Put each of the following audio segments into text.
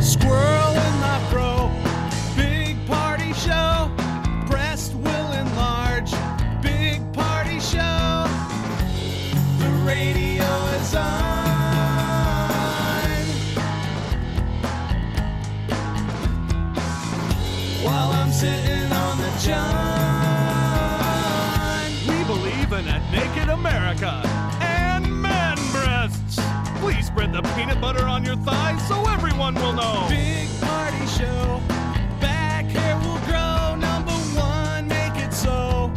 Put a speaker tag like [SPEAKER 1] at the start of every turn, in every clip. [SPEAKER 1] Squirrel in my fro, big party show. Breast will enlarge, big party show. The radio is on. While I'm sitting on the john. We believe in a naked America and man breasts. Please spread the peanut butter on your thighs so everyone will know. Big party show. Back hair will grow. Number one, make it so.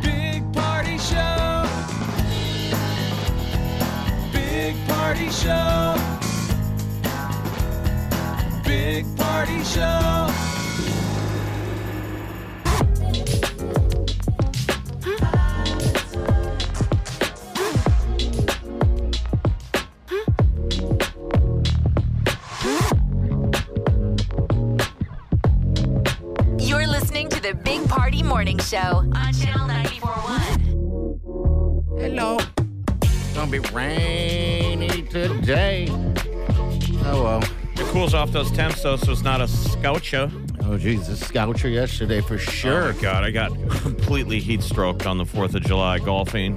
[SPEAKER 1] Big party show. Big party show. Big party show.
[SPEAKER 2] You're listening to the Big Party Morning Show on Channel 941.
[SPEAKER 3] Hello. It's gonna be rainy today. Oh well.
[SPEAKER 4] It cools off those temps though, so it's not a scout show.
[SPEAKER 3] Oh Jesus, scoucher yesterday for sure.
[SPEAKER 5] Uh.
[SPEAKER 4] Oh my God, I got completely heat stroked on the Fourth of July golfing.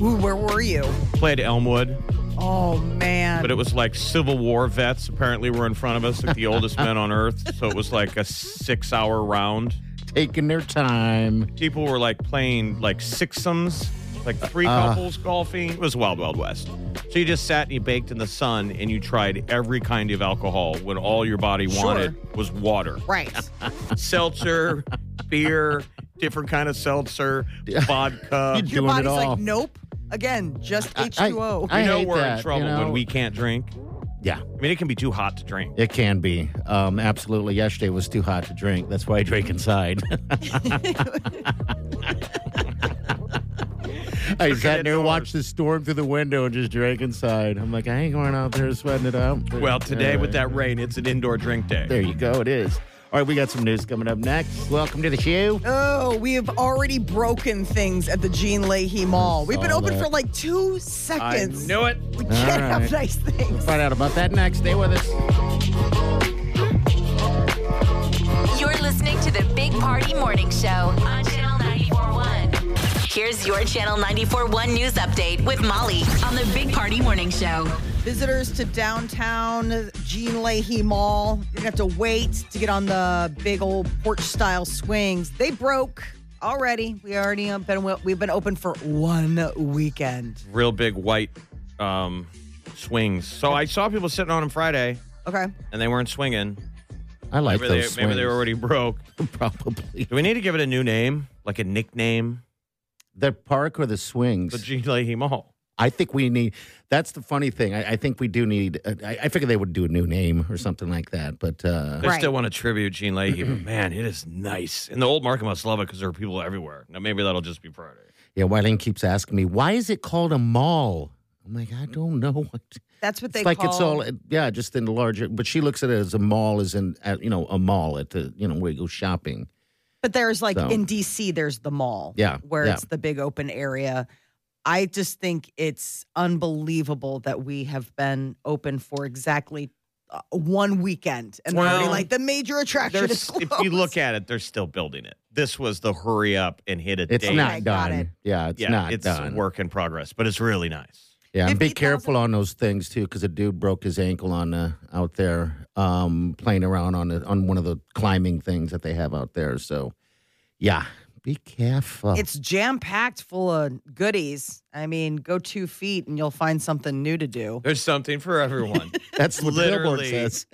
[SPEAKER 5] Ooh, where were you?
[SPEAKER 4] Played Elmwood,
[SPEAKER 5] Oh man.
[SPEAKER 4] but it was like Civil War vets apparently were in front of us, like the oldest men on earth. So it was like a six-hour round.
[SPEAKER 3] Taking their time.
[SPEAKER 4] People were like playing like sixums, like three
[SPEAKER 3] Uh-huh.
[SPEAKER 4] couples golfing. It was Wild Wild West. So you just sat and you baked in the sun and you tried every kind of alcohol when all your body wanted was water.
[SPEAKER 5] right.
[SPEAKER 4] seltzer, beer, different kind of seltzer, vodka.
[SPEAKER 3] You
[SPEAKER 5] Uh, Your
[SPEAKER 3] doing it
[SPEAKER 5] body's
[SPEAKER 3] all.
[SPEAKER 5] like, nope. Again, just
[SPEAKER 3] I- I-
[SPEAKER 5] H2O.
[SPEAKER 3] I
[SPEAKER 4] you know
[SPEAKER 3] hate
[SPEAKER 4] we're
[SPEAKER 3] that,
[SPEAKER 4] in trouble
[SPEAKER 3] you know?
[SPEAKER 4] when we can't drink.
[SPEAKER 3] Yeah,
[SPEAKER 4] I mean, it can be too hot to drink.
[SPEAKER 3] it can be. Um, absolutely. Yesterday was too hot to drink. That's why I drank inside. I sat there,
[SPEAKER 4] indoors.
[SPEAKER 3] watched the storm through the window, and just drank inside. I'm like, I ain't going out there sweating it out.
[SPEAKER 4] Well, today with that rain, it's an indoor drink day.
[SPEAKER 3] There you go. It is. All right, we got some news coming up next. Welcome to the show.
[SPEAKER 5] Oh, we have already broken things at the Jean Leahy Mall. We've been
[SPEAKER 3] saw
[SPEAKER 5] open
[SPEAKER 3] that.
[SPEAKER 5] for like two seconds.
[SPEAKER 4] it.
[SPEAKER 5] We can't
[SPEAKER 3] right.
[SPEAKER 5] have nice things.
[SPEAKER 3] Find out about that next. Stay with us.
[SPEAKER 2] You're listening to the Big Party Morning Show on Channel 941. Here's your Channel 941 news update with Molly on the Big Party Morning Show.
[SPEAKER 5] Visitors to downtown Jean Leahy Mall, you're going to have to wait to get on the big old porch style swings. They broke already. We already have been, we've been open for one weekend.
[SPEAKER 4] Real big white um, swings. So I saw people sitting on them Friday,
[SPEAKER 5] Okay.
[SPEAKER 4] and they weren't swinging.
[SPEAKER 3] I like
[SPEAKER 4] Maybe,
[SPEAKER 3] those.
[SPEAKER 4] they, maybe they were already broke.
[SPEAKER 3] swings. probably
[SPEAKER 4] Do we need to give it a new name, like a nickname?
[SPEAKER 3] the park or the swings.
[SPEAKER 4] The Gene Leahy Mall.
[SPEAKER 3] I think we need. That's the funny thing. I, I think we do need. uh, I, I figure they would do a new name or something like that. But uh,
[SPEAKER 4] They
[SPEAKER 5] Right.
[SPEAKER 4] still want to tribute Gene Leahy, but man, it is nice. And the old market must love it because there are people everywhere. Now maybe that'll just be Friday.
[SPEAKER 3] yeah, Wyleen keeps asking me why is it called a mall. I'm like, I don't know. What
[SPEAKER 5] That's what they
[SPEAKER 3] it's like.
[SPEAKER 5] call
[SPEAKER 3] It's all yeah, just in the larger. But she looks at it as a mall, as in at, you know a mall at the you know where you go shopping.
[SPEAKER 5] But there's like
[SPEAKER 3] So-
[SPEAKER 5] in DC, there's the mall.
[SPEAKER 3] Yeah,
[SPEAKER 5] Where
[SPEAKER 3] yeah.
[SPEAKER 5] it's the big open area. I just think it's unbelievable that we have been open for exactly uh, one weekend. And they're already
[SPEAKER 4] Well,
[SPEAKER 5] like the major attraction is
[SPEAKER 4] There's,
[SPEAKER 5] closed.
[SPEAKER 4] if you look at it, they're still building it. This was the hurry up and hit a
[SPEAKER 3] It's
[SPEAKER 4] date.
[SPEAKER 3] not
[SPEAKER 5] Okay, got
[SPEAKER 3] done.
[SPEAKER 5] it.
[SPEAKER 3] Yeah, it's
[SPEAKER 4] yeah,
[SPEAKER 3] not
[SPEAKER 4] it's
[SPEAKER 3] done.
[SPEAKER 4] a work in progress, but it's really nice.
[SPEAKER 3] Yeah, and be
[SPEAKER 5] 50,000
[SPEAKER 3] careful on those things too, because a dude broke his ankle on uh, out there um, playing around on the, on one of the climbing things that they have out there. So, yeah, be careful.
[SPEAKER 5] it's jam packed full of goodies. I mean, go two feet and you'll find something new to do.
[SPEAKER 4] There's something for everyone.
[SPEAKER 3] That's what the billboard
[SPEAKER 4] literally-
[SPEAKER 3] says.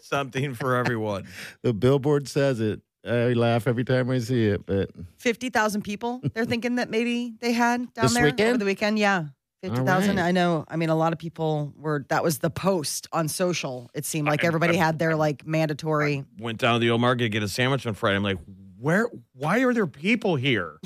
[SPEAKER 4] something for everyone.
[SPEAKER 3] The billboard says it. I laugh every time I see it, but
[SPEAKER 5] Fifty thousand people. They're thinking that maybe they had down
[SPEAKER 3] This
[SPEAKER 5] there over
[SPEAKER 3] weekend?
[SPEAKER 5] the weekend. Yeah, fifty thousand.
[SPEAKER 3] right.
[SPEAKER 5] I know. I mean, a lot of people were. That was the post on social. It seemed like everybody had their like mandatory.
[SPEAKER 4] Went down to the old market to get a sandwich on Friday. I'm like, where? Why are there people here?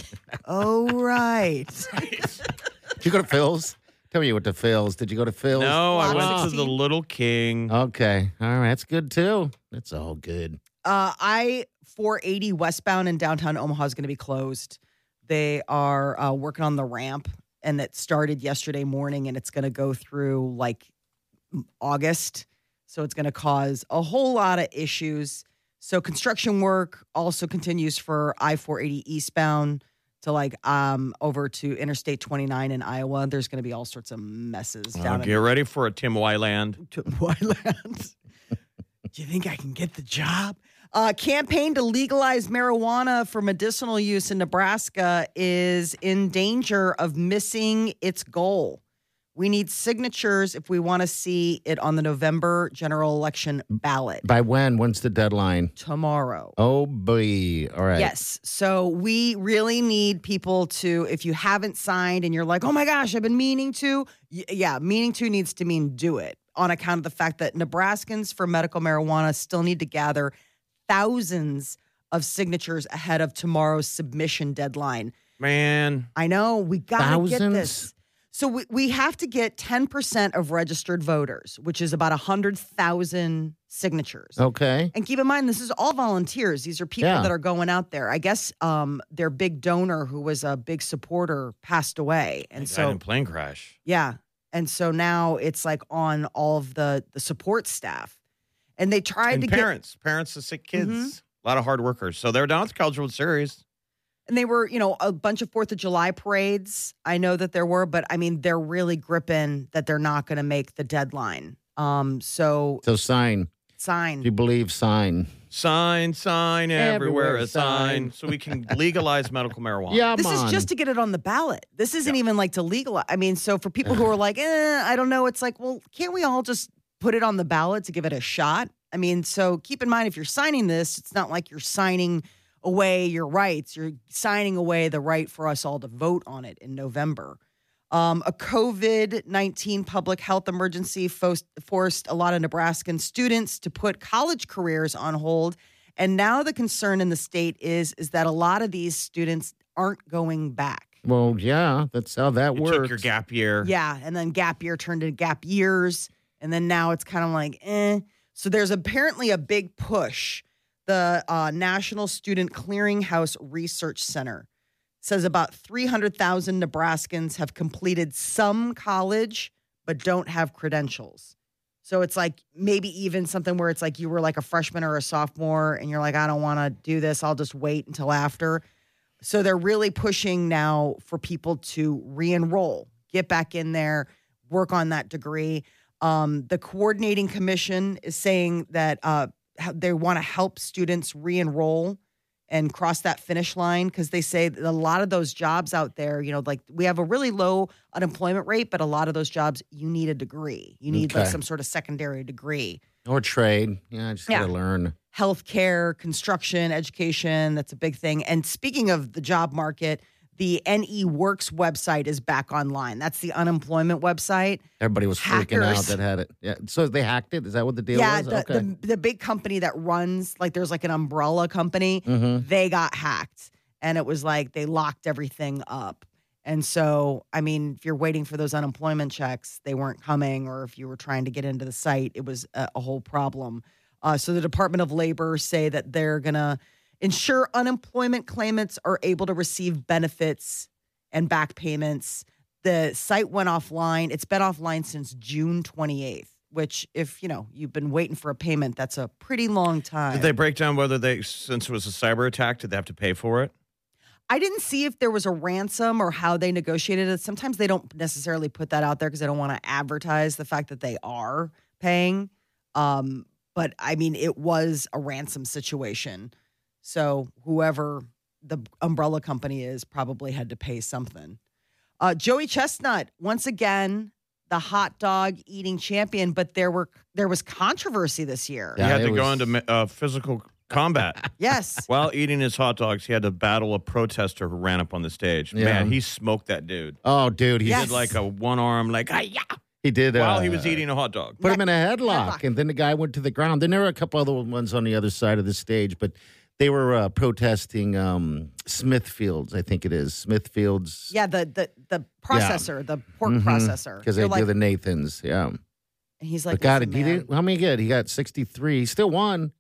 [SPEAKER 5] oh right.
[SPEAKER 3] did you go to Phil's? Tell me you went to Phil's. Did you go to Phil's?
[SPEAKER 4] No, I
[SPEAKER 5] Lot
[SPEAKER 4] went to the
[SPEAKER 5] 16.
[SPEAKER 4] Little King.
[SPEAKER 3] Okay. All right. That's good too. That's all good.
[SPEAKER 5] Uh, I 480 westbound in downtown Omaha is going to be closed. They are uh, working on the ramp, and that started yesterday morning, and it's going to go through like August. So it's going to cause a whole lot of issues. So construction work also continues for I 480 eastbound to like um over to Interstate 29 in Iowa. There's going to be all sorts of messes down
[SPEAKER 4] Now, get ready for a Tim Wyland.
[SPEAKER 5] to Wyland. Do you think I can get the job? Uh, campaign to legalize marijuana for medicinal use in Nebraska is in danger of missing its goal. We need signatures if we want to see it on the November general election ballot
[SPEAKER 3] By when? When's the deadline?
[SPEAKER 5] tomorrow.
[SPEAKER 3] Oh boy. All right.
[SPEAKER 5] Yes. So we really need people to, if you haven't signed and you're like, oh my gosh, I've been meaning to, y- yeah, meaning to needs to mean do it on account of the fact that Nebraskans for medical marijuana still need to gather thousands of signatures ahead of tomorrow's submission deadline.
[SPEAKER 4] Man,
[SPEAKER 5] I know we gotta get
[SPEAKER 3] Thousands?
[SPEAKER 5] this. So we, we have to get 10% of registered voters, which is about 100,000 signatures.
[SPEAKER 3] Okay.
[SPEAKER 5] And keep in mind, this is all volunteers. These are people
[SPEAKER 3] Yeah.
[SPEAKER 5] that are going out there. I guess um, their big donor, who was a big supporter, passed away,
[SPEAKER 4] I
[SPEAKER 5] and
[SPEAKER 4] died
[SPEAKER 5] so
[SPEAKER 4] in a plane crash.
[SPEAKER 5] yeah, and so now it's like on all of the the support staff, and they tried
[SPEAKER 4] And
[SPEAKER 5] to get, Mm-hmm.
[SPEAKER 4] parents, parents of sick kids, a lot of hard workers. So they're down at the College World Series.
[SPEAKER 5] and they were you know a bunch of Fourth of July parades. I know that there were, but I mean they're really gripping that they're not going to make the deadline. Um, so
[SPEAKER 3] So sign.
[SPEAKER 5] sign.
[SPEAKER 3] If you believe sign.
[SPEAKER 4] Sign, sign everywhere,
[SPEAKER 3] Everywhere,
[SPEAKER 4] a
[SPEAKER 3] sign.
[SPEAKER 4] sign. So we can legalize medical marijuana.
[SPEAKER 3] Yeah.
[SPEAKER 5] This
[SPEAKER 3] man.
[SPEAKER 5] is just to get it on the ballot. This isn't even like to legalize. I mean, so for people who are like, eh, I don't know, it's like, well, can't we all just put it on the ballot to give it a shot? I mean, so keep in mind if you're signing this, it's not like you're signing away your rights. You're signing away the right for us all to vote on it in November. Um, a COVID 19 public health emergency fo- forced a lot of Nebraskan students to put college careers on hold. And now the concern in the state is, is that a lot of these students aren't going back.
[SPEAKER 3] Well, yeah. That's how that
[SPEAKER 4] You
[SPEAKER 3] works.
[SPEAKER 4] took your gap year.
[SPEAKER 5] Yeah. And then gap year turned into gap years. And then now it's kind of like, eh. So there's apparently a big push. The uh, National Student Clearinghouse Research Center says about 300,000 Nebraskans have completed some college, but don't have credentials. So it's like maybe even something where it's like you were like a freshman or a sophomore and you're like, I don't want to do this. I'll just wait until after. So they're really pushing now for people to re enroll, get back in there, work on that degree. Um, the coordinating commission is saying that uh, h- they want to help students re enroll and cross that finish line because they say that a lot of those jobs out there, you know, like we have a really low unemployment rate, but a lot of those jobs, you need a degree. You need like
[SPEAKER 3] Okay.
[SPEAKER 5] some sort of secondary degree.
[SPEAKER 3] or trade. Yeah. I just
[SPEAKER 5] Yeah.
[SPEAKER 3] gotta learn.
[SPEAKER 5] Healthcare, construction, education, that's a big thing. And speaking of the job market, the NE Works website is back online. That's the unemployment website.
[SPEAKER 3] Everybody was freaking out
[SPEAKER 5] Hackers.
[SPEAKER 3] that had it. Yeah. So they hacked it. Is that what the deal
[SPEAKER 5] yeah,
[SPEAKER 3] was?
[SPEAKER 5] the,
[SPEAKER 3] okay.
[SPEAKER 5] the, the big company that runs, like there's like an umbrella company,
[SPEAKER 3] mm-hmm.
[SPEAKER 5] they got hacked. And it was like they locked everything up. And so, I mean, if you're waiting for those unemployment checks, they weren't coming, or if you were trying to get into the site, it was a, a whole problem. Uh, so the Department of Labor say that they're gonna ensure unemployment claimants are able to receive benefits and back payments. The site went offline. It's been offline since June 28th, which, if you know, you've been waiting for a payment, that's a pretty long time.
[SPEAKER 4] Did they break down whether they, since it was a cyber attack, did they have to pay for it?
[SPEAKER 5] I didn't see if there was a ransom or how they negotiated it. Sometimes they don't necessarily put that out there because they don't want to advertise the fact that they are paying. Um, but I mean, it was a ransom situation. So whoever the umbrella company is probably had to pay something. Uh, Joey Chestnut, once again, the hot dog eating champion, but there were there was controversy this year.
[SPEAKER 3] Yeah,
[SPEAKER 4] you had
[SPEAKER 3] it
[SPEAKER 4] to go
[SPEAKER 3] was-
[SPEAKER 4] into me- uh, physical combat.
[SPEAKER 5] Yes.
[SPEAKER 4] While eating his hot dogs, he had to battle a protester who ran up on the stage.
[SPEAKER 3] Yeah.
[SPEAKER 4] Man, he smoked that dude.
[SPEAKER 3] Oh, dude, he
[SPEAKER 5] Yes.
[SPEAKER 4] Did like a one arm, like, ah, yeah,
[SPEAKER 3] he did.
[SPEAKER 4] while
[SPEAKER 3] uh,
[SPEAKER 4] he was eating a hot dog.
[SPEAKER 3] put him in a headlock,
[SPEAKER 5] Headlock.
[SPEAKER 3] and then the guy went to the ground. Then there were a couple other ones on the other side of the stage, but they were uh, protesting um, Smithfields, I think it is Smithfields.
[SPEAKER 5] Yeah, the the the processor, the pork
[SPEAKER 3] Mhm.
[SPEAKER 5] processor.
[SPEAKER 3] because they
[SPEAKER 5] You're
[SPEAKER 3] do
[SPEAKER 5] like,
[SPEAKER 3] the Nathans. Yeah,
[SPEAKER 5] and he's like,
[SPEAKER 3] but God,
[SPEAKER 5] "Listen,
[SPEAKER 3] he
[SPEAKER 5] man,
[SPEAKER 3] did. How many good? He got sixty three. He still won.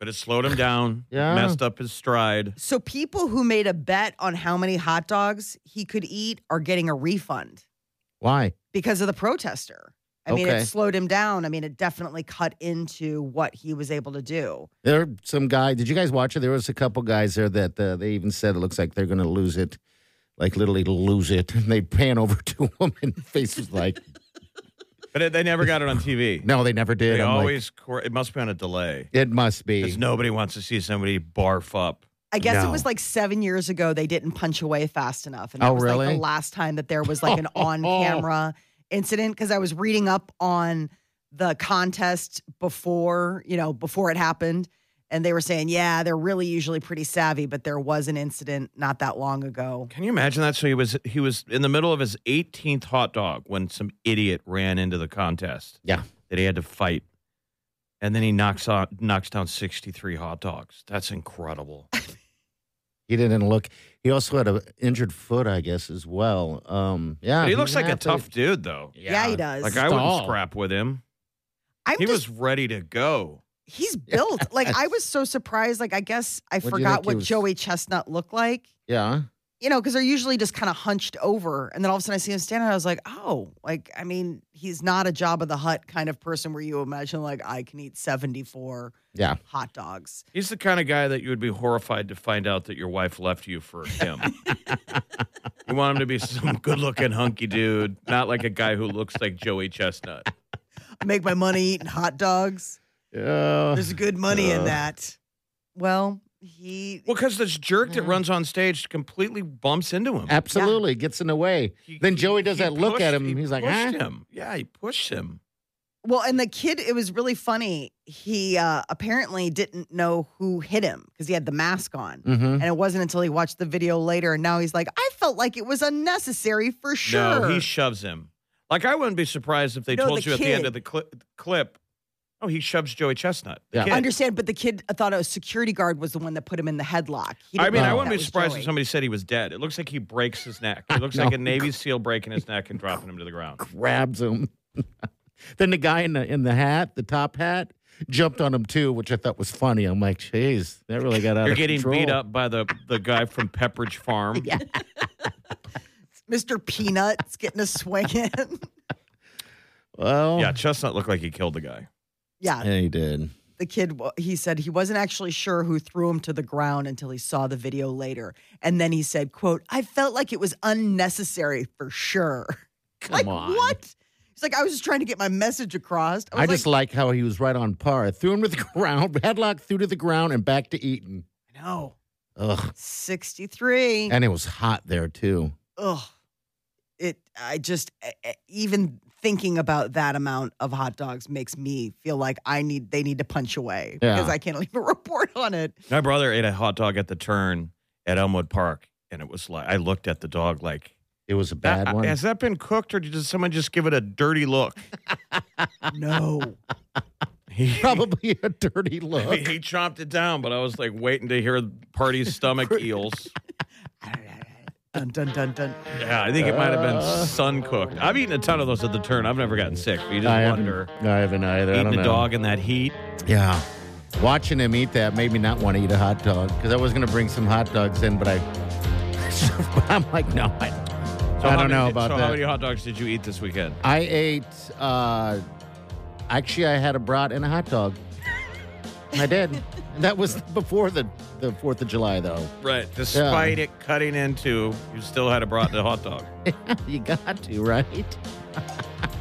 [SPEAKER 4] But it slowed him down,
[SPEAKER 3] Yeah.
[SPEAKER 4] messed up his stride.
[SPEAKER 5] So people who made a bet on how many hot dogs he could eat are getting a refund
[SPEAKER 3] Why?
[SPEAKER 5] because of the protester. I mean,
[SPEAKER 3] Okay.
[SPEAKER 5] it slowed him down. I mean, it definitely cut into what he was able to do.
[SPEAKER 3] There are some guy. Did you guys watch it? There was a couple guys there that uh, they even said it looks like they're going to lose it, like literally lose it. And they pan over to him, and face was like,
[SPEAKER 4] But it, they never got it on TV.
[SPEAKER 3] "No, they never did."
[SPEAKER 4] they
[SPEAKER 3] I'm like,
[SPEAKER 4] always, cor- it must be on a delay.
[SPEAKER 3] it must be.
[SPEAKER 4] Because nobody wants to see somebody barf up.
[SPEAKER 5] I guess
[SPEAKER 3] No.
[SPEAKER 5] it was like seven years ago they didn't punch away fast enough. And
[SPEAKER 3] Oh,
[SPEAKER 5] that was like
[SPEAKER 3] really? Oh.
[SPEAKER 5] the last time that there was like an on camera incident because I was reading up on the contest before, you know, before it happened. And they were saying, yeah, they're really usually pretty savvy, but there was an incident not that long ago.
[SPEAKER 4] Can you imagine that? So he was he was in the middle of his 18th hot dog when some idiot ran into the contest
[SPEAKER 3] Yeah.
[SPEAKER 4] that he had to fight, and then he knocks out knocks down 63 hot dogs. That's incredible.
[SPEAKER 3] He didn't look. He also had an injured foot, I guess, as well. Um, yeah,
[SPEAKER 4] But he
[SPEAKER 3] he's
[SPEAKER 4] looks
[SPEAKER 3] an
[SPEAKER 4] like a
[SPEAKER 3] athlete.
[SPEAKER 4] tough dude, though.
[SPEAKER 5] Yeah, he does.
[SPEAKER 4] Like I wouldn't
[SPEAKER 3] Stall.
[SPEAKER 4] scrap with him.
[SPEAKER 5] I'm
[SPEAKER 4] he was
[SPEAKER 5] just,
[SPEAKER 4] ready to go.
[SPEAKER 5] he's built. Like I was so surprised. Like I guess I
[SPEAKER 3] What'd you think
[SPEAKER 5] forgot
[SPEAKER 3] he
[SPEAKER 5] what
[SPEAKER 3] was-
[SPEAKER 5] Joey Chestnut looked like.
[SPEAKER 3] Yeah,
[SPEAKER 5] you know, because they're usually just kind of hunched over. And then all of a sudden I see him standing. I was like, oh, like, I mean, he's not a Job of the Hut kind of person where you imagine, like, I can eat 74
[SPEAKER 3] yeah.
[SPEAKER 5] hot dogs.
[SPEAKER 4] He's the kind of guy that you would be horrified to find out that your wife left you for him. you want him to be some good looking hunky dude, not like a guy who looks like Joey Chestnut.
[SPEAKER 5] I make my money eating hot dogs.
[SPEAKER 3] Uh,
[SPEAKER 5] There's good money in that. Well, he,
[SPEAKER 4] Well, because this jerk
[SPEAKER 3] Mm-hmm.
[SPEAKER 4] that runs on stage completely bumps into him.
[SPEAKER 3] absolutely gets in the way.
[SPEAKER 4] He-
[SPEAKER 3] then
[SPEAKER 4] he-
[SPEAKER 3] Joey does
[SPEAKER 4] he
[SPEAKER 3] that look at
[SPEAKER 4] pushed-
[SPEAKER 3] him.
[SPEAKER 4] he
[SPEAKER 3] he's like,
[SPEAKER 4] pushed
[SPEAKER 3] huh?
[SPEAKER 4] him. Yeah, he pushed him.
[SPEAKER 5] well, and the kid, it was really funny. He uh, apparently didn't know who hit him because he had the mask on.
[SPEAKER 3] Mm-hmm.
[SPEAKER 5] And it wasn't until he watched the video later. And now he's like, I felt like it was unnecessary for sure.
[SPEAKER 4] No, he shoves him. Like I wouldn't be surprised if they
[SPEAKER 5] No,
[SPEAKER 4] told
[SPEAKER 5] the
[SPEAKER 4] you at the end
[SPEAKER 5] kid.
[SPEAKER 4] of the cli- clip. Oh, he shoves Joey Chestnut. the
[SPEAKER 3] Yeah.
[SPEAKER 4] kid.
[SPEAKER 5] understand, but the kid thought a security guard was the one that put him in the headlock. He didn't
[SPEAKER 4] I mean,
[SPEAKER 5] know
[SPEAKER 4] I
[SPEAKER 5] that
[SPEAKER 4] wouldn't be
[SPEAKER 5] was
[SPEAKER 4] surprised
[SPEAKER 5] Joey.
[SPEAKER 4] if somebody said he was dead. It looks like he breaks his neck. It looks
[SPEAKER 3] No.
[SPEAKER 4] like a Navy SEAL breaking his neck and dropping him to the ground.
[SPEAKER 3] grabs him. then the guy in the in the hat, the top hat, jumped on him too, which I thought was funny. I'm like, jeez, that really got out
[SPEAKER 4] You're
[SPEAKER 3] of
[SPEAKER 4] getting
[SPEAKER 3] control.
[SPEAKER 4] beat up by the, the guy from Pepperidge Farm. yeah.
[SPEAKER 5] Mr. Peanut's getting a swing in.
[SPEAKER 3] Well,
[SPEAKER 4] yeah,
[SPEAKER 3] yeah,
[SPEAKER 4] Chestnut looked like he killed the guy.
[SPEAKER 5] yeah,
[SPEAKER 3] he did.
[SPEAKER 5] the kid. wa- He said he wasn't actually sure who threw him to the ground until he saw the video later, and then he said, "quote I felt like it was unnecessary for sure."
[SPEAKER 3] Come
[SPEAKER 5] like
[SPEAKER 3] on.
[SPEAKER 5] what? He's like, I was just trying to get my message across. I,
[SPEAKER 3] I,
[SPEAKER 5] was
[SPEAKER 3] just
[SPEAKER 5] like,
[SPEAKER 3] like how he was right on par. Threw him to the ground, headlock threw to the ground, and back to Eaton.
[SPEAKER 5] no,
[SPEAKER 3] Ugh.
[SPEAKER 5] sixty-three.
[SPEAKER 3] And it was hot there too.
[SPEAKER 5] ugh, it. I just e- e- even thinking about that amount of hot dogs makes me feel like I need they need to punch away
[SPEAKER 3] Yeah.
[SPEAKER 5] because I can't leave a report on it.
[SPEAKER 4] My brother ate a hot dog at the turn at Elmwood Park, and it was like I looked at the dog like
[SPEAKER 3] It was a bad
[SPEAKER 4] "Uh, uh,
[SPEAKER 3] one.
[SPEAKER 4] Has that been cooked, or did someone just give it a dirty look?
[SPEAKER 5] No,
[SPEAKER 4] He,
[SPEAKER 3] Probably a dirty look.
[SPEAKER 4] I mean, he chomped it down, but I was like waiting to hear Party's stomach eels.
[SPEAKER 5] dun dun dun dun.
[SPEAKER 4] Yeah, I think it might have
[SPEAKER 3] Uh.
[SPEAKER 4] been sun cooked. I've eaten a ton of those at the turn. I've never gotten sick. But you
[SPEAKER 3] I
[SPEAKER 4] just
[SPEAKER 3] haven't,
[SPEAKER 4] wonder
[SPEAKER 3] I haven't either. I
[SPEAKER 4] eating
[SPEAKER 3] don't
[SPEAKER 4] a
[SPEAKER 3] know.
[SPEAKER 4] dog in that heat.
[SPEAKER 3] Yeah. Watching him eat that made me not want to eat a hot dog because I was going to bring some hot dogs in, but I, I'm like, no, I,
[SPEAKER 4] So
[SPEAKER 3] I
[SPEAKER 4] how
[SPEAKER 3] don't
[SPEAKER 4] many-
[SPEAKER 3] know about
[SPEAKER 4] so
[SPEAKER 3] that.
[SPEAKER 4] How many hot dogs did you eat this weekend?
[SPEAKER 3] I ate. Uh, actually, I had a brat and a hot dog. I did. And that was before the the Fourth of July, though.
[SPEAKER 4] Right, despite it cutting into, you still had a brought the hot dog.
[SPEAKER 3] you got to right.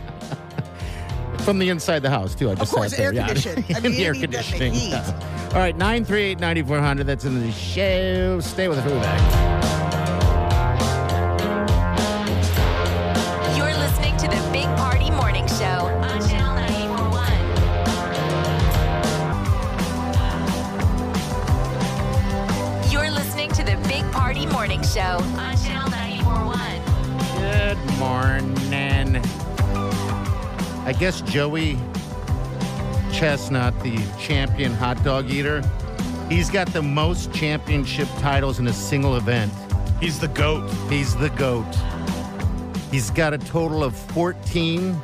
[SPEAKER 3] From the inside the house too. I just
[SPEAKER 5] course,
[SPEAKER 3] sat there,
[SPEAKER 5] air
[SPEAKER 3] yeah.
[SPEAKER 5] conditioned. I
[SPEAKER 3] In
[SPEAKER 5] mean,
[SPEAKER 3] the
[SPEAKER 5] you
[SPEAKER 3] air
[SPEAKER 5] need that to
[SPEAKER 3] conditioning.
[SPEAKER 5] heat.
[SPEAKER 3] All right, nine three eight ninety four hundred. That's in the show. Stay with us. We'll be back.
[SPEAKER 2] You're listening to the Big Party Morning Show on Channel 941.
[SPEAKER 3] I guess Joey Chestnut, the champion hot dog eater, he's got the most championship titles in a single event.
[SPEAKER 4] He's the goat.
[SPEAKER 3] He's the GOAT. He's got a total of 14.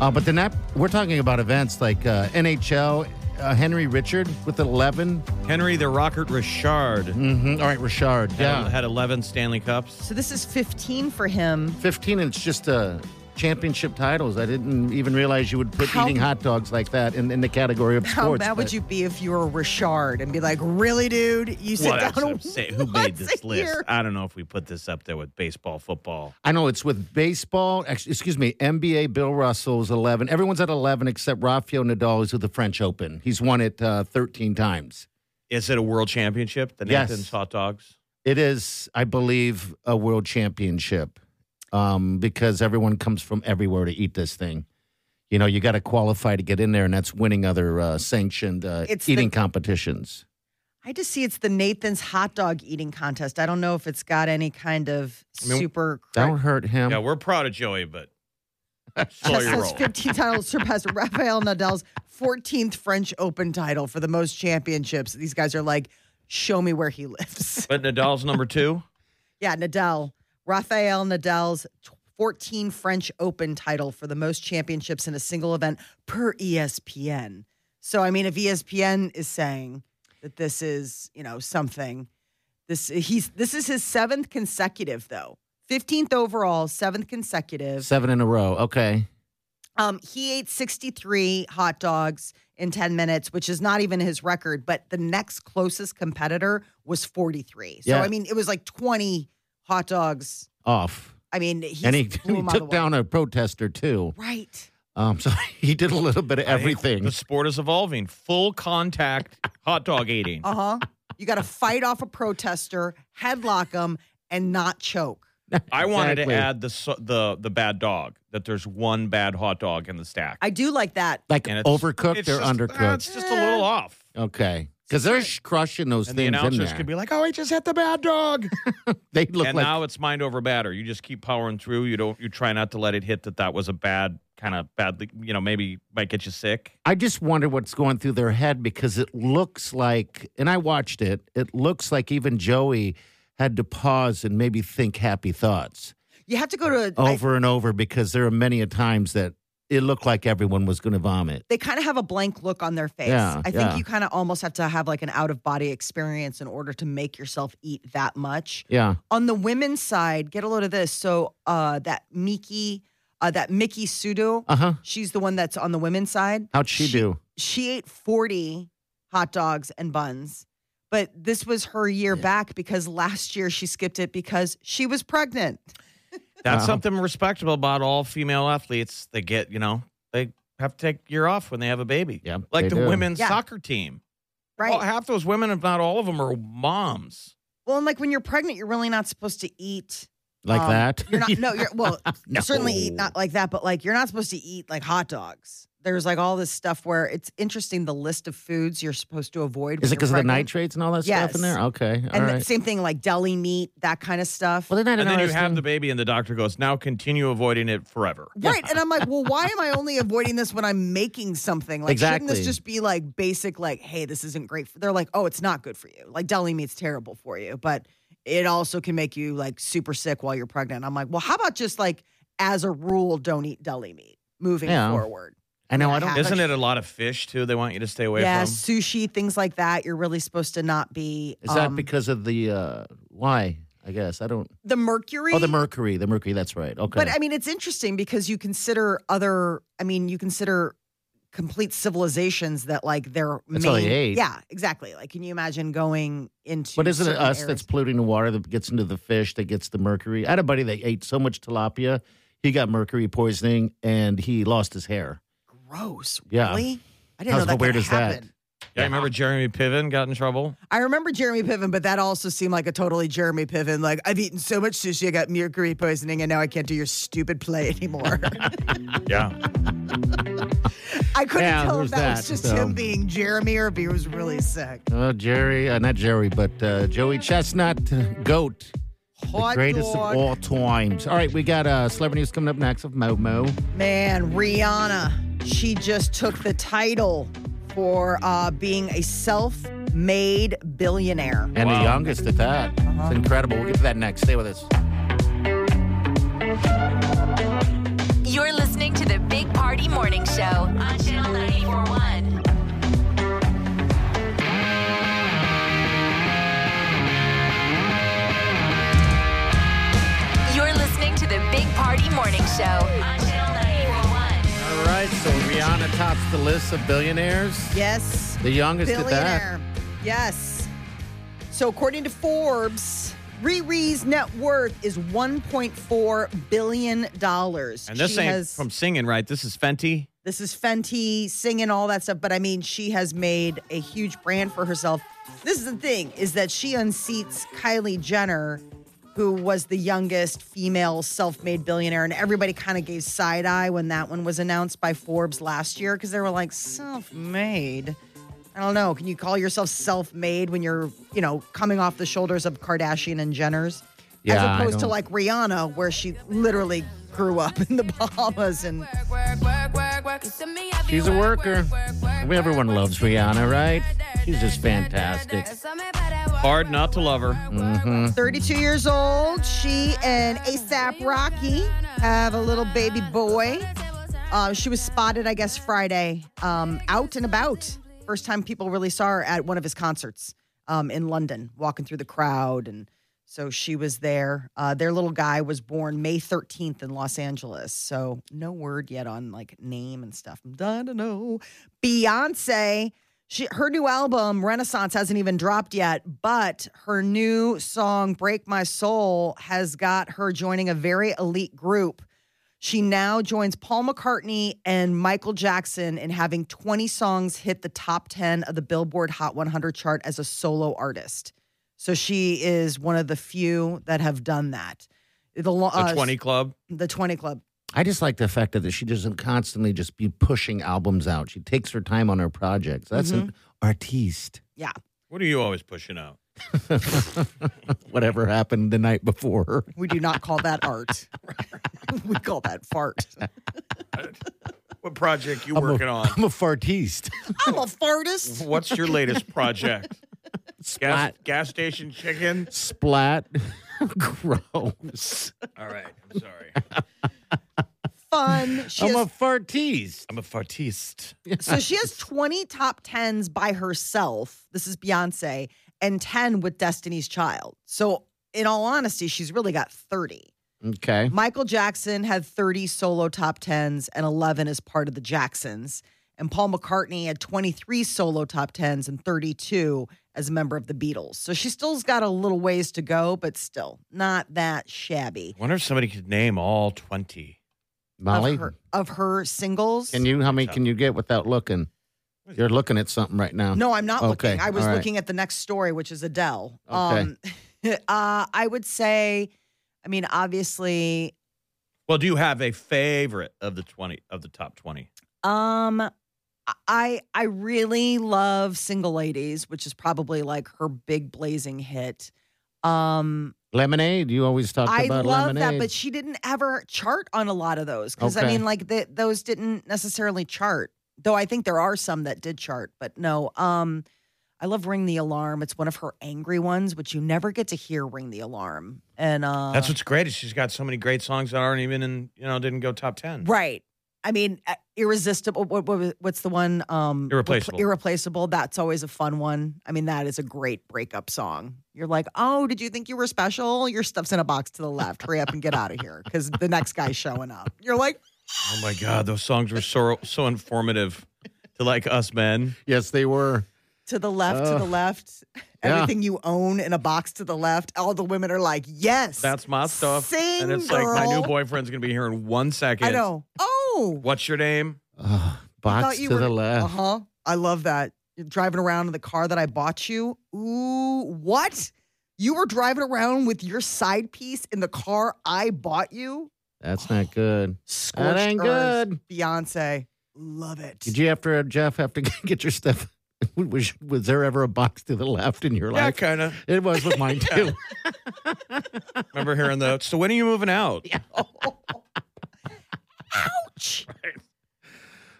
[SPEAKER 3] Uh, but then that, we're talking about events like uh, NHL, uh, Henry Richard with 11.
[SPEAKER 4] Henry the Rockert Richard
[SPEAKER 3] hmm All right, Richard.
[SPEAKER 4] had,
[SPEAKER 3] Yeah.
[SPEAKER 4] had 11 Stanley Cups.
[SPEAKER 5] So this is 15 for him.
[SPEAKER 3] 15, and it's just uh, championship titles. I didn't even realize you would put
[SPEAKER 5] How-
[SPEAKER 3] eating hot dogs like that in, in the category of
[SPEAKER 5] How
[SPEAKER 3] sports.
[SPEAKER 5] bad would
[SPEAKER 3] but-
[SPEAKER 5] you be if you were Richard and be like, really, dude? You sit
[SPEAKER 4] What
[SPEAKER 5] down
[SPEAKER 4] I'm
[SPEAKER 5] once
[SPEAKER 4] saying. Who made
[SPEAKER 5] a
[SPEAKER 4] this list?
[SPEAKER 5] year."
[SPEAKER 4] I don't know if we put this up there with baseball, football.
[SPEAKER 3] I know it's with baseball. ex- Excuse me, NBA. Bill Russell's eleven. Everyone's at eleven except Rafael Nadal, who's with the French Open. He's won it uh, thirteen times.
[SPEAKER 4] Is it a world championship? The
[SPEAKER 3] Yes.
[SPEAKER 4] Nathan's hot dogs.
[SPEAKER 3] It is, I believe, a world championship um, because everyone comes from everywhere to eat this thing. You know, you got to qualify to get in there, and that's winning other uh, sanctioned uh,
[SPEAKER 5] It's the-
[SPEAKER 3] eating competitions.
[SPEAKER 5] I just see it's the Nathan's hot dog eating contest. I don't know if it's got any kind of
[SPEAKER 4] I mean,
[SPEAKER 5] super.
[SPEAKER 3] Don't hurt him.
[SPEAKER 4] yeah, we're proud of Joey, but slow your
[SPEAKER 5] Tesla's
[SPEAKER 4] roll.
[SPEAKER 5] 15 titles surpassed Rafael Nadal's 14th French Open title for the most championships. These guys are like, show me where he lives.
[SPEAKER 4] But Nadal's number two.
[SPEAKER 5] Yeah, Nadal. Rafael Nadal's tw- 14 French Open title for the most championships in a single event per E ESPN. So, I mean, if E ESPN is saying that this is, you know, something, this he's this is his seventh consecutive though. 15th overall, seventh consecutive.
[SPEAKER 3] Seven in a row. Okay.
[SPEAKER 5] Um, he ate 63 hot dogs in 10 minutes, which is not even his record, but the next closest competitor was 43. So,
[SPEAKER 3] Yeah.
[SPEAKER 5] I mean, it was like 20 hot dogs
[SPEAKER 3] Off.
[SPEAKER 5] I mean, he,
[SPEAKER 3] and he,
[SPEAKER 5] blew
[SPEAKER 3] he
[SPEAKER 5] him out of
[SPEAKER 3] took
[SPEAKER 5] the water.
[SPEAKER 3] down a protester, too.
[SPEAKER 5] Right.
[SPEAKER 3] Um, so he did a little bit of everything.
[SPEAKER 4] The sport is evolving. Full contact hot dog eating.
[SPEAKER 5] Uh huh. You got to fight off a protester, headlock him, and not choke.
[SPEAKER 4] I wanted to
[SPEAKER 3] Exactly.
[SPEAKER 4] add the so- the the bad dog. That there's one bad hot dog in the stack.
[SPEAKER 5] I do like that.
[SPEAKER 3] like
[SPEAKER 4] And it's-
[SPEAKER 3] overcooked
[SPEAKER 4] it's
[SPEAKER 3] or
[SPEAKER 4] just- ah, It's
[SPEAKER 3] undercooked.
[SPEAKER 4] just a little off.
[SPEAKER 3] Okay. Because they're sh- crushing those
[SPEAKER 4] And the
[SPEAKER 3] things in
[SPEAKER 4] announcers
[SPEAKER 3] there.
[SPEAKER 4] could be like, "Oh, he just hit the bad dog."
[SPEAKER 3] they look
[SPEAKER 4] and
[SPEAKER 3] like
[SPEAKER 4] now it's mind over batter. You just keep powering through. You don't. You try not to let it hit that that was a bad kind of badly. You know, maybe might get you sick.
[SPEAKER 3] I just wonder what's going through their head because it looks like, and I watched it, it looks like even Joey had to pause and maybe think happy thoughts
[SPEAKER 5] You have to go to. I-
[SPEAKER 3] over and over because there are many a times that it looked like everyone was going to vomit.
[SPEAKER 5] they kind of have a blank look on their face.
[SPEAKER 3] Yeah,
[SPEAKER 5] I think
[SPEAKER 3] yeah.
[SPEAKER 5] you kind of almost have to have like an out of body experience in order to make yourself eat that much.
[SPEAKER 3] Yeah.
[SPEAKER 5] On the women's side, get a load of this. So uh, that Miki, uh, that Mickey Sudo,
[SPEAKER 3] Uh huh.
[SPEAKER 5] she's the one that's on the women's side.
[SPEAKER 3] How'd she, do?
[SPEAKER 5] she ate 40 hot dogs and buns but this was her year back because last year she skipped it because she was pregnant
[SPEAKER 4] That's
[SPEAKER 3] Wow.
[SPEAKER 4] something respectable about all female athletes. They get, you know, they have to take year off when they have a baby.
[SPEAKER 3] Yeah,
[SPEAKER 4] like
[SPEAKER 3] they
[SPEAKER 4] the
[SPEAKER 3] do.
[SPEAKER 4] women's
[SPEAKER 5] Yeah.
[SPEAKER 4] soccer team.
[SPEAKER 5] right
[SPEAKER 4] Well, half those women, if not all of them, are moms.
[SPEAKER 5] well and like when you're pregnant you're really not supposed to eat
[SPEAKER 3] Like
[SPEAKER 5] um,
[SPEAKER 3] that?
[SPEAKER 5] you're not no you're well
[SPEAKER 3] No.
[SPEAKER 5] certainly eat not like that but like you're not supposed to eat like hot dogs there's like all this stuff where it's interesting the list of foods you're supposed to avoid
[SPEAKER 3] Is it
[SPEAKER 5] when
[SPEAKER 3] because
[SPEAKER 5] you're
[SPEAKER 3] of the
[SPEAKER 5] pregnant.
[SPEAKER 3] nitrates and all that stuff in
[SPEAKER 5] Yes.
[SPEAKER 3] there? Okay. all
[SPEAKER 5] and
[SPEAKER 3] right.
[SPEAKER 5] the same thing like deli meat that kind of stuff
[SPEAKER 3] well, then I
[SPEAKER 4] And
[SPEAKER 3] don't
[SPEAKER 4] then
[SPEAKER 3] know.
[SPEAKER 4] you have the baby, and the doctor goes, "Now continue avoiding it forever."
[SPEAKER 5] Right. And I'm like, well, why am I only avoiding this when I'm making something? Like, shouldn't this
[SPEAKER 3] Exactly.
[SPEAKER 5] just be like basic, like, hey, this isn't great? For-. They're like, oh, it's not good for you. Like, deli meat's terrible for you, but it also can make you like super sick while you're pregnant. I'm like, well, how about just like, as a rule, don't eat deli meat moving
[SPEAKER 3] Yeah.
[SPEAKER 5] forward?
[SPEAKER 3] I know. I don't.
[SPEAKER 5] have-
[SPEAKER 4] Isn't it a lot of fish too? They want you to stay away
[SPEAKER 5] yeah,
[SPEAKER 4] from.
[SPEAKER 5] sushi, things like that. You're really supposed to not be.
[SPEAKER 3] Is that
[SPEAKER 5] um,
[SPEAKER 3] because of the uh, why? I guess I don't.
[SPEAKER 5] the mercury?
[SPEAKER 3] Oh, the mercury. The mercury. That's right. Okay.
[SPEAKER 5] But I mean, it's interesting because you consider other. I mean, you consider complete civilizations that like their
[SPEAKER 3] That's all
[SPEAKER 5] main.
[SPEAKER 3] they ate.
[SPEAKER 5] Yeah, exactly. Like, can you imagine going into?
[SPEAKER 3] But isn't it
[SPEAKER 5] certain
[SPEAKER 3] us
[SPEAKER 5] areas?
[SPEAKER 3] that's polluting the water that gets into the fish that gets the mercury? I had a buddy that ate so much tilapia, he got mercury poisoning and he lost his hair.
[SPEAKER 5] gross?
[SPEAKER 3] Yeah.
[SPEAKER 5] Really? I didn't
[SPEAKER 3] How-
[SPEAKER 5] know that
[SPEAKER 3] how
[SPEAKER 5] could
[SPEAKER 3] weird is that?
[SPEAKER 5] happen.
[SPEAKER 4] Yeah, remember Jeremy Piven got in trouble.
[SPEAKER 5] I remember Jeremy Piven, but that also seemed like a totally Jeremy Piven. Like, I've eaten so much sushi, I got mercury poisoning, and now I can't do your stupid play anymore.
[SPEAKER 4] Yeah,
[SPEAKER 5] I couldn't
[SPEAKER 3] Yeah,
[SPEAKER 5] tell
[SPEAKER 3] there's
[SPEAKER 5] if that, was
[SPEAKER 3] that,
[SPEAKER 5] just
[SPEAKER 3] so.
[SPEAKER 5] him being Jeremy or if he was really sick.
[SPEAKER 3] Oh, Jerry, uh, not Jerry, but uh, Joey Chestnut, uh, goat.
[SPEAKER 5] hot
[SPEAKER 3] Greatest
[SPEAKER 5] dog.
[SPEAKER 3] of all times. All right, we got uh, celebrity news coming up next of Momo.
[SPEAKER 5] Man, Rihanna, she just took the title for uh, being a self-made billionaire.
[SPEAKER 3] And the youngest at that. It's incredible. We'll get to that next. Stay with us.
[SPEAKER 2] You're listening to the Big Party Morning Show on Channel 941. You're listening to the Big Party Morning Show on Channel 941.
[SPEAKER 3] All right, so Rihanna tops the list of billionaires.
[SPEAKER 5] Yes.
[SPEAKER 3] The youngest at that.
[SPEAKER 5] billionaire. Yes. So according to Forbes, Riri's net worth is 1.4 billion dollars.
[SPEAKER 4] And this
[SPEAKER 5] she
[SPEAKER 4] ain't
[SPEAKER 5] has,
[SPEAKER 4] from singing, right? This is Fenty.
[SPEAKER 5] this is Fenty singing all that stuff, but I mean, she has made a huge brand for herself. This is the thing is that she unseats Kylie Jenner, who was the youngest female self-made billionaire, and everybody kind of gave side eye when that one was announced by Forbes last year because they were like self-made. I don't know. Can you call yourself self-made when you're, you know, coming off the shoulders of Kardashian and Jenner's?
[SPEAKER 3] Yeah, I
[SPEAKER 5] As opposed to
[SPEAKER 3] don't-
[SPEAKER 5] like Rihanna, where she literally grew up in the Bahamas and
[SPEAKER 3] She's a worker. Everyone loves Rihanna, right? She's just fantastic.
[SPEAKER 4] Hard not to love her.
[SPEAKER 5] 32 years old. She and ASAP Rocky have a little baby boy. Uh, she was spotted, I guess, Friday, um, out and about. First time people really saw her at one of his concerts um, in London, walking through the crowd. And so she was there. Uh, their little guy was born May 13th in Los Angeles. So no word yet on like name and stuff. I don't know. Beyonce. She, her new album Renaissance hasn't even dropped yet, but her new song Break My Soul has got her joining a very elite group. She now joins Paul McCartney and Michael Jackson in having 20 songs hit the top 10 of the Billboard Hot 100 chart as a solo artist. So she is one of the few that have done that. The, lo-
[SPEAKER 4] The
[SPEAKER 5] uh,
[SPEAKER 4] 20 Club.
[SPEAKER 5] the 20 Club.
[SPEAKER 3] I just like the fact that she doesn't constantly just be pushing albums out. She takes her time on her projects. That's an artiste.
[SPEAKER 5] Yeah.
[SPEAKER 4] What are you always pushing out?
[SPEAKER 3] Whatever happened the night before.
[SPEAKER 5] We do not call that art. we call that fart.
[SPEAKER 4] What project you working on?
[SPEAKER 3] I'm a fartiste.
[SPEAKER 5] I'm a fartist.
[SPEAKER 4] What's your latest project? Gas,
[SPEAKER 3] Splat.
[SPEAKER 4] gas station chicken?
[SPEAKER 3] Splat. Gross.
[SPEAKER 4] All right. I'm sorry.
[SPEAKER 5] Fun. She
[SPEAKER 3] I'm a
[SPEAKER 5] has,
[SPEAKER 3] fartiste.
[SPEAKER 4] I'm a fartiste.
[SPEAKER 5] so she has 20 top 10s by herself. This is Beyonce, and 10 with Destiny's Child. So, in all honesty, she's really got 30.
[SPEAKER 3] Okay.
[SPEAKER 5] Michael Jackson had 30 solo top 10s and 11 as part of the Jacksons. And Paul McCartney had 23 solo top 10s and 32 as a member of the Beatles. So she still's got a little ways to go, but still not that shabby.
[SPEAKER 4] wonder if somebody could name all 20.
[SPEAKER 3] Molly,
[SPEAKER 5] Of her, of her singles.
[SPEAKER 3] can you how many can you get without looking? You're looking at something right now.
[SPEAKER 5] No, I'm not
[SPEAKER 3] Okay,
[SPEAKER 5] looking. I was
[SPEAKER 3] all right.
[SPEAKER 5] looking at the next story, which is Adele.
[SPEAKER 3] Okay.
[SPEAKER 5] Um, uh, I would say, I mean, obviously,
[SPEAKER 4] Well, do you have a favorite of the 20 of the top 20?
[SPEAKER 5] um, I I really love "Single Ladies," which is probably like her big blazing hit. Um,
[SPEAKER 3] Lemonade. You always talk
[SPEAKER 5] I
[SPEAKER 3] about
[SPEAKER 5] love
[SPEAKER 3] lemonade.
[SPEAKER 5] that, but she didn't ever chart on a lot of those because I
[SPEAKER 3] Okay.
[SPEAKER 5] mean, like the, those didn't necessarily chart. Though I think there are some that did chart, but no. Um, I love "Ring the Alarm." It's one of her angry ones, which you never get to hear "Ring the Alarm." And uh,
[SPEAKER 4] That's what's great is she's got so many great songs that aren't even in, you know, didn't go top 10.
[SPEAKER 5] right. I mean, uh, irresistible. What, what was- what's the one? Um,
[SPEAKER 4] Irreplaceable.
[SPEAKER 5] Irreplaceable. That's always a fun one. I mean, that is a great breakup song. You're like, oh, did you think you were special? Your stuff's in a box to the left. Hurry up and get out of here because the next guy's showing up. You're like,
[SPEAKER 4] Oh my God, those songs were so so informative to like us men.
[SPEAKER 3] yes, they were.
[SPEAKER 5] to the left, to the
[SPEAKER 3] Ugh.
[SPEAKER 5] left.
[SPEAKER 3] Yeah.
[SPEAKER 5] Everything you own in a box to the left. All the women are like, yes.
[SPEAKER 4] That's my stuff.
[SPEAKER 5] Sing,
[SPEAKER 4] and it's like my
[SPEAKER 5] girl.
[SPEAKER 4] new boyfriend's gonna be here in one second.
[SPEAKER 5] I know. Oh.
[SPEAKER 4] What's your name?
[SPEAKER 3] Ugh, box to the left.
[SPEAKER 5] Uh huh. I love that. You're driving around in the car that I bought you. Ooh, what? You were driving around with your side piece in the car I bought you?
[SPEAKER 3] That's not good.
[SPEAKER 5] Scorched
[SPEAKER 3] ain't
[SPEAKER 5] earth,
[SPEAKER 3] good.
[SPEAKER 5] Beyonce. Love it.
[SPEAKER 3] uh, Did you have to Jeff have to get your stuff Was, was there ever a box to the left in your
[SPEAKER 4] Yeah,
[SPEAKER 3] life?
[SPEAKER 4] kind of.
[SPEAKER 3] It was with mine too.
[SPEAKER 4] Remember hearing the, so when are you moving out? Yeah.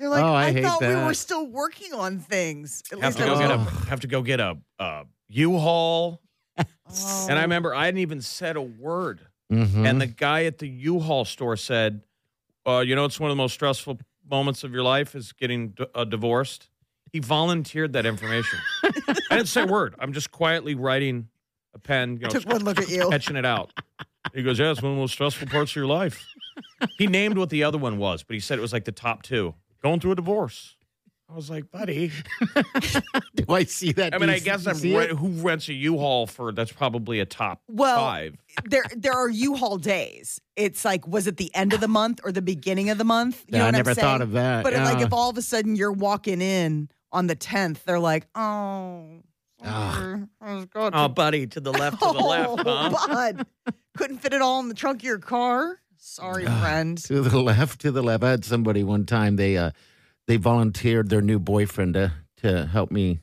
[SPEAKER 5] You're like,
[SPEAKER 3] Oh, I
[SPEAKER 5] I,
[SPEAKER 3] hate
[SPEAKER 5] thought we
[SPEAKER 3] that.
[SPEAKER 5] were still working on things. At
[SPEAKER 4] Have
[SPEAKER 5] least
[SPEAKER 4] to
[SPEAKER 5] I
[SPEAKER 4] go
[SPEAKER 5] was.
[SPEAKER 4] get a, have to go get a uh, U-Haul.
[SPEAKER 5] Oh.
[SPEAKER 4] And I remember I hadn't even said a word.
[SPEAKER 3] Mhm.
[SPEAKER 4] And the guy at the U-Haul store said, uh, "You know, it's one of the most stressful moments of your life is getting d- uh, divorced." He volunteered that information. I didn't say a word. I'm just quietly writing a pen, you know,
[SPEAKER 5] took one look at you.
[SPEAKER 4] sketching it out. He goes, "Yeah, it's one of the most stressful parts of your life." He named what the other one was, but he said it was like the top two. Going through a divorce. I was like, buddy.
[SPEAKER 3] Do I see that?
[SPEAKER 4] I
[SPEAKER 3] Do
[SPEAKER 4] mean,
[SPEAKER 3] you
[SPEAKER 4] I
[SPEAKER 3] s-
[SPEAKER 4] guess I'm
[SPEAKER 3] see
[SPEAKER 4] re-
[SPEAKER 3] it?
[SPEAKER 4] who rents a U-Haul for? That's probably a top
[SPEAKER 5] Well,
[SPEAKER 4] five.
[SPEAKER 5] there there are U-Haul days. It's like, was it the end of the month or the beginning of the month? You
[SPEAKER 3] Yeah,
[SPEAKER 5] know
[SPEAKER 3] I
[SPEAKER 5] what
[SPEAKER 3] never
[SPEAKER 5] am saying?
[SPEAKER 3] thought of that,
[SPEAKER 5] But like,
[SPEAKER 3] yeah.
[SPEAKER 5] if all of a sudden you're walking in on the tenth, they're like, oh, sorry, I was going to-
[SPEAKER 4] buddy, to the left,
[SPEAKER 5] Oh, bud. couldn't fit it all in the trunk of your car. Sorry, friend.
[SPEAKER 3] to the left, to the left. I had somebody one time they uh they volunteered their new boyfriend to to help me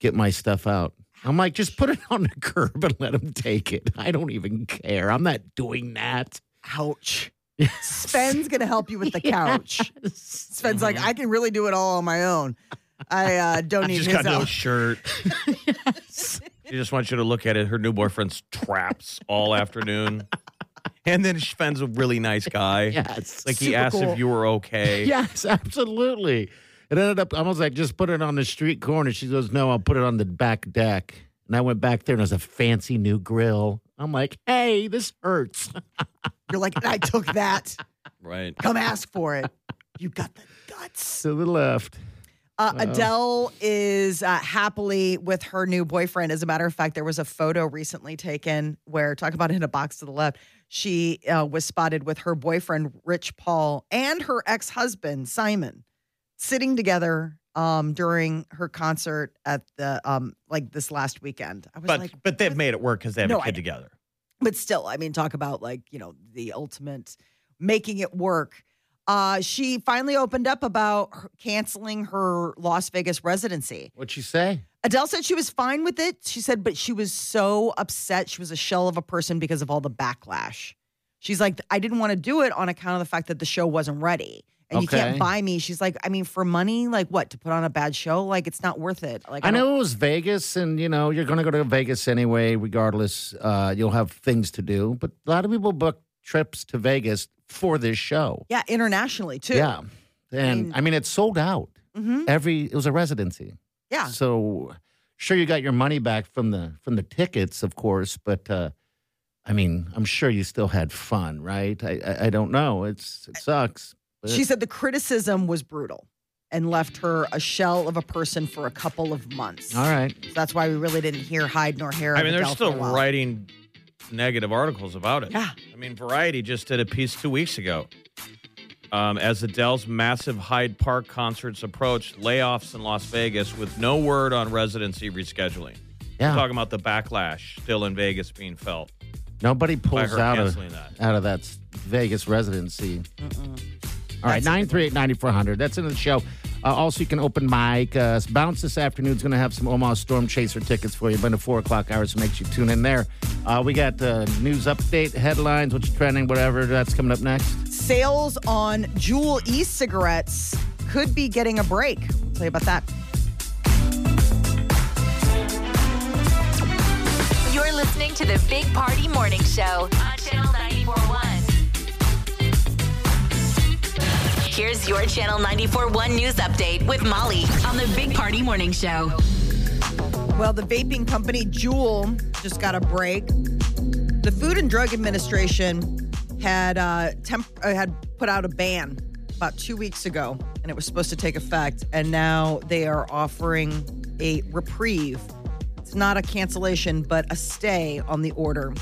[SPEAKER 3] get my stuff out. I'm like, just put it on the curb and let him take it. I don't even care. I'm not doing that.
[SPEAKER 5] Ouch. Sven's gonna help you with the couch. Sven's like,
[SPEAKER 3] Mm-hmm.
[SPEAKER 5] I can really do it all on my own. I uh, don't need
[SPEAKER 4] just
[SPEAKER 5] his
[SPEAKER 4] got no
[SPEAKER 5] help.
[SPEAKER 4] shirt. She just wants you to look at it. Her new boyfriend's traps all afternoon, and then Sven's a really nice guy.
[SPEAKER 3] Yes.
[SPEAKER 4] Like he
[SPEAKER 5] Super
[SPEAKER 4] asked
[SPEAKER 5] cool.
[SPEAKER 4] if you were okay.
[SPEAKER 3] Yes, absolutely. It ended up almost like just put it on the street corner. She goes, No, I'll put it on the back deck. And I went back there and there's a fancy new grill. I'm like, hey, this hurts.
[SPEAKER 5] You're like, I took that.
[SPEAKER 4] Right.
[SPEAKER 5] Come ask for it. You got the guts.
[SPEAKER 3] to the left.
[SPEAKER 5] Uh, Adele is uh, happily with her new boyfriend. As a matter of fact, there was a photo recently taken where, talk about in a box to the left, she uh, was spotted with her boyfriend, Rich Paul, and her ex husband, Simon, sitting together um, during her concert at the, um, like this last weekend. I was
[SPEAKER 4] But
[SPEAKER 5] like,
[SPEAKER 4] but they've made it work because they have
[SPEAKER 5] No,
[SPEAKER 4] a
[SPEAKER 5] I-
[SPEAKER 4] kid together.
[SPEAKER 5] but still, I mean, talk about like, you know, the ultimate making it work. Uh, she finally opened up about her- canceling her Las Vegas residency.
[SPEAKER 3] What'd she say?
[SPEAKER 5] Adele said she was fine with it. She said, but she was so upset. She was a shell of a person because of all the backlash. She's like, I didn't want to do it on account of the fact that the show wasn't ready. And you can't
[SPEAKER 3] Okay.
[SPEAKER 5] buy me. She's like, I mean, for money, like what? To put on a bad show? Like, it's not worth it. Like,
[SPEAKER 3] I
[SPEAKER 5] don't-
[SPEAKER 3] know it was Vegas, and you know you're going to go to Vegas anyway, regardless. Uh, you'll have things to do, but a lot of people book trips to Vegas for this show.
[SPEAKER 5] Yeah, internationally too.
[SPEAKER 3] Yeah, and I mean, it's sold out.
[SPEAKER 5] Mhm.
[SPEAKER 3] Every it was a residency,
[SPEAKER 5] Yeah.
[SPEAKER 3] so sure you got your money back from the from the tickets, of course, but uh, I mean, I'm sure you still had fun, right? I I, I don't know. It's it sucks. but-
[SPEAKER 5] She said the criticism was brutal and left her a shell of a person for a couple of months.
[SPEAKER 3] all right.
[SPEAKER 5] So that's why we really didn't hear hide nor hair.
[SPEAKER 4] I
[SPEAKER 5] of
[SPEAKER 4] mean, they're
[SPEAKER 5] Adele for
[SPEAKER 4] still
[SPEAKER 5] a while.
[SPEAKER 4] writing negative articles about it.
[SPEAKER 5] Yeah.
[SPEAKER 4] I mean, Variety just did a piece two weeks ago. Um, as Adele's massive Hyde Park concerts approached, layoffs in Las Vegas with no word on residency rescheduling.
[SPEAKER 3] Yeah.
[SPEAKER 4] We're talking about the backlash still in Vegas being felt.
[SPEAKER 3] Nobody pulls
[SPEAKER 4] her
[SPEAKER 3] out of
[SPEAKER 4] canceling that.
[SPEAKER 3] out of that s- Vegas residency. All right, nine three eight ninety four hundred. That's into the show. Uh, also, you can open mic. Uh, Bounce this afternoon's going to have some Omaha Storm Chaser tickets for you by the four o'clock hour, so make sure you tune in there. Uh, we got uh, news update, headlines, what's trending, whatever. That's coming up next.
[SPEAKER 5] Sales on Juul e cigarettes could be getting a break. I'll tell you about that.
[SPEAKER 2] You're listening to the Big Party Morning Show on Channel 941. Here's your Channel 941 news update with Molly on the Big Party Morning Show.
[SPEAKER 5] Well, the vaping company Juul just got a break. The Food and Drug Administration had uh, temp- uh, had put out a ban about two weeks ago, and it was supposed to take effect. And now they are offering a reprieve. It's not a cancellation, but a stay on the order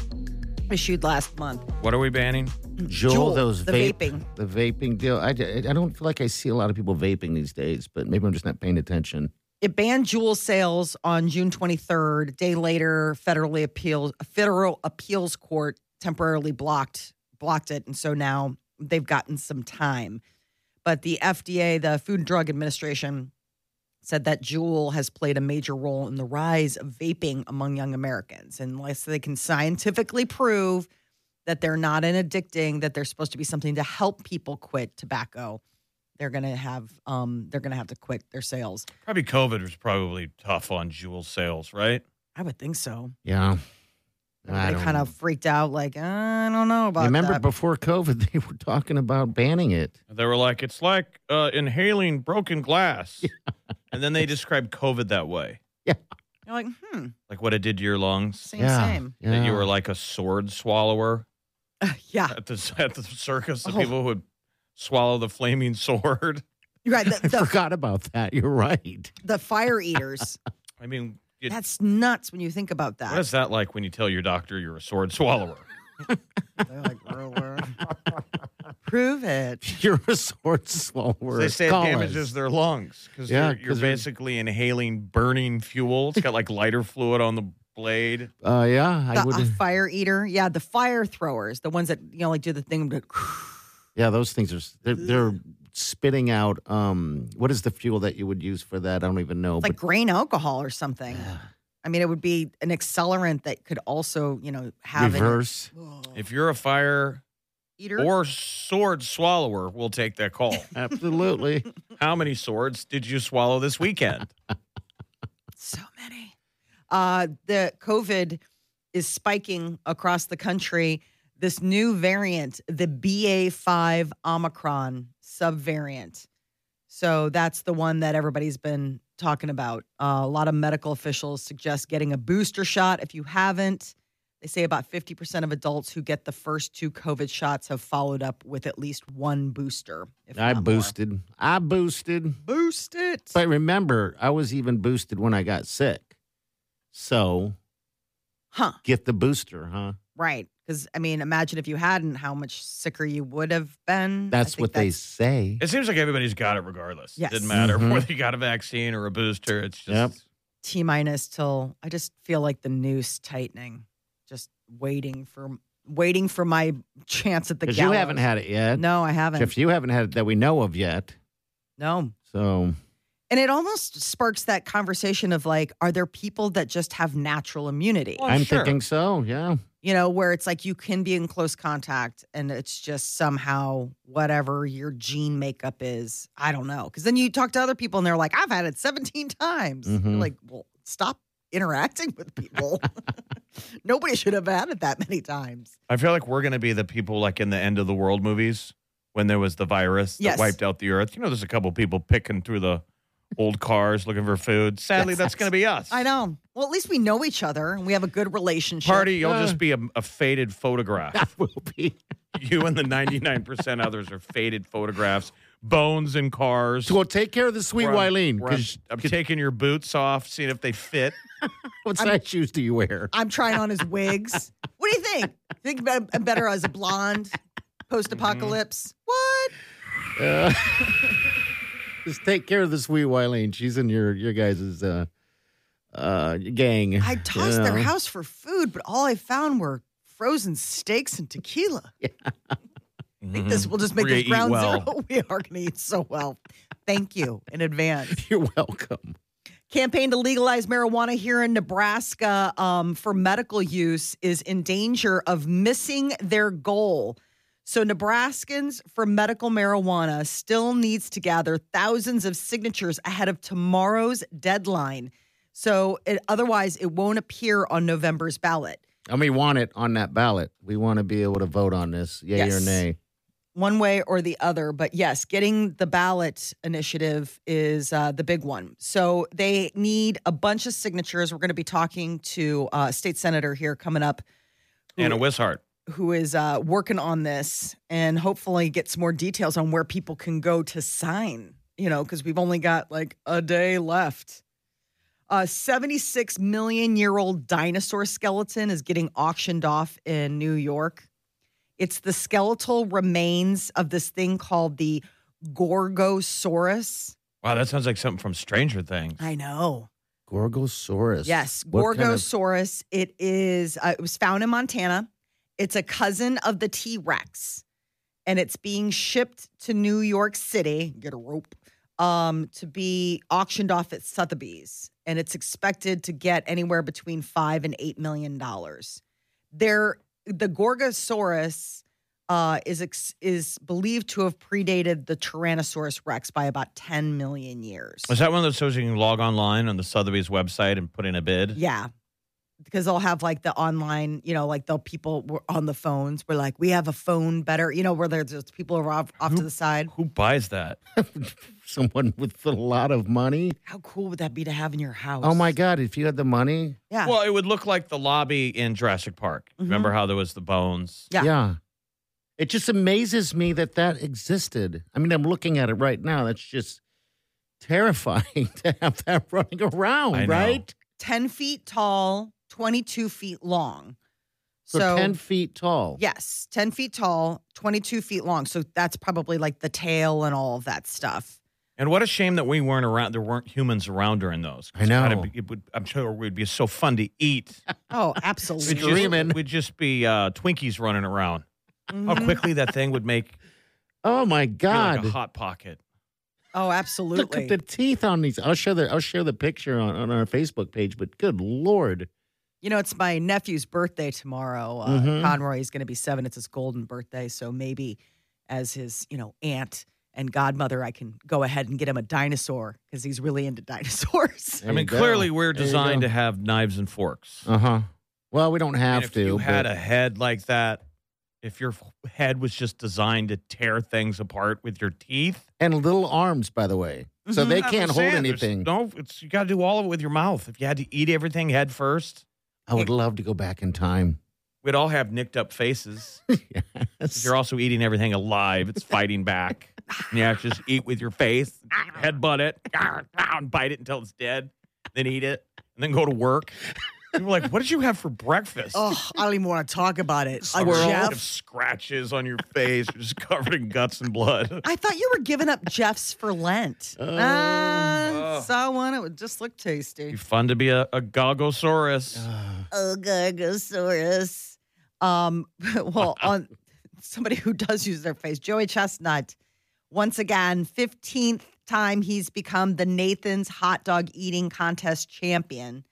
[SPEAKER 5] issued last month.
[SPEAKER 4] What are we banning?
[SPEAKER 3] Joel,
[SPEAKER 5] Juul,
[SPEAKER 3] those
[SPEAKER 5] the
[SPEAKER 3] vape,
[SPEAKER 5] vaping.
[SPEAKER 3] the vaping deal. I, d- I don't feel like I see a lot of people vaping these days, but maybe I'm just not paying attention.
[SPEAKER 5] It banned Juul sales on June 23rd. A day later, federally appeals a federal appeals court temporarily blocked blocked it, and so now they've gotten some time. But the FDA, the Food and Drug Administration, said that Juul has played a major role in the rise of vaping among young Americans. Unless they can scientifically prove that they're not an addicting, that they're supposed to be something to help people quit tobacco, they're gonna have um, they're gonna have to quit their sales.
[SPEAKER 4] Probably COVID was probably tough on Juul sales, right?
[SPEAKER 5] I would think so.
[SPEAKER 3] Yeah. I
[SPEAKER 5] They
[SPEAKER 3] don't
[SPEAKER 5] kind
[SPEAKER 3] know.
[SPEAKER 5] of freaked out, like "Uh, I don't know about
[SPEAKER 3] Remember
[SPEAKER 5] that.
[SPEAKER 3] before COVID, they were talking about banning it.
[SPEAKER 4] They were like, it's like uh, inhaling broken glass. and then they described COVID that way,
[SPEAKER 5] You're like, hmm,
[SPEAKER 4] like what it did to your lungs.
[SPEAKER 5] same,
[SPEAKER 3] yeah.
[SPEAKER 5] same. Uh,
[SPEAKER 3] yeah.
[SPEAKER 4] That you were like a sword swallower
[SPEAKER 5] yeah,
[SPEAKER 4] at the, at the circus. The
[SPEAKER 5] Oh.
[SPEAKER 4] people would swallow the flaming sword.
[SPEAKER 5] you're right. The,
[SPEAKER 3] I
[SPEAKER 5] the,
[SPEAKER 3] forgot about that. You're right.
[SPEAKER 5] the fire eaters.
[SPEAKER 4] I mean, it,
[SPEAKER 5] That's nuts when you think about that.
[SPEAKER 4] what is that like when you tell your doctor you're a sword swallower?
[SPEAKER 5] They're like, "We're- we're-" prove it.
[SPEAKER 3] You're a sword slower.
[SPEAKER 4] They say it
[SPEAKER 3] Call us.
[SPEAKER 4] damages their lungs because
[SPEAKER 3] Yeah,
[SPEAKER 4] you're, you're
[SPEAKER 3] 'cause you're-
[SPEAKER 4] basically inhaling burning fuel. It's got like lighter fluid on the blade.
[SPEAKER 3] Uh, yeah,
[SPEAKER 5] The
[SPEAKER 3] I would.
[SPEAKER 5] uh, fire eater, yeah, the fire throwers, the ones that you know, like do the thing. to-
[SPEAKER 3] yeah, those things are they're, they're spitting out. Um, what is the fuel that you would use for that? I don't even know.
[SPEAKER 5] It's like grain alcohol or something. I mean, it would be an accelerant that could also, you know,
[SPEAKER 3] but
[SPEAKER 5] have an
[SPEAKER 3] reverse.
[SPEAKER 4] If you're a fire
[SPEAKER 5] eater.
[SPEAKER 4] or sword swallower, we'll take that call.
[SPEAKER 3] Absolutely.
[SPEAKER 4] How many swords did you swallow this weekend?
[SPEAKER 5] So many. Uh, the COVID is spiking across the country. This new variant, the BA5 Omicron subvariant. So that's the one that everybody's been talking about. Uh, a lot of medical officials suggest getting a booster shot if you haven't. They say about 50% of adults who get the first two COVID shots have followed up with at least one booster. if
[SPEAKER 3] I
[SPEAKER 5] not more.
[SPEAKER 3] boosted. I boosted.
[SPEAKER 5] Boost it.
[SPEAKER 3] But remember, I was even boosted when I got sick. So
[SPEAKER 5] huh.
[SPEAKER 3] get the booster, huh?
[SPEAKER 5] Right. Because, I mean, imagine if you hadn't, how much sicker you would have been. I
[SPEAKER 3] That's
[SPEAKER 5] think
[SPEAKER 3] what they say.
[SPEAKER 4] It seems like everybody's got it regardless.
[SPEAKER 5] Yes.
[SPEAKER 4] Didn't matter
[SPEAKER 3] Mhm.
[SPEAKER 4] whether you got a vaccine or a booster. It's just
[SPEAKER 3] Yep.
[SPEAKER 5] T minus till I just feel like the noose tightening, just waiting for waiting for my chance at the
[SPEAKER 3] Because
[SPEAKER 5] gallows.
[SPEAKER 3] you haven't had it yet.
[SPEAKER 5] No, I haven't.
[SPEAKER 3] Jeff, you haven't had it that we know of yet.
[SPEAKER 5] no.
[SPEAKER 3] So
[SPEAKER 5] And it almost sparks that conversation of like, are there people that just have natural immunity?
[SPEAKER 4] Well,
[SPEAKER 3] I'm
[SPEAKER 4] sure.
[SPEAKER 3] thinking so. Yeah.
[SPEAKER 5] You know, where it's like you can be in close contact and it's just somehow whatever your gene makeup is. I don't know. Cause then you talk to other people and they're like, I've had it 17 times. You're
[SPEAKER 3] Mhm.
[SPEAKER 5] like, well, stop interacting with people. Nobody should have had it that many times.
[SPEAKER 4] I feel like we're going to be the people like in the end of the world movies when there was the virus that
[SPEAKER 5] Yes.
[SPEAKER 4] wiped out the earth. You know, there's a couple people picking through the old cars looking for food. Sadly, that's going to be us.
[SPEAKER 5] I know. Well, at least we know each other and we have a good relationship.
[SPEAKER 4] Party, you'll just be a, a faded photograph.
[SPEAKER 3] That will be
[SPEAKER 4] you and the 99% others are faded photographs, bones in cars.
[SPEAKER 3] So well, take care of the sweet
[SPEAKER 4] Where I'm-
[SPEAKER 3] Wileen.
[SPEAKER 4] where I'm,
[SPEAKER 3] 'cause
[SPEAKER 4] I'm taking your boots off, seeing if they fit.
[SPEAKER 3] what size shoes do you wear?
[SPEAKER 5] I'm trying on his wigs. what do you think? Think be- better as a blonde, post apocalypse. What?
[SPEAKER 3] Uh, just take care of the sweet Wileen. She's in your your guys' uh, uh, gang.
[SPEAKER 5] I tossed
[SPEAKER 3] you
[SPEAKER 5] their
[SPEAKER 3] know?
[SPEAKER 5] house for food, but all I found were frozen steaks and tequila. I think this will just make
[SPEAKER 4] Mm-hmm. We're
[SPEAKER 5] this
[SPEAKER 4] gonna eat
[SPEAKER 5] ground
[SPEAKER 4] well.
[SPEAKER 5] zero. We are going to eat so well. Thank you in advance.
[SPEAKER 3] You're welcome.
[SPEAKER 5] Campaign to legalize marijuana here in Nebraska um, for medical use is in danger of missing their goal. So, Nebraskans for medical marijuana still needs to gather thousands of signatures ahead of tomorrow's deadline. So, it, otherwise, it won't appear on November's ballot.
[SPEAKER 3] And we want it on that ballot. We want to be able to vote on this, yay or
[SPEAKER 5] Yes.
[SPEAKER 3] nay.
[SPEAKER 5] one way or the other. But yes, getting the ballot initiative is uh, the big one. So they need a bunch of signatures. We're going to be talking to uh, a state senator here coming up
[SPEAKER 4] Anna Wishart.
[SPEAKER 5] who is uh, working on this and hopefully get some more details on where people can go to sign, you know, because we've only got like a day left. A 76 million year old dinosaur skeleton is getting auctioned off in New York. It's the skeletal remains of this thing called the Gorgosaurus.
[SPEAKER 4] Wow, that sounds like something from Stranger Things.
[SPEAKER 5] I know.
[SPEAKER 3] Gorgosaurus.
[SPEAKER 5] Yes,
[SPEAKER 3] What kind of-
[SPEAKER 5] Gorgosaurus. It is. Uh, it was found in Montana. It's a cousin of the T Rex, and it's being shipped to New York City. Get a rope um, to be auctioned off at Sotheby's, and it's expected to get anywhere between five and eight million dollars. There, the Gorgosaurus uh, is ex- is believed to have predated the Tyrannosaurus Rex by about ten million years.
[SPEAKER 4] Is that one of those shows you can log online on the Sotheby's website and put in a bid?
[SPEAKER 5] Yeah. Because they'll have like the online, you know, like they'll people were on the phones. We're like, we have a phone better, you know, where there's just people are off, off to the side.
[SPEAKER 4] Who buys that?
[SPEAKER 3] Someone with a lot of money.
[SPEAKER 5] How cool would that be to have in your house?
[SPEAKER 3] Oh my God, if you had the money.
[SPEAKER 5] Yeah.
[SPEAKER 4] Well, it would look like the lobby in Jurassic Park. Remember how there was the bones?
[SPEAKER 5] Yeah.
[SPEAKER 3] It just amazes me that that existed. I mean, I'm looking at it right now. That's just terrifying to have that running around,
[SPEAKER 4] I know.
[SPEAKER 3] right?
[SPEAKER 5] 10 feet tall, 22 feet long.
[SPEAKER 3] So, 10 feet tall.
[SPEAKER 5] Yes, 10 feet tall, 22 feet long. So that's probably like the tail and all of that stuff.
[SPEAKER 4] And what a shame that we weren't around. There weren't humans around during those.
[SPEAKER 3] I know.
[SPEAKER 4] Gotta be- it would, I'm sure it would be so fun to eat.
[SPEAKER 5] Oh,
[SPEAKER 4] We'd
[SPEAKER 5] absolutely.
[SPEAKER 4] just-
[SPEAKER 3] Screaming.
[SPEAKER 4] We'd just be uh, Twinkies running around. How
[SPEAKER 5] Mm-hmm.
[SPEAKER 4] quickly that thing would make
[SPEAKER 3] Oh my
[SPEAKER 4] feel like
[SPEAKER 3] God.
[SPEAKER 4] a hot pocket.
[SPEAKER 5] Oh,
[SPEAKER 3] Look at
[SPEAKER 5] absolutely.
[SPEAKER 3] the teeth on these. I'll show the I'll share the picture on, on our Facebook page, but good lord.
[SPEAKER 5] You know, it's my nephew's birthday tomorrow. Uh,
[SPEAKER 3] Mhm.
[SPEAKER 5] Conroy is going to be seven. It's his golden birthday. So maybe as his, you know, aunt and godmother, I can go ahead and get him a dinosaur because he's really into dinosaurs.
[SPEAKER 4] I mean, clearly we're designed to have knives and forks.
[SPEAKER 3] Uh-huh. Well, we don't
[SPEAKER 4] And
[SPEAKER 3] have
[SPEAKER 4] if
[SPEAKER 3] to.
[SPEAKER 4] you had
[SPEAKER 3] but-
[SPEAKER 4] a head like that, if your f- head was just designed to tear things apart with your teeth,
[SPEAKER 3] and little arms, by the way. So
[SPEAKER 5] Mhm.
[SPEAKER 3] they
[SPEAKER 4] I'm
[SPEAKER 3] can't hold
[SPEAKER 4] saying, there's
[SPEAKER 3] anything.
[SPEAKER 4] No, it's you got to do all of it with your mouth. If you had to eat everything head first,
[SPEAKER 3] I would love to go back in time.
[SPEAKER 4] we'd all have nicked up faces.
[SPEAKER 3] Yes.
[SPEAKER 4] You're also eating everything alive. It's fighting back. And you have to just eat with your face, headbutt it, and bite it until it's dead, then eat it, and then go to work. People are like, what did you have for breakfast?
[SPEAKER 5] Oh, I don't even want to talk about it.
[SPEAKER 4] A
[SPEAKER 5] Uh,
[SPEAKER 4] world of
[SPEAKER 5] Jeff,
[SPEAKER 4] scratches on your face. You're just covered in guts and blood.
[SPEAKER 5] I thought you were giving up Jeff's for Lent. Ah, saw one. It would just look tasty.
[SPEAKER 4] Be fun to be a, a Gogosaurus.
[SPEAKER 3] Uh,
[SPEAKER 5] Oh, Gorgosaurus. Um, well, on somebody who does use their face, Joey Chestnut, once again, 15th time he's become the Nathan's hot dog eating contest champion.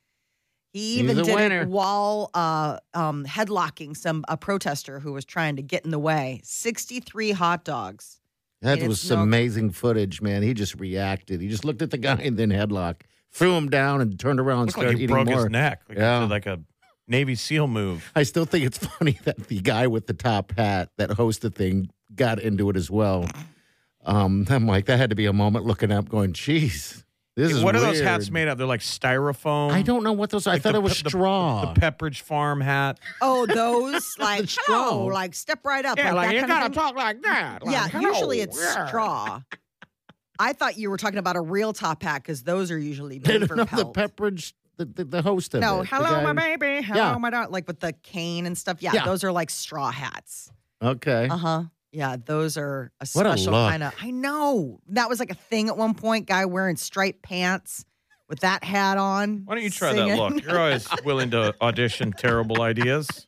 [SPEAKER 5] He
[SPEAKER 3] He's
[SPEAKER 5] even
[SPEAKER 3] a
[SPEAKER 5] did
[SPEAKER 3] winner.
[SPEAKER 5] it while uh, um, headlocking some a protester who was trying to get in the way. 63 hot dogs.
[SPEAKER 3] That
[SPEAKER 5] It is
[SPEAKER 3] was some
[SPEAKER 5] no-
[SPEAKER 3] amazing footage, man. He just reacted. He just looked at the guy and then headlock, threw him down, and turned around and
[SPEAKER 4] Looks like
[SPEAKER 3] started
[SPEAKER 4] he
[SPEAKER 3] eating
[SPEAKER 4] broke
[SPEAKER 3] more.
[SPEAKER 4] his neck. Like,
[SPEAKER 3] Yeah.
[SPEAKER 4] yeah. like a Navy SEAL move.
[SPEAKER 3] I still think it's funny that the guy with the top hat that hosts the thing got into it as well. Um, I'm like, that had to be a moment looking up, going, "Jeez, this is
[SPEAKER 4] what are those hats
[SPEAKER 3] weird."
[SPEAKER 4] made of? They're like styrofoam.
[SPEAKER 3] I don't know what those. are. I
[SPEAKER 4] Like
[SPEAKER 3] thought
[SPEAKER 4] the
[SPEAKER 3] it was
[SPEAKER 4] pe- the-
[SPEAKER 3] straw.
[SPEAKER 4] The, Pepperidge Farm hat.
[SPEAKER 5] Oh, those like
[SPEAKER 3] straw.
[SPEAKER 5] oh, like step right up. that kind of thing?
[SPEAKER 4] talk like that.
[SPEAKER 5] yeah,
[SPEAKER 3] "Oh,
[SPEAKER 5] usually it's straw. I thought you were talking about a real top hat because those are usually
[SPEAKER 3] no,
[SPEAKER 5] beaver
[SPEAKER 3] no, the
[SPEAKER 5] pelt.
[SPEAKER 3] Pepperidge, the, the, the host of it,
[SPEAKER 5] no,
[SPEAKER 3] the
[SPEAKER 5] hello
[SPEAKER 3] guy-
[SPEAKER 5] my baby, hello
[SPEAKER 3] Yeah.
[SPEAKER 5] my dog, like with the cane and stuff. Yeah,
[SPEAKER 3] Yeah.
[SPEAKER 5] those are like straw hats.
[SPEAKER 3] Okay,
[SPEAKER 5] Uh huh. Yeah, those are a
[SPEAKER 3] What a
[SPEAKER 5] special
[SPEAKER 3] look.
[SPEAKER 5] kind of. I know that was like a thing at one point. Guy wearing striped pants with that hat on.
[SPEAKER 4] Why don't you try
[SPEAKER 5] singing.
[SPEAKER 4] that look? You're always willing to audition terrible ideas.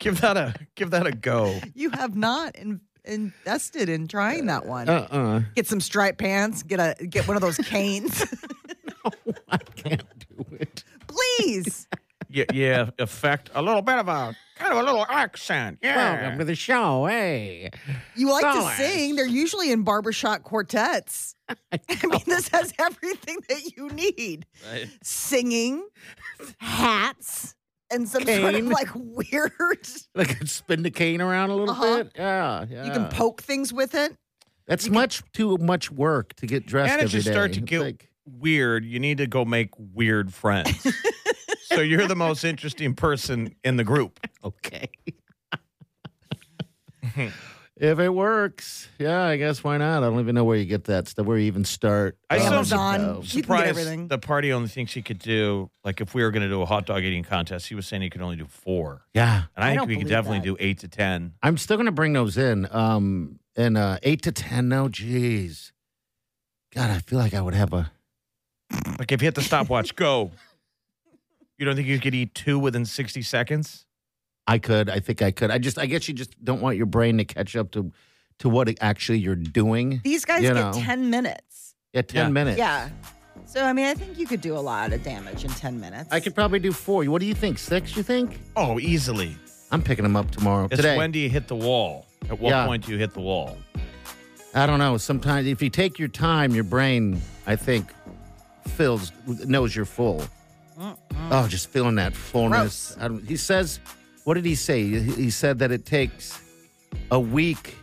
[SPEAKER 4] Give that a give that a go.
[SPEAKER 5] You have not in, invested in trying that one.
[SPEAKER 3] uh, uh
[SPEAKER 5] get some striped pants. Get a get one of those canes,
[SPEAKER 3] I can't do it.
[SPEAKER 5] please.
[SPEAKER 4] Yeah, yeah, effect a little bit of a kind of a little accent.
[SPEAKER 3] Welcome to the show, hey.
[SPEAKER 5] You like
[SPEAKER 3] Dollars.
[SPEAKER 5] to sing. They're usually in barbershop quartets. I mean, this has everything that you need singing, hats, and some sort of
[SPEAKER 3] Cane.
[SPEAKER 5] like weird.
[SPEAKER 3] Like I'd spin the cane around a little
[SPEAKER 5] Uh-huh.
[SPEAKER 3] bit. Yeah, yeah.
[SPEAKER 5] You can poke things with it.
[SPEAKER 3] That's much too much work to get dressed
[SPEAKER 4] And
[SPEAKER 3] every
[SPEAKER 4] as
[SPEAKER 3] day.
[SPEAKER 4] you start to
[SPEAKER 3] It's
[SPEAKER 4] get
[SPEAKER 3] like-
[SPEAKER 4] weird, you need to go make weird friends. so you're the most interesting person in the group.
[SPEAKER 3] okay. if it works, yeah, I guess why not? I don't even know where you get that stuff, where you even start.
[SPEAKER 4] I still-
[SPEAKER 5] Amazon.
[SPEAKER 3] no.
[SPEAKER 5] You can get everything.
[SPEAKER 4] Surprised the party only thinks he could do like if we were going to do a hot dog eating contest, he was saying he could only do four,
[SPEAKER 3] Yeah.
[SPEAKER 4] and I,
[SPEAKER 5] I
[SPEAKER 4] think
[SPEAKER 5] don't
[SPEAKER 4] we could
[SPEAKER 5] believe
[SPEAKER 4] definitely
[SPEAKER 5] that.
[SPEAKER 4] do eight to ten.
[SPEAKER 3] I'm still gonna bring those in. Um, and uh, eight to ten now. Jeez, God, I feel like I would have a.
[SPEAKER 4] Like if you hit the stopwatch, go. You don't think you could eat two within sixty seconds?
[SPEAKER 3] I could. I think I could. I just. I guess you just don't want your brain to catch up to to what actually you're doing.
[SPEAKER 5] These guys
[SPEAKER 3] you
[SPEAKER 5] get
[SPEAKER 3] know.
[SPEAKER 5] 10 minutes.
[SPEAKER 3] Yeah, 10
[SPEAKER 4] Yeah.
[SPEAKER 3] minutes.
[SPEAKER 5] Yeah. So, I mean, I think you could do a lot of damage in 10 minutes.
[SPEAKER 3] I could probably do four. What do you think? Six, you think?
[SPEAKER 4] Oh, easily.
[SPEAKER 3] I'm picking them up tomorrow.
[SPEAKER 4] It's
[SPEAKER 3] Today.
[SPEAKER 4] when do you hit the wall? At what
[SPEAKER 3] Yeah.
[SPEAKER 4] point do you hit the wall?
[SPEAKER 3] I don't know. Sometimes if you take your time, your brain, I think, fills knows you're full. Oh, just feeling that fullness. I don't, he says, what did he say? He he said that it takes a week,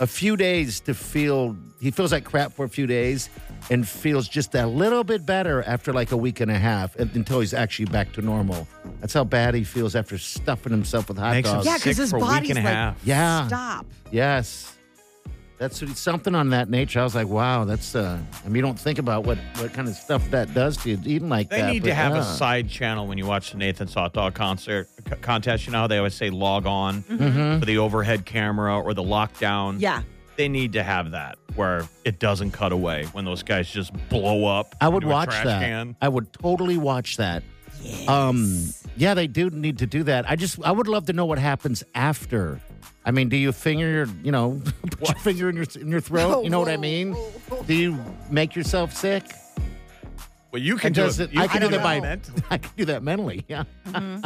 [SPEAKER 3] a few days to feel. He feels like crap for a few days, and feels just a little bit better after like a week and a half, and- until he's actually back to normal. That's how bad he feels after stuffing himself with hot
[SPEAKER 4] Makes him
[SPEAKER 3] dogs.
[SPEAKER 5] Yeah, because
[SPEAKER 4] Sick
[SPEAKER 5] his
[SPEAKER 4] for a week
[SPEAKER 5] body's
[SPEAKER 4] and a
[SPEAKER 5] like,
[SPEAKER 4] half.
[SPEAKER 3] Yeah.
[SPEAKER 5] stop.
[SPEAKER 3] Yes. That's what- something on that nature. I was like, wow, that's, uh, I mean, you don't think about what, what kind of stuff that does to you, eating like
[SPEAKER 4] They
[SPEAKER 3] that.
[SPEAKER 4] need
[SPEAKER 3] but,
[SPEAKER 4] to have
[SPEAKER 3] uh,
[SPEAKER 4] a side channel when you watch the Nathan's Hot Dog concert c- contest. You know how they always say log on
[SPEAKER 3] Mm-hmm.
[SPEAKER 4] for the overhead camera or the lockdown?
[SPEAKER 5] Yeah.
[SPEAKER 4] They need to have that where it doesn't cut away when those guys just blow up.
[SPEAKER 3] I would
[SPEAKER 4] into a
[SPEAKER 3] watch
[SPEAKER 4] trash
[SPEAKER 3] that.
[SPEAKER 4] Can.
[SPEAKER 3] I would totally watch that. Um, yeah, they do need to do that. I just, I would love to know what happens after. I mean, do you finger your, you know, put your finger in your in your throat? You know what I mean? Do you make yourself sick?
[SPEAKER 4] Well, you can
[SPEAKER 3] And
[SPEAKER 4] do
[SPEAKER 3] does
[SPEAKER 4] it.
[SPEAKER 3] it,
[SPEAKER 4] you
[SPEAKER 3] I can do
[SPEAKER 5] do
[SPEAKER 3] that
[SPEAKER 5] it
[SPEAKER 3] by
[SPEAKER 4] mentally.
[SPEAKER 3] I can do that mentally. Yeah. Mm-hmm.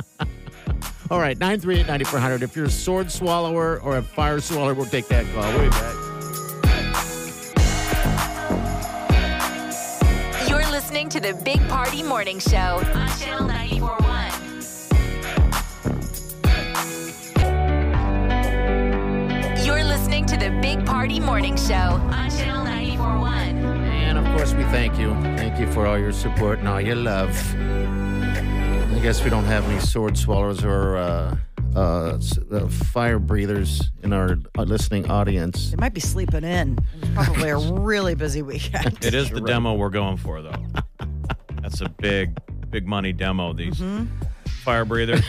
[SPEAKER 3] All right, nine three eight ninety four hundred. If you're a sword swallower or a fire swallower, we'll take that call. We'll be back.
[SPEAKER 2] You're listening to the Big Party Morning Show on Channel 941. You're listening to the Big Party Morning Show on Channel 941.
[SPEAKER 3] And of course, we thank you. Thank you for all your support and all your love. I guess we don't have any sword swallowers or uh, uh, s- uh, fire breathers in our uh, listening audience.
[SPEAKER 5] They might be sleeping in. It's probably a really busy weekend.
[SPEAKER 4] It is the demo we're going for, though. That's a big, big money demo. These
[SPEAKER 5] Mm-hmm.
[SPEAKER 4] fire breathers.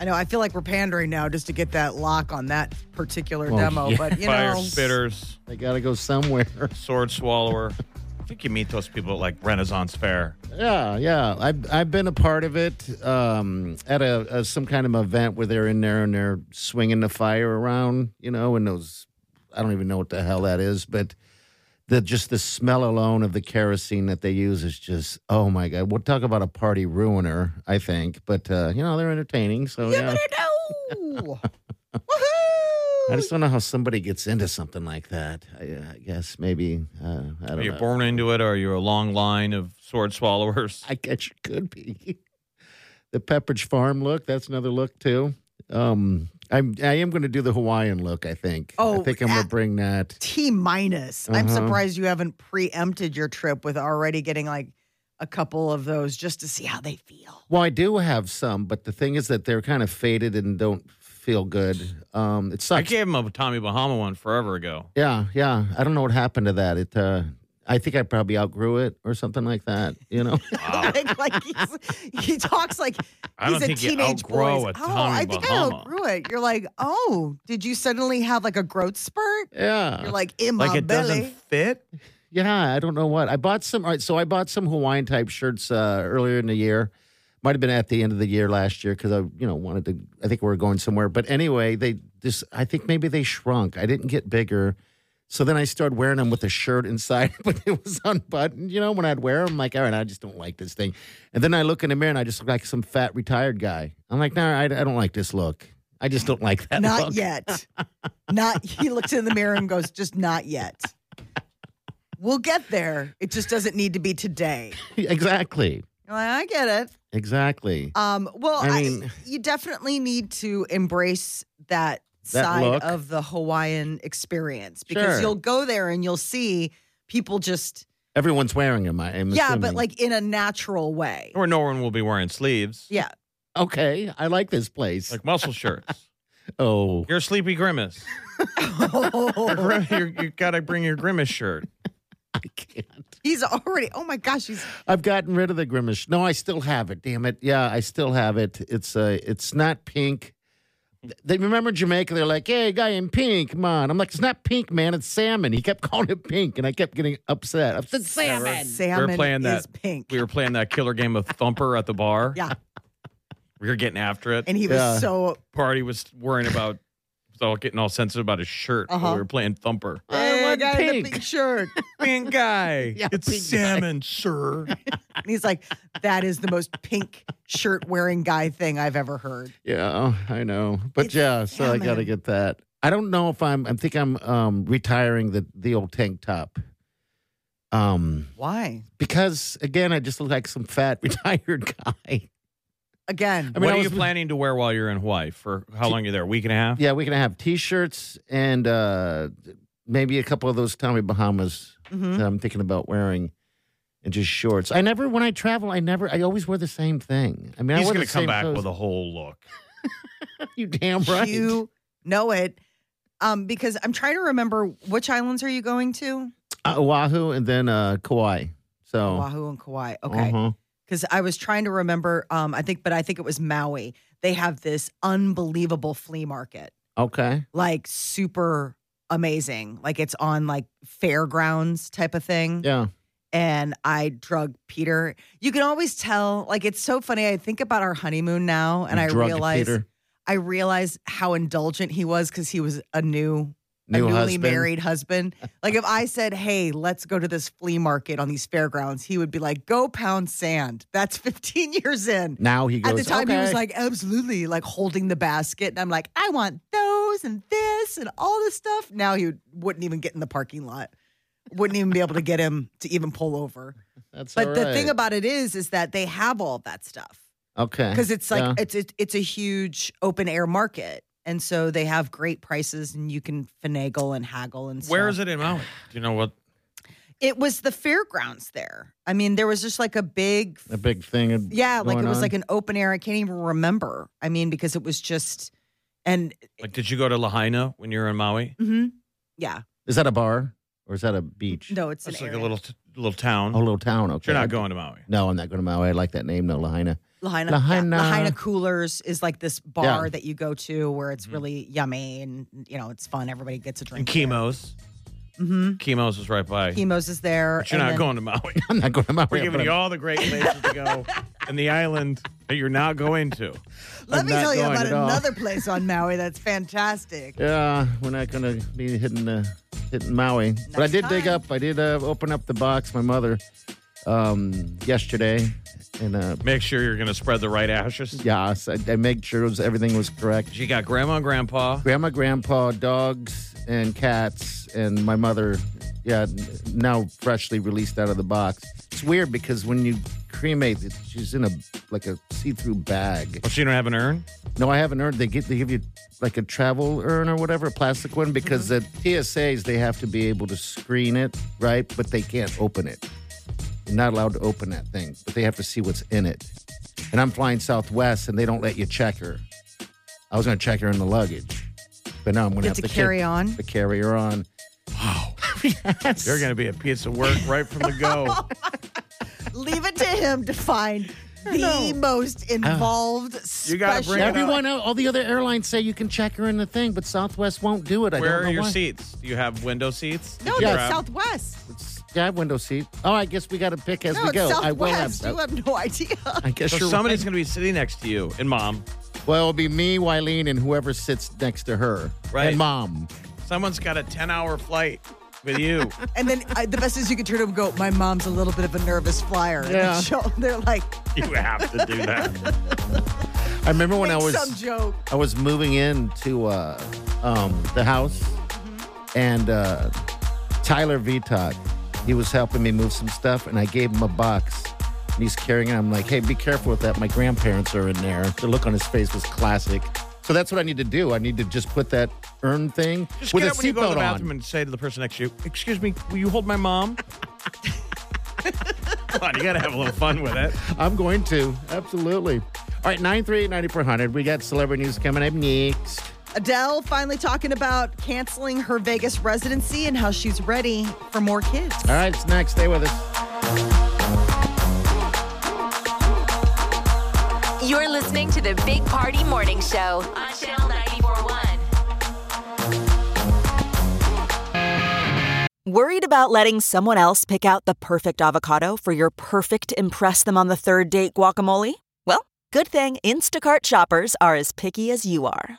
[SPEAKER 5] I know. I feel like we're pandering now just to get that lock on that particular
[SPEAKER 3] Well,
[SPEAKER 5] demo,
[SPEAKER 3] yeah.
[SPEAKER 5] but you
[SPEAKER 4] fire
[SPEAKER 5] know,
[SPEAKER 4] spitters,
[SPEAKER 3] They got to go somewhere.
[SPEAKER 4] sword swallower. I think you meet those people at like Renaissance Fair.
[SPEAKER 3] Yeah, yeah. I've I've been a part of it um, at a, a some kind of event where they're in there and they're swinging the fire around, you know, and those I don't even know what the hell that is, but the just the smell alone of the kerosene that they use is just oh my god. We'll talk about a party ruiner, I think, but uh, you know they're entertaining, so yeah.
[SPEAKER 5] no. Woohoo!
[SPEAKER 3] I just don't know how somebody gets into something like that. I, I guess maybe uh, I don't
[SPEAKER 4] Are you
[SPEAKER 3] know.
[SPEAKER 4] born into it, or are you a long line of sword swallowers?
[SPEAKER 3] I guess you could be. The Pepperidge Farm look, that's another look too. Um I'm I am gonna do the Hawaiian look, I think.
[SPEAKER 5] Oh,
[SPEAKER 3] I think I'm
[SPEAKER 5] yeah.
[SPEAKER 3] gonna bring that.
[SPEAKER 5] T minus. I'm
[SPEAKER 3] Uh-huh.
[SPEAKER 5] surprised you haven't preempted your trip with already getting like a couple of those just to see how they feel.
[SPEAKER 3] Well, I do have some, but the thing is that they're kind of faded and don't feel good. Um it
[SPEAKER 4] I
[SPEAKER 3] sucks.
[SPEAKER 4] gave him a Tommy Bahama one forever ago.
[SPEAKER 3] Yeah, yeah. I don't know what happened to that. It uh I think I probably outgrew it or something like that, you know.
[SPEAKER 5] like, like he's, he talks like
[SPEAKER 4] I
[SPEAKER 5] he's
[SPEAKER 4] don't
[SPEAKER 5] a
[SPEAKER 4] think you
[SPEAKER 5] teenage
[SPEAKER 4] outgrow
[SPEAKER 5] boy.
[SPEAKER 4] a
[SPEAKER 5] Oh,
[SPEAKER 4] Tommy
[SPEAKER 5] I think
[SPEAKER 4] Bahama."
[SPEAKER 5] I outgrew it. You're like, oh, did you suddenly have like a growth spurt?
[SPEAKER 3] yeah.
[SPEAKER 5] You're like in
[SPEAKER 4] Uh, Like
[SPEAKER 5] my
[SPEAKER 4] it
[SPEAKER 5] belly.
[SPEAKER 4] doesn't fit.
[SPEAKER 3] Yeah, I don't know what. I bought some. All right, so I bought some Hawaiian type shirts uh, earlier in the year. Might have been at the end of the year last year because I, you know, wanted to. I think we were going somewhere, but anyway, they just. I think maybe they shrunk. I didn't get bigger, so then I started wearing them with a shirt inside, but it was unbuttoned. You know, when I'd wear them, like, all right, I just don't like this thing. And then I look in the mirror and I just look like some fat retired guy. I'm like, no, I, I don't like this look. I just don't like that.
[SPEAKER 5] Not
[SPEAKER 3] look.
[SPEAKER 5] yet. not he looks in the mirror and goes, just not yet. We'll get there. It just doesn't need to be today.
[SPEAKER 3] exactly.
[SPEAKER 5] You're like, I get it.
[SPEAKER 3] Exactly.
[SPEAKER 5] Um, well,
[SPEAKER 3] I
[SPEAKER 5] I
[SPEAKER 3] mean-
[SPEAKER 5] you definitely need to embrace that,
[SPEAKER 3] That
[SPEAKER 5] side
[SPEAKER 3] look.
[SPEAKER 5] of the Hawaiian experience because
[SPEAKER 3] Sure.
[SPEAKER 5] you'll go there and you'll see people just
[SPEAKER 3] Everyone's wearing them. I, am
[SPEAKER 5] yeah, but
[SPEAKER 3] assuming.
[SPEAKER 5] like in a natural way.
[SPEAKER 4] Or no one will be wearing sleeves,
[SPEAKER 5] Yeah,
[SPEAKER 3] okay, I like this place.
[SPEAKER 4] like muscle shirts.
[SPEAKER 3] oh,
[SPEAKER 4] You're a sleepy grimace. You're grim- you're- you gotta bring your grimace shirt.
[SPEAKER 3] I can't.
[SPEAKER 5] he's already. Oh my gosh, he's
[SPEAKER 3] I've gotten rid of the grimace. No, I still have it. Damn it. Yeah, I still have it. It's uh, it's not pink. They remember Jamaica. They're like, "Hey, guy in pink, come on." I'm like, "It's not pink, man. It's salmon." He kept calling it pink, and I kept getting upset. I said, "Salmon."
[SPEAKER 5] salmon
[SPEAKER 4] playing
[SPEAKER 5] is
[SPEAKER 4] that-
[SPEAKER 5] pink.
[SPEAKER 4] We were playing that killer game of Thumper at the bar.
[SPEAKER 5] yeah,
[SPEAKER 4] We were getting after it.
[SPEAKER 5] and he was
[SPEAKER 3] Yeah.
[SPEAKER 5] so
[SPEAKER 4] Party was worrying about was all getting all sensitive about his shirt while
[SPEAKER 5] Uh-huh.
[SPEAKER 4] we were playing Thumper.
[SPEAKER 5] Hey,
[SPEAKER 3] want
[SPEAKER 5] guy in the
[SPEAKER 3] pink.
[SPEAKER 5] pink shirt.
[SPEAKER 4] Pink guy.
[SPEAKER 3] Yeah,
[SPEAKER 4] it's
[SPEAKER 3] pink guy.
[SPEAKER 4] salmon, sir.
[SPEAKER 5] And he's like, that is the most pink shirt wearing guy thing I've ever heard.
[SPEAKER 3] Yeah, I know. But
[SPEAKER 5] It's
[SPEAKER 3] yeah, so I got to
[SPEAKER 5] salmon.
[SPEAKER 3] get that. I don't know if I'm. I think I'm um, retiring the the old tank top. Um,
[SPEAKER 5] Why?
[SPEAKER 3] because again, I just look like some fat retired guy.
[SPEAKER 5] Again,
[SPEAKER 3] I mean,
[SPEAKER 4] what
[SPEAKER 3] I
[SPEAKER 4] are you
[SPEAKER 3] was-
[SPEAKER 4] planning to wear while you're in Hawaii? For how long are you there? A week and a half?
[SPEAKER 3] Yeah, we can have t-shirts and uh, maybe a couple of those Tommy Bahamas
[SPEAKER 5] mhm.
[SPEAKER 3] that I'm thinking about wearing, and just shorts. I never, when I travel, I never, I always wear the same thing. I mean, I
[SPEAKER 4] He's
[SPEAKER 3] wear
[SPEAKER 4] going
[SPEAKER 3] the
[SPEAKER 4] to come
[SPEAKER 3] same
[SPEAKER 4] back
[SPEAKER 3] clothes.
[SPEAKER 4] with a whole look.
[SPEAKER 3] you damn right.
[SPEAKER 5] you know it. Um, because I'm trying to remember which islands are you going to?
[SPEAKER 3] Uh, Oahu and then uh, Kauai. So
[SPEAKER 5] Oahu and Kauai. Okay.
[SPEAKER 3] Oh. uh-huh.
[SPEAKER 5] because I was trying to remember. Um, I think, but I think it was Maui. They have this unbelievable flea market,
[SPEAKER 3] okay.
[SPEAKER 5] like super amazing. Like it's on like fairgrounds type of thing.
[SPEAKER 3] Yeah.
[SPEAKER 5] And I drug Peter. You can always tell. Like it's so funny. I think about our honeymoon now, and
[SPEAKER 3] You
[SPEAKER 5] I
[SPEAKER 3] drugged
[SPEAKER 5] realize
[SPEAKER 3] Peter.
[SPEAKER 5] I realize how indulgent he was because he was a new.
[SPEAKER 3] New
[SPEAKER 5] a newly
[SPEAKER 3] husband.
[SPEAKER 5] married husband. Like if I said, "Hey, let's go to this flea market on these fairgrounds," he would be like, "Go pound sand." That's 15 years in.
[SPEAKER 3] Now he goes.
[SPEAKER 5] At the time, he was
[SPEAKER 3] "Okay."
[SPEAKER 5] like, absolutely, like holding the basket. And I'm like, I want those and this and all this stuff. Now he wouldn't even get in the parking lot, wouldn't even be able to get him to even pull over.
[SPEAKER 3] "That's
[SPEAKER 5] But
[SPEAKER 3] all
[SPEAKER 5] the thing
[SPEAKER 3] right."
[SPEAKER 5] about it is, is that they have all that stuff
[SPEAKER 3] okay,
[SPEAKER 5] because it's like,
[SPEAKER 3] Eh, Yeah.
[SPEAKER 5] it's, it's it's a huge open air market. And so they have great prices and you can finagle and haggle and stuff.
[SPEAKER 4] Where is it in Maui? Do you know what?
[SPEAKER 5] It was the fairgrounds there. I mean, there was just like a big
[SPEAKER 3] a big thing. of-
[SPEAKER 5] Yeah, like it
[SPEAKER 3] going
[SPEAKER 5] was
[SPEAKER 3] on.
[SPEAKER 5] like an open air. I can't even remember. I mean, because it was just, and
[SPEAKER 4] Like, did you go to Lahaina when you were in Maui?
[SPEAKER 5] mhm. yeah,
[SPEAKER 3] Is that a bar or is that a beach?
[SPEAKER 5] no, it's an
[SPEAKER 4] It's like a
[SPEAKER 5] area.
[SPEAKER 4] little t- little town.
[SPEAKER 3] a little town. Oh, Okay,
[SPEAKER 4] You're not going to Maui.
[SPEAKER 3] No, I'm not going to Maui. I like that name, no Lahaina.
[SPEAKER 5] Lahaina,
[SPEAKER 3] Lahaina.
[SPEAKER 5] Lahaina. Lahaina Coolers is like this bar
[SPEAKER 3] Yeah. Mm-hmm.
[SPEAKER 5] that you go to where it's really yummy and you know it's fun. Everybody gets a
[SPEAKER 4] And
[SPEAKER 5] drink.
[SPEAKER 4] Chemos.
[SPEAKER 5] Mm-hmm.
[SPEAKER 4] Chemos is right by.
[SPEAKER 5] Chemo's is there.
[SPEAKER 4] But you're
[SPEAKER 5] and
[SPEAKER 4] not
[SPEAKER 5] then-
[SPEAKER 4] going to Maui.
[SPEAKER 3] I'm not going to Maui.
[SPEAKER 4] We're
[SPEAKER 3] but
[SPEAKER 4] giving you
[SPEAKER 3] I'm-
[SPEAKER 4] all the great places to go and the island that you're not going to.
[SPEAKER 5] Let
[SPEAKER 3] I'm
[SPEAKER 5] me
[SPEAKER 3] not
[SPEAKER 5] tell you
[SPEAKER 3] going
[SPEAKER 5] about
[SPEAKER 3] at all.
[SPEAKER 5] another place on Maui that's fantastic.
[SPEAKER 3] yeah, we're not going to be hitting uh, hitting Maui. but I
[SPEAKER 5] Next
[SPEAKER 3] did dig
[SPEAKER 5] time.
[SPEAKER 3] up. I did uh, open up the box. My mother um, yesterday, and uh,
[SPEAKER 4] Make sure you're going to spread the right ashes.
[SPEAKER 3] yeah, so I, I made sure it was, everything was correct.
[SPEAKER 4] You got grandma and grandpa.
[SPEAKER 3] grandma, grandpa, dogs, and cats, and my mother. Yeah, n- now freshly released out of the box. It's weird because when you cremate, it, she's in a like a see-through bag.
[SPEAKER 4] Oh, so you don't have an urn?
[SPEAKER 3] No, I haven't earned. They get they give you like a travel urn or whatever, a plastic one, because
[SPEAKER 4] Mm-hmm.
[SPEAKER 3] the TSA's they have to be able to screen it, right? But they can't open it. You're not allowed to open that thing, but they have to see what's in it. And I'm flying Southwest, and they don't let you check her. I was going to check her in the luggage, but now I'm going
[SPEAKER 5] You
[SPEAKER 3] have
[SPEAKER 5] have
[SPEAKER 3] to
[SPEAKER 5] to carry on?
[SPEAKER 3] The carry her on.
[SPEAKER 4] You're going to be a piece of work right from the go.
[SPEAKER 5] Leave it to him to find the
[SPEAKER 3] Ah.
[SPEAKER 5] most involved.
[SPEAKER 4] You gotta
[SPEAKER 5] special-
[SPEAKER 4] bring it up.
[SPEAKER 3] Everyone, el- all the other airlines say you can check her in the thing, but Southwest won't do it. I
[SPEAKER 4] Where
[SPEAKER 3] don't know
[SPEAKER 4] are your
[SPEAKER 3] why.
[SPEAKER 4] seats? Do you have window seats?
[SPEAKER 5] No,
[SPEAKER 4] Did you
[SPEAKER 5] that's
[SPEAKER 4] grab-
[SPEAKER 5] Southwest.
[SPEAKER 3] Yeah, I have window seat. Oh, I guess we got to pick as
[SPEAKER 5] No,
[SPEAKER 3] we
[SPEAKER 5] it's
[SPEAKER 3] go. I will have.
[SPEAKER 5] Southwest. you have no idea.
[SPEAKER 3] I guess
[SPEAKER 4] So
[SPEAKER 3] you're
[SPEAKER 4] somebody's
[SPEAKER 3] right.
[SPEAKER 4] going to be sitting next to you and mom.
[SPEAKER 3] Well, it'll be me, Wileen, and whoever sits next to her.
[SPEAKER 4] Right.
[SPEAKER 3] And mom.
[SPEAKER 4] Someone's got a 10 hour flight with you.
[SPEAKER 5] And then I, the best is you can turn to him and go, My mom's a little bit of a nervous flyer. And
[SPEAKER 3] Yeah.
[SPEAKER 5] show, they're like,
[SPEAKER 4] you have to do that.
[SPEAKER 3] I remember when
[SPEAKER 5] Make
[SPEAKER 3] I
[SPEAKER 5] some
[SPEAKER 3] was
[SPEAKER 5] joke.
[SPEAKER 3] I was moving into uh, um, the house, and uh, Tyler Vitok, he was helping me move some stuff, and I gave him a box. And he's carrying it. I'm like, hey, be careful with that. My grandparents are in there. The look on his face was classic. So that's what I need to do. I need to just put that urn thing
[SPEAKER 4] Just
[SPEAKER 3] with
[SPEAKER 4] get
[SPEAKER 3] a
[SPEAKER 4] up when you go to
[SPEAKER 3] seatbelt
[SPEAKER 4] the
[SPEAKER 3] on.
[SPEAKER 4] bathroom and say to the person next to you, Excuse me, will you hold my mom? Come on, you got to have a little fun with it.
[SPEAKER 3] I'm going to. Absolutely. All right, 938 9400. We got celebrity news coming up next.
[SPEAKER 5] Adele finally talking about canceling her Vegas residency and how she's ready for more kids.
[SPEAKER 3] All right, it's next. Stay with us.
[SPEAKER 2] You're listening to the Big Party Morning Show on Channel 941.
[SPEAKER 6] Worried about letting someone else pick out the perfect avocado for your perfect Impress Them on the Third Date guacamole? Well, good thing Instacart shoppers are as picky as you are.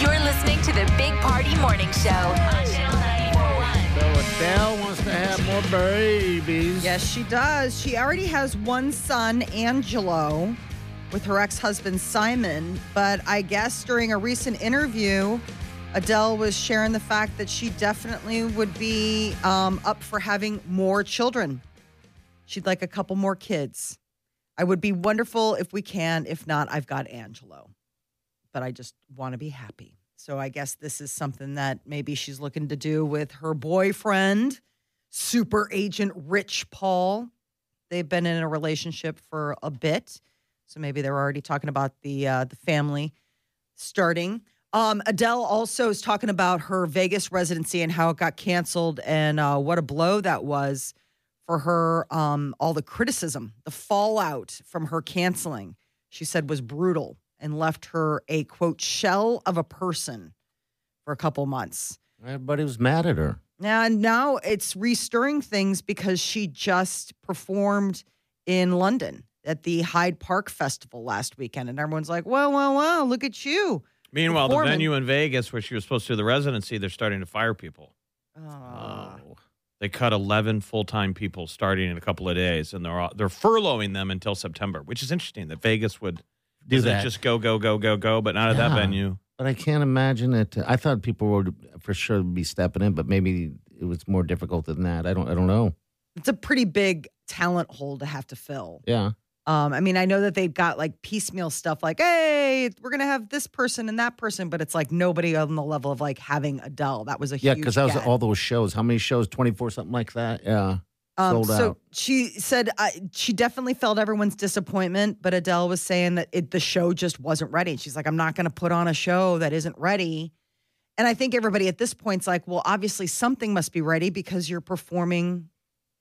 [SPEAKER 2] You're listening to the Big Party Morning Show on Channel 941.
[SPEAKER 3] So Adele wants to have more babies.
[SPEAKER 5] Yes, she does. She already has one son, Angelo, with her ex husband, Simon. But I guess during a recent interview, Adele was sharing the fact that she definitely would be um, up for having more children. She'd like a couple more kids. I would be wonderful if we can. If not, I've got Angelo. But I just want to be happy. So I guess this is something that maybe she's looking to do with her boyfriend, super agent Rich Paul. They've been in a relationship for a bit. So maybe they're already talking about the uh, the family starting. Um, Adele also is talking about her Vegas residency and how it got canceled and uh, what a blow that was for her. Um, all the criticism, the fallout from her canceling, she said was brutal and left her a quote shell of a person for a couple months.
[SPEAKER 3] Everybody was mad at her.
[SPEAKER 5] Now, now it's restirring things because she just performed in London at the Hyde Park Festival last weekend, and everyone's like, "Wow, wow, wow! Look at you!"
[SPEAKER 4] Meanwhile, the
[SPEAKER 5] Performing.
[SPEAKER 4] venue in Vegas where she was supposed to do the residency, they're starting to fire people.
[SPEAKER 5] Oh.
[SPEAKER 4] They cut 11 full-time people starting in a couple of days, and they're all, they're furloughing them until September, which is interesting that Vegas would
[SPEAKER 3] Do
[SPEAKER 4] doesn't it
[SPEAKER 3] that.
[SPEAKER 4] Just go, go, go, go, go, but not at that
[SPEAKER 3] Yeah.
[SPEAKER 4] venue.
[SPEAKER 3] But I can't imagine it. I thought people would for sure be stepping in, but maybe it was more difficult than that. I don't. I don't know.
[SPEAKER 5] It's a pretty big talent hole to have to fill.
[SPEAKER 3] Yeah.
[SPEAKER 5] Um, I mean, I know that they've got like piecemeal stuff, like, "Hey, we're gonna have this person and that person," but it's like nobody on the level of like having Adele. That was a
[SPEAKER 3] Yeah,
[SPEAKER 5] huge
[SPEAKER 3] because that was
[SPEAKER 5] get.
[SPEAKER 3] all those shows. How many shows? Twenty four, something like that. Yeah. sold
[SPEAKER 5] Um, so
[SPEAKER 3] out.
[SPEAKER 5] she said uh, she definitely felt everyone's disappointment, but Adele was saying that it, the show just wasn't ready. She's like, I'm not going to put on a show that isn't ready. And I think everybody at this point's like, well, obviously something must be ready because you're performing,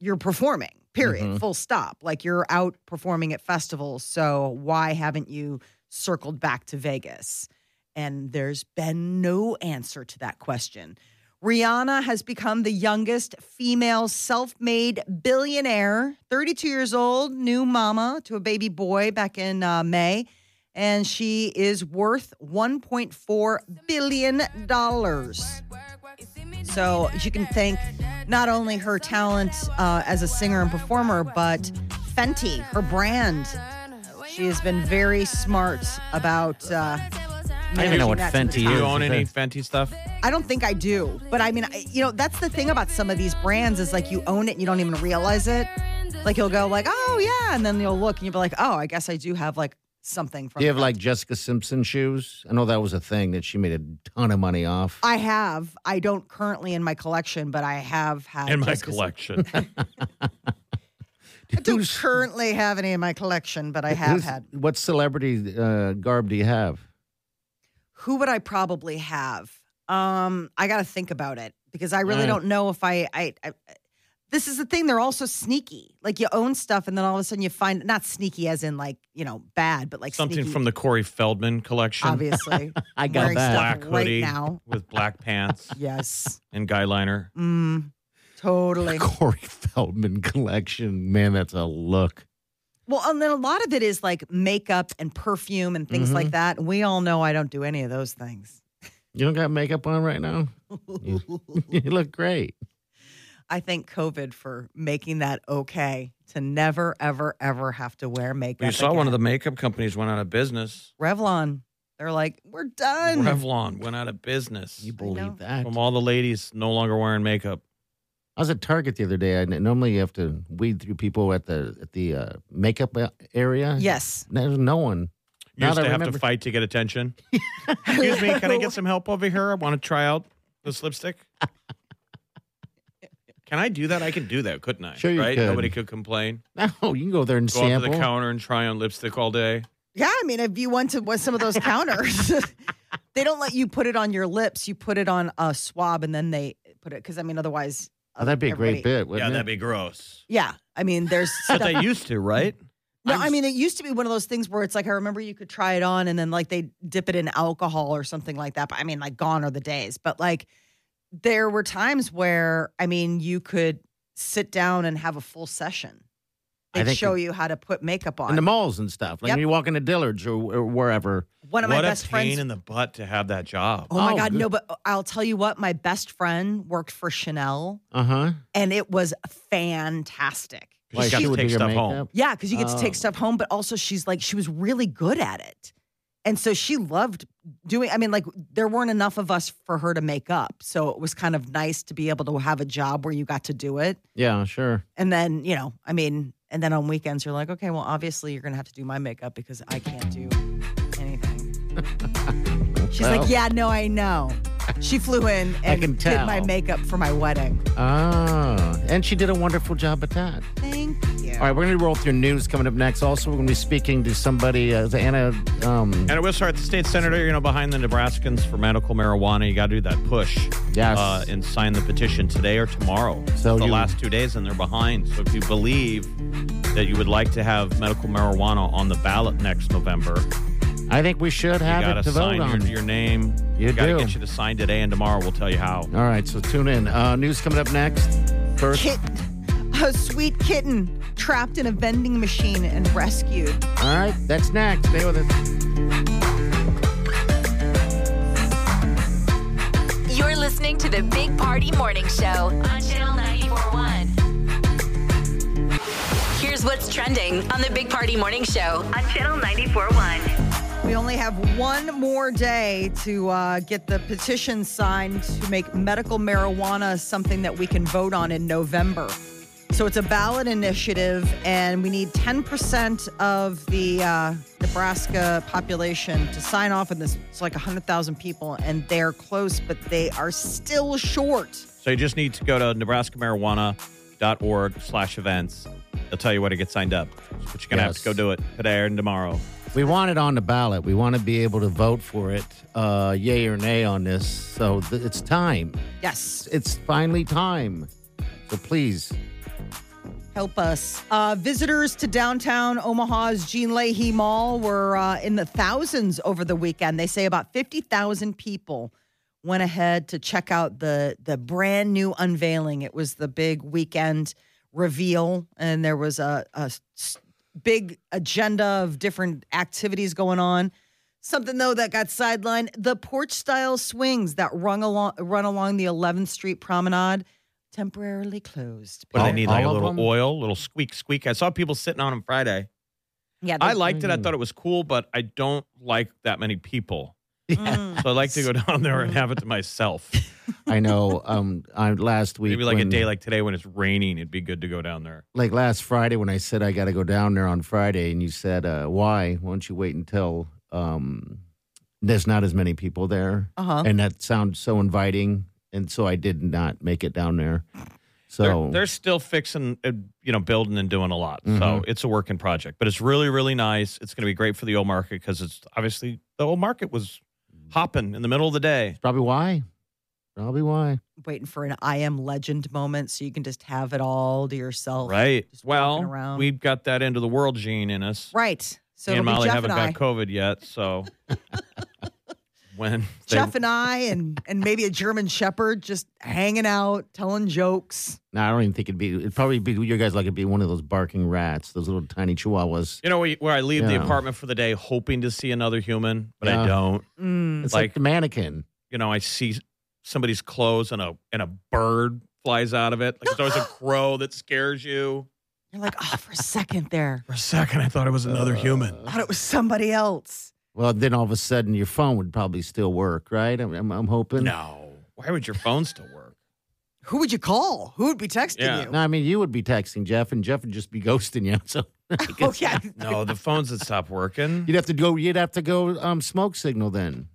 [SPEAKER 5] you're performing, period,
[SPEAKER 3] Mhm.
[SPEAKER 5] full stop. Like you're out performing at festivals. So why haven't you circled back to Vegas? And there's been no answer to that question. Rihanna has become the youngest female self made billionaire, 32 years old, new mama to a baby boy back in uh, May. And she is worth $1.4 billion. So you can thank not only her talent uh, as a singer and performer, but Fenty, her brand. She has been very smart about. Uh,
[SPEAKER 3] I don't even know
[SPEAKER 5] managing
[SPEAKER 3] what
[SPEAKER 5] that to the
[SPEAKER 3] Fenty
[SPEAKER 5] top.
[SPEAKER 4] Do
[SPEAKER 3] is.
[SPEAKER 4] you own
[SPEAKER 3] Yeah.
[SPEAKER 4] any Fenty stuff?
[SPEAKER 5] I don't think I do, but I mean, I, you know, that's the thing about some of these brands is like you own it and you don't even realize it. Like you'll go like, oh yeah, and then you'll look and you'll be like, oh, I guess I do have like something from.
[SPEAKER 3] Do you have
[SPEAKER 5] that.
[SPEAKER 3] like Jessica Simpson shoes? I know that was a thing that she made a ton of money off.
[SPEAKER 5] I have. I don't currently in my collection, but I have had
[SPEAKER 4] in my
[SPEAKER 5] Jessica Simpson.
[SPEAKER 4] collection.
[SPEAKER 5] I don't currently have any in my collection, but I have
[SPEAKER 3] Who's-
[SPEAKER 5] had.
[SPEAKER 3] What celebrity uh, garb do you have?
[SPEAKER 5] Who would I probably have? Um, I got to think about it because I really
[SPEAKER 3] Alright.
[SPEAKER 5] don't know if I, I, I. This is the thing; they're also sneaky. Like you own stuff, and then all of a sudden you find not sneaky as in like you know bad, but like
[SPEAKER 4] Something
[SPEAKER 5] sneaky,
[SPEAKER 4] from the Corey Feldman collection
[SPEAKER 5] obviously
[SPEAKER 3] I
[SPEAKER 5] got Wearing that. stuff.
[SPEAKER 4] black
[SPEAKER 5] right
[SPEAKER 4] hoodie
[SPEAKER 5] now.
[SPEAKER 4] with black pants
[SPEAKER 5] yes,
[SPEAKER 4] and guy liner.
[SPEAKER 5] mm, totally.
[SPEAKER 3] Corey Feldman collection. Man, that's a look.
[SPEAKER 5] Well, and then a lot of it is like makeup and perfume and things
[SPEAKER 4] Mm-hmm.
[SPEAKER 5] like that. And we all know I don't do any of those things.
[SPEAKER 3] You don't got makeup on right now? you look great.
[SPEAKER 5] I thank COVID for making that okay to never, ever, ever have to wear makeup.
[SPEAKER 4] You saw one of the
[SPEAKER 5] again.
[SPEAKER 4] makeup companies went out of business.
[SPEAKER 5] Revlon. They're like, we're done.
[SPEAKER 4] Revlon went out of business.
[SPEAKER 3] You believe that?
[SPEAKER 4] From all the ladies no longer wearing makeup.
[SPEAKER 3] I was at Target the other day. I normally you have to weed through people at the at the uh, makeup a- area.
[SPEAKER 5] yes.
[SPEAKER 3] there's no one.
[SPEAKER 4] You
[SPEAKER 3] Now
[SPEAKER 4] used
[SPEAKER 3] that
[SPEAKER 4] to
[SPEAKER 3] I
[SPEAKER 4] have to
[SPEAKER 3] remember-
[SPEAKER 4] fight to get attention. Excuse me, can I get some help over here? I want to try out this lipstick. Can I do that? I could do that, couldn't I?
[SPEAKER 3] Sure you
[SPEAKER 4] right?
[SPEAKER 3] could.
[SPEAKER 4] Nobody could complain.
[SPEAKER 3] No, you can go there and
[SPEAKER 4] Go up to
[SPEAKER 3] sample.
[SPEAKER 4] the counter and try on lipstick all day.
[SPEAKER 5] Yeah, I mean, if you went to what- some of those counters, they don't let you put it on your lips. You put it on a swab, and then they put it because I mean, otherwise,
[SPEAKER 3] Oh, that'd be a great
[SPEAKER 5] everybody-
[SPEAKER 3] bit,
[SPEAKER 4] yeah,
[SPEAKER 3] wouldn't
[SPEAKER 4] that'd
[SPEAKER 3] it?
[SPEAKER 4] be gross.
[SPEAKER 5] Yeah, I mean, there's
[SPEAKER 4] But
[SPEAKER 5] stuff.
[SPEAKER 4] they used to, right?
[SPEAKER 5] no, I mean, it used to be one of those things where it's like I remember you could try it on, and then like they dip it in alcohol or something like that. But I mean, like gone are the days. But like, there were times where I mean, you could sit down and have a full session.
[SPEAKER 3] I
[SPEAKER 5] They'd
[SPEAKER 3] think-
[SPEAKER 5] show you how to put makeup on.
[SPEAKER 3] in the malls and stuff. Like
[SPEAKER 5] Yep.
[SPEAKER 3] when you walk into Dillard's or, or wherever.
[SPEAKER 5] one of my
[SPEAKER 4] what a
[SPEAKER 5] best
[SPEAKER 4] pain
[SPEAKER 5] friends
[SPEAKER 4] in the butt to have that job.
[SPEAKER 5] Oh my
[SPEAKER 3] Oh,
[SPEAKER 5] God,
[SPEAKER 3] good.
[SPEAKER 5] no, but I'll tell you what, my best friend worked for Chanel
[SPEAKER 3] Uh huh.
[SPEAKER 5] and it was fantastic.
[SPEAKER 4] She's got to take stuff home.
[SPEAKER 5] Yeah, because you get to
[SPEAKER 3] Oh.
[SPEAKER 5] take stuff home, but also she's like, she was really good at it. And so she loved doing, I mean, like, there weren't enough of us for her to make up. So it was kind of nice to be able to have a job where you got to do it.
[SPEAKER 3] Yeah, sure.
[SPEAKER 5] And then, you know, I mean, and then on weekends, you're like, okay, well, obviously you're going to have to do my makeup because I can't do anything. She's
[SPEAKER 3] Well.
[SPEAKER 5] like, yeah, no, I know. She flew in and
[SPEAKER 3] can
[SPEAKER 5] did my
[SPEAKER 3] tell.
[SPEAKER 5] makeup for my wedding.
[SPEAKER 3] Ah, and she did a wonderful job at that.
[SPEAKER 5] Thank you.
[SPEAKER 3] All right, we're going to roll through news coming up next. Also, we're going to be speaking to somebody, uh, the Anna. Um,
[SPEAKER 4] And it was hard. The state senator, you know, behind the Nebraskans for medical marijuana. You got to do that push.
[SPEAKER 3] Yes.
[SPEAKER 4] Uh, and sign the petition today or tomorrow.
[SPEAKER 3] So
[SPEAKER 4] the
[SPEAKER 3] you-
[SPEAKER 4] last two days, and they're behind. So if you believe that you would like to have medical marijuana on the ballot next November,
[SPEAKER 3] I think we should
[SPEAKER 4] you
[SPEAKER 3] have
[SPEAKER 4] got
[SPEAKER 3] it
[SPEAKER 4] to
[SPEAKER 3] to vote
[SPEAKER 4] sign
[SPEAKER 3] on.
[SPEAKER 4] your, your name.
[SPEAKER 3] You
[SPEAKER 4] we got to
[SPEAKER 3] do.
[SPEAKER 4] get you to sign today, and tomorrow we'll tell you how.
[SPEAKER 3] All right, so tune in. Uh, news coming up next. First,
[SPEAKER 5] Kit, a sweet kitten trapped in a vending machine and rescued.
[SPEAKER 3] all right, that's next. Stay with us.
[SPEAKER 2] You're listening to the Big Party Morning Show on Channel 941. Here's what's trending on the Big Party Morning Show on Channel 941.
[SPEAKER 5] We only have one more day to uh, get the petition signed to make medical marijuana something that we can vote on in November. So it's a ballot initiative, and we need 10% of the uh, Nebraska population to sign off on this. It's like 100,000 people, and they're close, but they are still short.
[SPEAKER 4] So you just need to go to nebraskamarijuana.org slash events. They'll tell you where to get signed up. But you're going to have
[SPEAKER 3] Yes.
[SPEAKER 4] to go do it today and tomorrow.
[SPEAKER 3] We want it on the ballot. We want to be able to vote for it, uh, yay or nay on this. So th- it's time.
[SPEAKER 5] Yes.
[SPEAKER 3] It's finally time. So please,
[SPEAKER 5] Help us. Uh, visitors to downtown Omaha's Jean Leahy Mall were uh, in the thousands over the weekend. They say about 50,000 people went ahead to check out the, the brand new unveiling. It was the big weekend reveal, and there was a, a s- big agenda of different activities going on. Something though that got sidelined: the porch style swings that rung along run along the 11th Street Promenade temporarily closed.
[SPEAKER 4] What do
[SPEAKER 3] All-
[SPEAKER 4] they need? Like a
[SPEAKER 3] all of
[SPEAKER 4] little
[SPEAKER 3] them?
[SPEAKER 4] oil, little squeak, squeak. I saw people sitting on them Friday.
[SPEAKER 5] Yeah,
[SPEAKER 4] I
[SPEAKER 5] those-
[SPEAKER 4] liked it. I thought it was cool, but I don't like that many people.
[SPEAKER 5] Mm.
[SPEAKER 4] So I like to go down there and have it to myself.
[SPEAKER 3] I know um, I, last week.
[SPEAKER 4] Maybe like a
[SPEAKER 3] when-
[SPEAKER 4] day like today when it's raining, it'd be good to go down there.
[SPEAKER 3] like last Friday when I said I got to go down there on Friday, and you said, uh, "Why? Why don't you wait until um, there's not as many people there?"
[SPEAKER 5] Uh-huh.
[SPEAKER 3] And that sounds so inviting, and so I did not make it down there. So
[SPEAKER 4] They're, they're still fixing, uh, you know, building and doing a lot. So
[SPEAKER 3] Mm-hmm.
[SPEAKER 4] it's a working project, but it's really, really nice. It's going to be great for the old market because it's obviously the old market was hopping in the middle of the day.
[SPEAKER 3] probably why, probably why.
[SPEAKER 5] waiting for an I am legend moment so you can just have it all to yourself.
[SPEAKER 4] Right.
[SPEAKER 5] Just walking
[SPEAKER 4] Well,
[SPEAKER 5] around.
[SPEAKER 4] we've got that end of the world gene in us.
[SPEAKER 5] Right. So
[SPEAKER 4] me
[SPEAKER 5] it'll
[SPEAKER 4] and Molly
[SPEAKER 5] be Jeff
[SPEAKER 4] haven't
[SPEAKER 5] and I.
[SPEAKER 4] got COVID yet, so when they-
[SPEAKER 5] Jeff and I and and maybe a German shepherd just hanging out, telling jokes.
[SPEAKER 3] No, I don't even think it'd be. It'd probably be your guys like it'd be one of those barking rats, those little tiny chihuahuas.
[SPEAKER 4] you know where, you- where I leave the
[SPEAKER 3] Yeah.
[SPEAKER 4] apartment for the day, hoping to see another human, but I
[SPEAKER 3] Yeah.
[SPEAKER 4] don't.
[SPEAKER 5] Mm.
[SPEAKER 3] It's like,
[SPEAKER 4] Like-
[SPEAKER 3] the mannequin.
[SPEAKER 4] You know, I see somebody's clothes and a and a bird flies out of it. Like it's always a crow that scares you.
[SPEAKER 5] You're like, oh, for a second there,
[SPEAKER 4] For a second, I thought it was another human.
[SPEAKER 3] Uh,
[SPEAKER 5] I thought it was somebody else.
[SPEAKER 3] Well, then all of a sudden your phone would probably still work, right? I'm, I'm, I'm hoping.
[SPEAKER 4] No, why would your phone still work?
[SPEAKER 5] Who would you call? Who would be texting
[SPEAKER 4] Yeah.
[SPEAKER 5] you?
[SPEAKER 3] No, I mean you would be texting Jeff, and Jeff would just be ghosting you. So I guess
[SPEAKER 5] Oh yeah,
[SPEAKER 4] No, the phones that stop working.
[SPEAKER 3] Mm-hmm. you'd have to go. You'd have to go um, smoke signal then.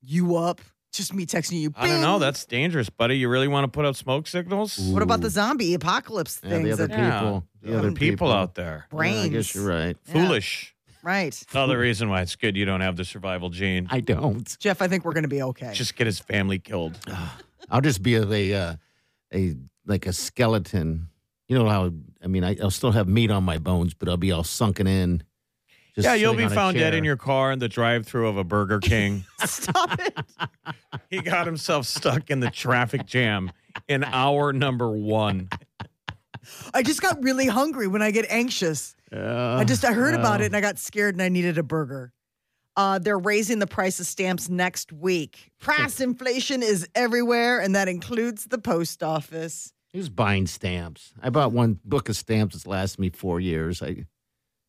[SPEAKER 5] you up? Just me texting you.
[SPEAKER 4] I don't know.
[SPEAKER 5] Bing.
[SPEAKER 4] That's dangerous, buddy. You really want to put up smoke signals?
[SPEAKER 3] Ooh.
[SPEAKER 5] What about the zombie apocalypse
[SPEAKER 3] Yeah,
[SPEAKER 5] things?
[SPEAKER 3] the other
[SPEAKER 5] that-
[SPEAKER 3] people. The
[SPEAKER 4] other
[SPEAKER 3] other
[SPEAKER 4] people out there.
[SPEAKER 3] Yeah, I guess
[SPEAKER 5] Brains.
[SPEAKER 3] you're right.
[SPEAKER 5] Yeah.
[SPEAKER 4] Foolish.
[SPEAKER 5] Right.
[SPEAKER 4] Another reason why it's good you don't have the survival gene.
[SPEAKER 3] I don't.
[SPEAKER 5] Jeff, I think we're going to be okay.
[SPEAKER 4] Just get his family killed.
[SPEAKER 3] I'll just be a, a, uh, a like a skeleton. You know how? I mean, I, I'll still have meat on my bones, but I'll be all sunken in. just
[SPEAKER 4] yeah, you'll
[SPEAKER 3] sitting on
[SPEAKER 4] be
[SPEAKER 3] a
[SPEAKER 4] found dead
[SPEAKER 3] chair.
[SPEAKER 4] in your car in the drive-through of a Burger King.
[SPEAKER 5] Stop it.
[SPEAKER 4] he got himself stuck in the traffic jam in hour number one.
[SPEAKER 5] I just got really hungry when I get anxious. I just I heard about it and I got scared and I needed a burger. Uh, they're raising the price of stamps next week. Price inflation is everywhere, and that includes the post office.
[SPEAKER 3] Who's buying stamps? I bought one book of stamps that's lasted me four years. I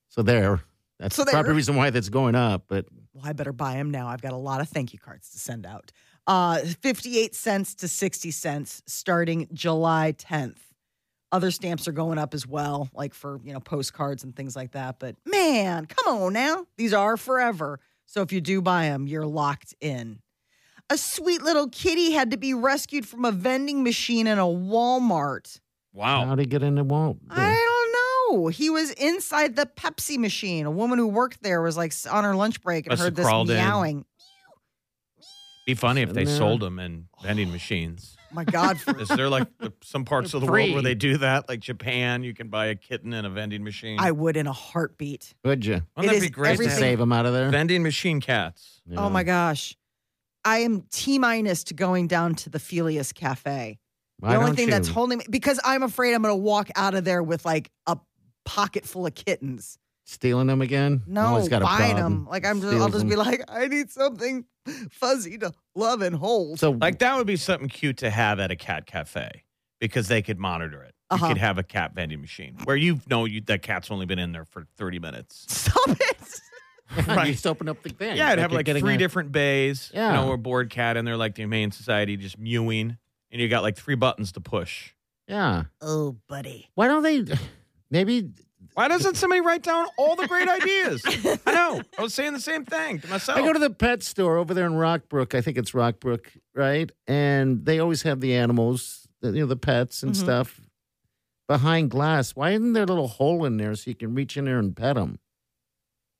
[SPEAKER 3] so there. That's
[SPEAKER 5] So
[SPEAKER 3] the proper
[SPEAKER 5] there.
[SPEAKER 3] reason why that's going up. But
[SPEAKER 5] Well, I better buy them now. I've got a lot of thank you cards to send out. Uh, 58 cents to 60 cents starting July 10th. Other stamps are going up as well, like for, you know, postcards and things like that. But man, come on now. These are forever. So if you do buy them, you're locked in. A sweet little kitty had to be rescued from a vending machine in a Walmart.
[SPEAKER 4] Wow.
[SPEAKER 3] how do you get into won't?
[SPEAKER 5] I don't know. He was inside the Pepsi machine. A woman who worked there was like on her lunch break and
[SPEAKER 4] Must
[SPEAKER 5] heard
[SPEAKER 4] have
[SPEAKER 5] this
[SPEAKER 4] crawled in.
[SPEAKER 5] meowing.
[SPEAKER 4] Be funny if they
[SPEAKER 3] Nah.
[SPEAKER 4] sold them in vending machines.
[SPEAKER 5] My God, for,
[SPEAKER 4] Is there like the- some parts of the world where they do that? Like Japan, you can buy a kitten in a vending machine.
[SPEAKER 5] I would in a heartbeat.
[SPEAKER 3] Would you?
[SPEAKER 4] Wouldn't
[SPEAKER 5] it
[SPEAKER 4] that be
[SPEAKER 5] is
[SPEAKER 4] great to
[SPEAKER 5] everything-
[SPEAKER 4] have
[SPEAKER 3] Save them out of there.
[SPEAKER 4] vending machine cats?
[SPEAKER 5] Oh
[SPEAKER 3] Yeah.
[SPEAKER 5] my gosh. I am T minus to going down to the Felius Cafe. The
[SPEAKER 3] Why
[SPEAKER 5] only
[SPEAKER 3] don't
[SPEAKER 5] thing
[SPEAKER 3] you?
[SPEAKER 5] that's holding me because I'm afraid I'm going to walk out of there with like a pocket full of kittens.
[SPEAKER 3] stealing them again.
[SPEAKER 5] No,
[SPEAKER 3] Always got a
[SPEAKER 5] buying
[SPEAKER 3] problem.
[SPEAKER 5] them. Like I'm just, I'll
[SPEAKER 3] Steals
[SPEAKER 5] just
[SPEAKER 3] 'em.
[SPEAKER 5] be like, I need something fuzzy to love and hold.
[SPEAKER 3] so
[SPEAKER 4] Like that would be something cute to have at a cat cafe because they could monitor it.
[SPEAKER 5] Uh-huh.
[SPEAKER 4] You could have a cat vending machine where you know you, that cat's only been in there for 30 minutes.
[SPEAKER 5] Stop it.
[SPEAKER 4] right.
[SPEAKER 3] you just open up the thing.
[SPEAKER 4] Yeah, it'd have
[SPEAKER 3] you're
[SPEAKER 4] like
[SPEAKER 3] getting
[SPEAKER 4] three
[SPEAKER 3] a-
[SPEAKER 4] different bays.
[SPEAKER 3] Yeah.
[SPEAKER 4] You know, a bored cat in there, like the Humane Society, just mewing. And you got like three buttons to push.
[SPEAKER 3] Yeah.
[SPEAKER 5] Oh, buddy.
[SPEAKER 3] Why don't they? Maybe
[SPEAKER 4] Why doesn't somebody write down all the great ideas? I know. I was saying the same thing to myself.
[SPEAKER 3] I go to the pet store over there in Rockbrook. I think it's Rockbrook, right? And they always have the animals, the- you know, the pets and
[SPEAKER 5] Mm-hmm.
[SPEAKER 3] stuff behind glass. Why isn't there a little hole in there so you can reach in there and pet them?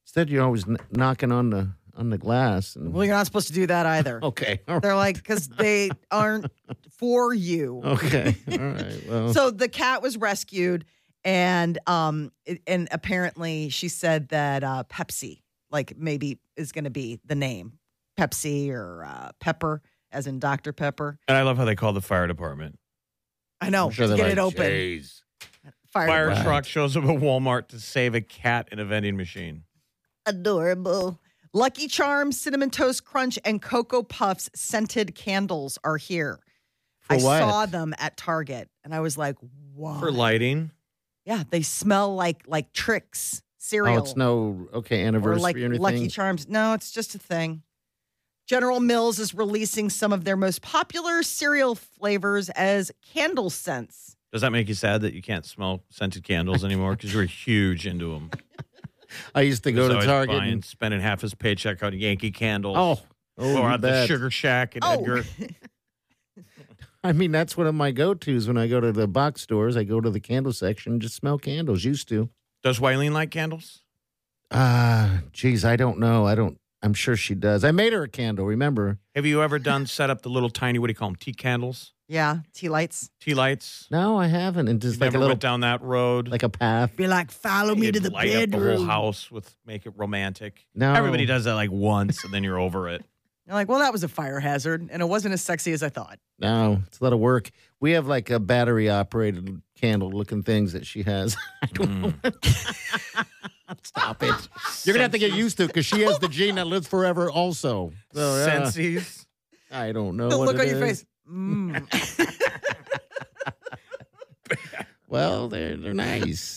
[SPEAKER 3] Instead, you're always kn- knocking on the on the glass. And,
[SPEAKER 5] Well, you're not supposed to do that either.
[SPEAKER 3] okay, all right.
[SPEAKER 5] They're like, because they aren't for you.
[SPEAKER 3] okay, all right. Well,
[SPEAKER 5] so the cat was rescued and um it- and apparently she said that uh pepsi like maybe is going to be the name pepsi or uh pepper as in dr pepper
[SPEAKER 4] and I love how they call the fire department.
[SPEAKER 5] i know
[SPEAKER 3] I'm sure
[SPEAKER 5] let's
[SPEAKER 3] they're
[SPEAKER 5] get it
[SPEAKER 3] like,
[SPEAKER 5] open
[SPEAKER 3] "Jeez."
[SPEAKER 5] fire,
[SPEAKER 4] Fire
[SPEAKER 3] Right.
[SPEAKER 4] truck shows up at Walmart to save a cat in a vending machine.
[SPEAKER 5] adorable lucky charms cinnamon toast crunch and cocoa puffs scented candles are here
[SPEAKER 3] For
[SPEAKER 5] i
[SPEAKER 3] what?
[SPEAKER 5] saw them at target and i was like wow
[SPEAKER 4] For lighting.
[SPEAKER 5] yeah they smell like like tricks cereal
[SPEAKER 3] Oh, it's no okay anniversary
[SPEAKER 5] or like
[SPEAKER 3] or anything.
[SPEAKER 5] Lucky Charms. No, it's just a thing. General Mills is releasing some of their most popular cereal flavors as candle scents.
[SPEAKER 4] Does that make you sad that you can't smell scented candles anymore? Because you were huge into them.
[SPEAKER 3] I used to go to Target.
[SPEAKER 4] buying,
[SPEAKER 3] And,
[SPEAKER 4] spending half his paycheck on Yankee candles.
[SPEAKER 3] oh, oh,
[SPEAKER 4] or
[SPEAKER 3] you
[SPEAKER 4] at the
[SPEAKER 3] bet.
[SPEAKER 4] Sugar Shack and
[SPEAKER 5] Oh.
[SPEAKER 4] Edgar.
[SPEAKER 3] I mean, that's one of my go tos when I go to the box stores. I go to the candle section, just smell candles. Used to.
[SPEAKER 4] Does Wileen like candles?
[SPEAKER 3] Ah, geez, I don't know. I don't. I'm sure she does. I made her a candle. Remember?
[SPEAKER 4] Have you ever done set up the little tiny what do you call them tea candles,
[SPEAKER 5] Yeah, tea lights.
[SPEAKER 4] tea lights?
[SPEAKER 3] No, I haven't. And
[SPEAKER 4] You've
[SPEAKER 3] just like a
[SPEAKER 4] never
[SPEAKER 3] little,
[SPEAKER 4] went down that road.
[SPEAKER 3] like a path.
[SPEAKER 5] Be like, follow me
[SPEAKER 4] You'd
[SPEAKER 5] to the
[SPEAKER 4] light
[SPEAKER 5] bedroom.
[SPEAKER 4] up the whole house with make it romantic.
[SPEAKER 3] No.
[SPEAKER 4] everybody does that like once, and then you're over it.
[SPEAKER 5] You're like, well, that was a fire hazard, and it wasn't as sexy as I thought.
[SPEAKER 3] No, it's a lot of work. We have like a battery operated candle looking things that she has. I don't
[SPEAKER 5] Mm.
[SPEAKER 3] know. Stop it. You're gonna have to get used to it because she has the gene that lives forever. Also, so, Oh, yeah,
[SPEAKER 4] Sensies.
[SPEAKER 3] I don't know.
[SPEAKER 5] The
[SPEAKER 3] what
[SPEAKER 5] look
[SPEAKER 3] it
[SPEAKER 5] on your
[SPEAKER 3] is.
[SPEAKER 5] face. Mm.
[SPEAKER 3] Well, they're they're nice.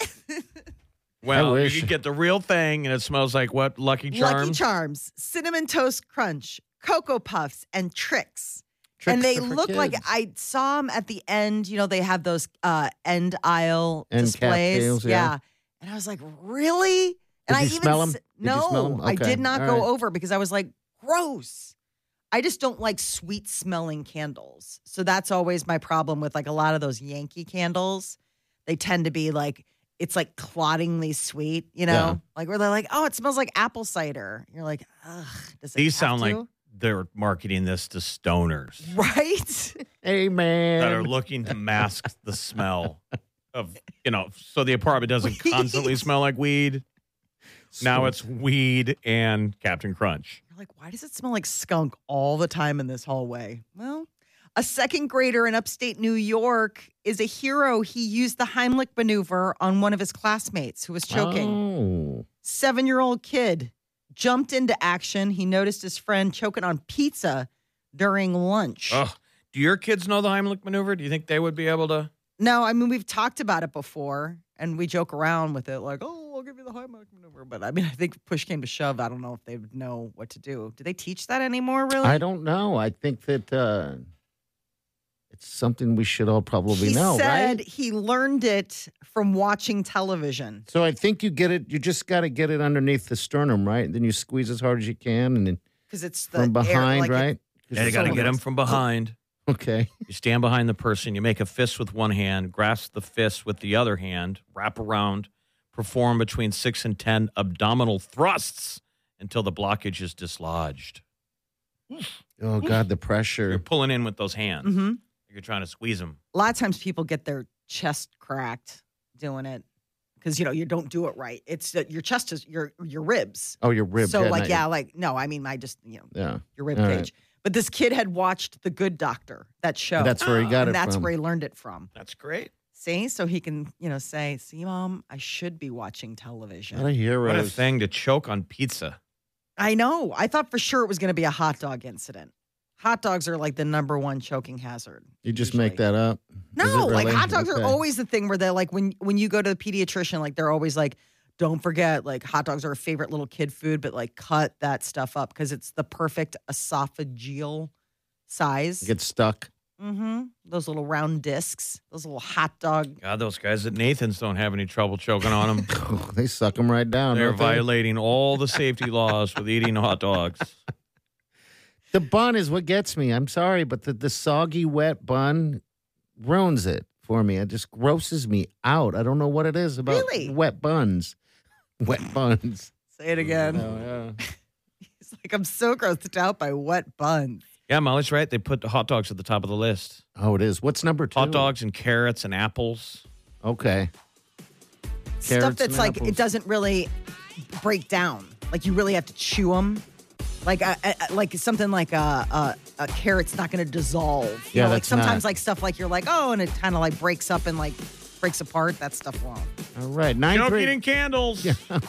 [SPEAKER 4] Well,
[SPEAKER 3] wish.
[SPEAKER 4] you could get the real thing, and it smells like what? Lucky Charms.
[SPEAKER 5] Lucky Charms, cinnamon toast crunch, cocoa puffs, and tricks. and
[SPEAKER 3] Tricks
[SPEAKER 5] they
[SPEAKER 3] are for
[SPEAKER 5] look like
[SPEAKER 3] kids.
[SPEAKER 5] I saw them at the end. You know, they have those uh, end aisle
[SPEAKER 3] End cap
[SPEAKER 5] displays.
[SPEAKER 3] deals, yeah.
[SPEAKER 5] and I was like, really?
[SPEAKER 3] Did
[SPEAKER 5] And I
[SPEAKER 3] you
[SPEAKER 5] even
[SPEAKER 3] smell 'em?
[SPEAKER 5] s-
[SPEAKER 3] Did you
[SPEAKER 5] no,
[SPEAKER 3] smell 'em?
[SPEAKER 5] I
[SPEAKER 3] Okay,
[SPEAKER 5] did not
[SPEAKER 3] all
[SPEAKER 5] go
[SPEAKER 3] right.
[SPEAKER 5] over because I was like, gross. I just don't like sweet smelling candles, so that's always my problem with like a lot of those Yankee candles. They tend to be like it's like clottingly sweet, you know?
[SPEAKER 3] Yeah.
[SPEAKER 5] Like where they're like, oh, it smells like apple cider. You're like, ugh, does it
[SPEAKER 4] These
[SPEAKER 5] have
[SPEAKER 4] sound like
[SPEAKER 5] to?"
[SPEAKER 4] they're marketing this to stoners
[SPEAKER 5] right?
[SPEAKER 3] Amen.
[SPEAKER 4] that are looking to mask the smell of, you know, so the apartment doesn't
[SPEAKER 5] Weed.
[SPEAKER 4] constantly smell like weed. Now it's weed and Captain Crunch.
[SPEAKER 5] You're like, why does it smell like skunk all the time in this hallway? Well, a second grader in upstate New York is a hero. He used the Heimlich maneuver on one of his classmates who was choking.
[SPEAKER 3] Oh.
[SPEAKER 5] Seven year old kid jumped into action. He noticed his friend choking on pizza during lunch.
[SPEAKER 4] Ugh. Do your kids know the Heimlich maneuver? Do you think they would be able to?
[SPEAKER 5] No, I mean, we've talked about it before and we joke around with it like, oh, I'll give you the Heimlich maneuver. But I mean, I think push came to shove. I don't know if they would know what to do. Do they teach that anymore, really?
[SPEAKER 3] Oh, I don't know. I think that uh, it's something we should all probably
[SPEAKER 5] he
[SPEAKER 3] know,
[SPEAKER 5] said
[SPEAKER 3] right?
[SPEAKER 5] he learned it from watching television.
[SPEAKER 3] So I think you get it. You just got to get it underneath the sternum, right? And then you squeeze as hard as you can, and then
[SPEAKER 5] Because it's the
[SPEAKER 3] from
[SPEAKER 5] air-
[SPEAKER 3] behind,
[SPEAKER 5] like it-
[SPEAKER 3] right?
[SPEAKER 4] Yeah, you got to get them from behind.
[SPEAKER 3] Okay.
[SPEAKER 4] You stand behind the person, you make a fist with one hand, grasp the fist with the other hand, wrap around, perform between six and 10 abdominal thrusts until the blockage is dislodged.
[SPEAKER 3] Oh God, the
[SPEAKER 4] You're
[SPEAKER 3] pressure.
[SPEAKER 4] pulling in with those hands.
[SPEAKER 5] Mhm.
[SPEAKER 4] You're trying to squeeze them.
[SPEAKER 5] A lot of times people get their chest cracked doing it because you know you don't do it right. It's that your chest is your your ribs.
[SPEAKER 3] Oh, your rib.
[SPEAKER 5] so like
[SPEAKER 3] not
[SPEAKER 5] yeah,
[SPEAKER 3] your-
[SPEAKER 5] like no, I mean I just you know
[SPEAKER 3] yeah.
[SPEAKER 5] your rib
[SPEAKER 3] All
[SPEAKER 5] cage.
[SPEAKER 3] right.
[SPEAKER 5] But this kid had watched The Good Doctor that show.
[SPEAKER 3] That's where he got
[SPEAKER 5] and
[SPEAKER 3] it
[SPEAKER 5] that's
[SPEAKER 3] from.
[SPEAKER 5] where he learned it from.
[SPEAKER 4] That's great.
[SPEAKER 5] See, so he can you know say, "See, mom, I should be watching television."
[SPEAKER 3] What a hero.
[SPEAKER 4] What a thing to choke on pizza.
[SPEAKER 5] I know. I thought for sure it was going to be a hot dog incident. Hot dogs are like the number one choking hazard.
[SPEAKER 3] You just make
[SPEAKER 5] usually.
[SPEAKER 3] that up. Is it
[SPEAKER 5] No, like
[SPEAKER 3] really?
[SPEAKER 5] hot dogs
[SPEAKER 3] Okay.
[SPEAKER 5] are always the thing where they're like when when you go to the pediatrician, like they're always like, don't forget, like hot dogs are a favorite little kid food, but like cut that stuff up because it's the perfect esophageal size.
[SPEAKER 3] You get stuck.
[SPEAKER 5] mm-hmm. Those little round discs, those little hot dog.
[SPEAKER 4] God, those guys at Nathan's don't have any trouble choking on them.
[SPEAKER 3] they suck them right down.
[SPEAKER 4] They're
[SPEAKER 3] don't they?
[SPEAKER 4] violating all the safety laws with eating hot dogs.
[SPEAKER 3] The bun is what gets me. I'm sorry, but the, the soggy, wet bun ruins it for me. It just grosses me out. I don't know what it is about
[SPEAKER 5] Really?
[SPEAKER 3] wet buns. Wet buns.
[SPEAKER 5] Say it again.
[SPEAKER 3] Oh, yeah.
[SPEAKER 5] He's like, I'm so grossed out by wet buns.
[SPEAKER 4] Yeah, Molly's right. They put the hot dogs at the top of the list.
[SPEAKER 3] Oh, it is. What's number two?
[SPEAKER 4] Hot dogs and carrots and apples.
[SPEAKER 3] Okay.
[SPEAKER 5] stuff
[SPEAKER 3] Carrots
[SPEAKER 5] that's
[SPEAKER 3] and
[SPEAKER 5] like it
[SPEAKER 3] apples.
[SPEAKER 5] doesn't really break down. Like you really have to chew them. Like a, a, a- like something like a, a, a carrot's not going to dissolve. You
[SPEAKER 3] Yeah,
[SPEAKER 5] know, like
[SPEAKER 3] that's
[SPEAKER 5] sometimes
[SPEAKER 3] not-
[SPEAKER 5] like stuff like you're like oh, and it kind of like breaks up and like breaks apart. That stuff won't.
[SPEAKER 3] All right. Nine
[SPEAKER 4] You don't
[SPEAKER 3] three.
[SPEAKER 4] eating candles.
[SPEAKER 3] All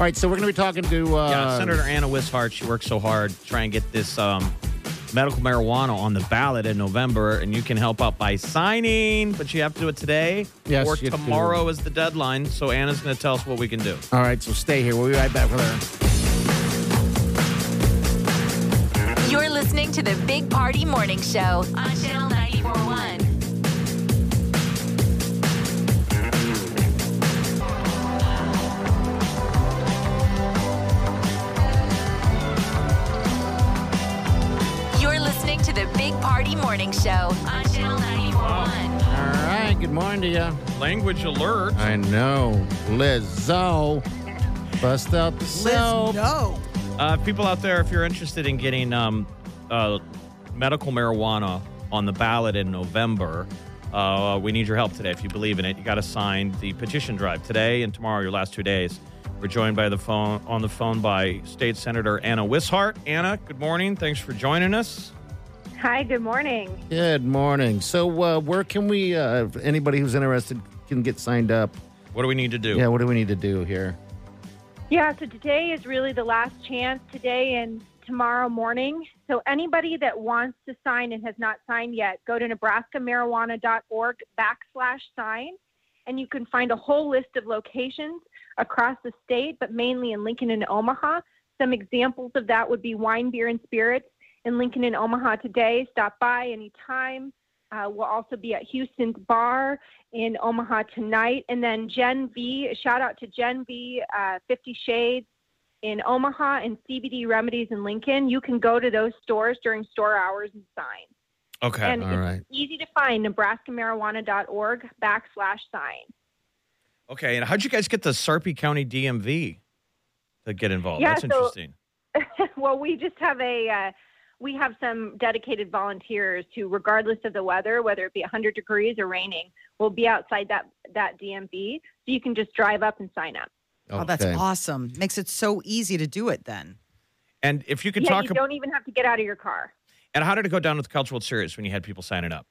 [SPEAKER 3] right. So we're going to be talking to. Uh,
[SPEAKER 4] Yeah, Senator Anna Wishart, she worked so hard trying to get this um, medical marijuana on the ballot in November, and you can help out by signing, but you have to do it today
[SPEAKER 3] Yes,
[SPEAKER 4] or
[SPEAKER 3] you do.
[SPEAKER 4] tomorrow is the deadline. So Anna's going to tell us what we can do.
[SPEAKER 3] All right. So stay here. We'll be right back with her.
[SPEAKER 2] You're listening to the Big Party Morning Show on Channel 941. You're listening to the Big Party Morning Show on Channel 941.
[SPEAKER 3] All right. Good morning to you.
[SPEAKER 4] Language alert.
[SPEAKER 3] I know. Lizzo. Bust out the soap.
[SPEAKER 5] no.
[SPEAKER 4] Uh, people out there, if you're interested in getting um, uh, medical marijuana on the ballot in November, uh, we need your help today. If you believe in it, you got to sign the petition drive today and tomorrow. Your last two days. We're joined by the phone on the phone by State Senator Anna Wishart. Anna, good morning. Thanks for joining us.
[SPEAKER 7] Hi, good morning.
[SPEAKER 3] Good morning. So, uh, where can we? Uh, if anybody who's interested can get signed up.
[SPEAKER 4] What do we need to do?
[SPEAKER 3] Yeah. What do we need to do here?
[SPEAKER 7] Yeah, so today is really the last chance today and tomorrow morning. So anybody that wants to sign and has not signed yet, go to nebraskamarijuana.org backslash sign, and you can find a whole list of locations across the state, but mainly in Lincoln and Omaha. Some examples of that would be Wine, Beer, and Spirits in Lincoln and Omaha today. Stop by anytime. Uh, we'll also be at Houston's Bar in Omaha tonight. And then Gen V, shout out to Gen V, uh, 50 Shades in Omaha and CBD Remedies in Lincoln. You can go to those stores during store hours and sign.
[SPEAKER 4] Okay.
[SPEAKER 7] and
[SPEAKER 3] All right.
[SPEAKER 7] Easy to find, nebraskamarijuana.org backslash sign.
[SPEAKER 4] Okay, and how'd you guys get the Sarpy County DMV to get involved?
[SPEAKER 7] Yeah,
[SPEAKER 4] That's
[SPEAKER 7] so-
[SPEAKER 4] interesting.
[SPEAKER 7] well, we just have a uh, we have some dedicated volunteers who, regardless of the weather, whether it be 100 degrees or raining, will be outside that that DMV. So you can just drive up and sign up.
[SPEAKER 5] Oh, that's
[SPEAKER 3] Okay.
[SPEAKER 5] awesome. Makes it so easy to do it then.
[SPEAKER 4] And if you could
[SPEAKER 7] yeah,
[SPEAKER 4] talk,
[SPEAKER 7] you
[SPEAKER 4] ab-
[SPEAKER 7] don't even have to get out of your car.
[SPEAKER 4] and how did it go down with the cultural series when you had people signing up?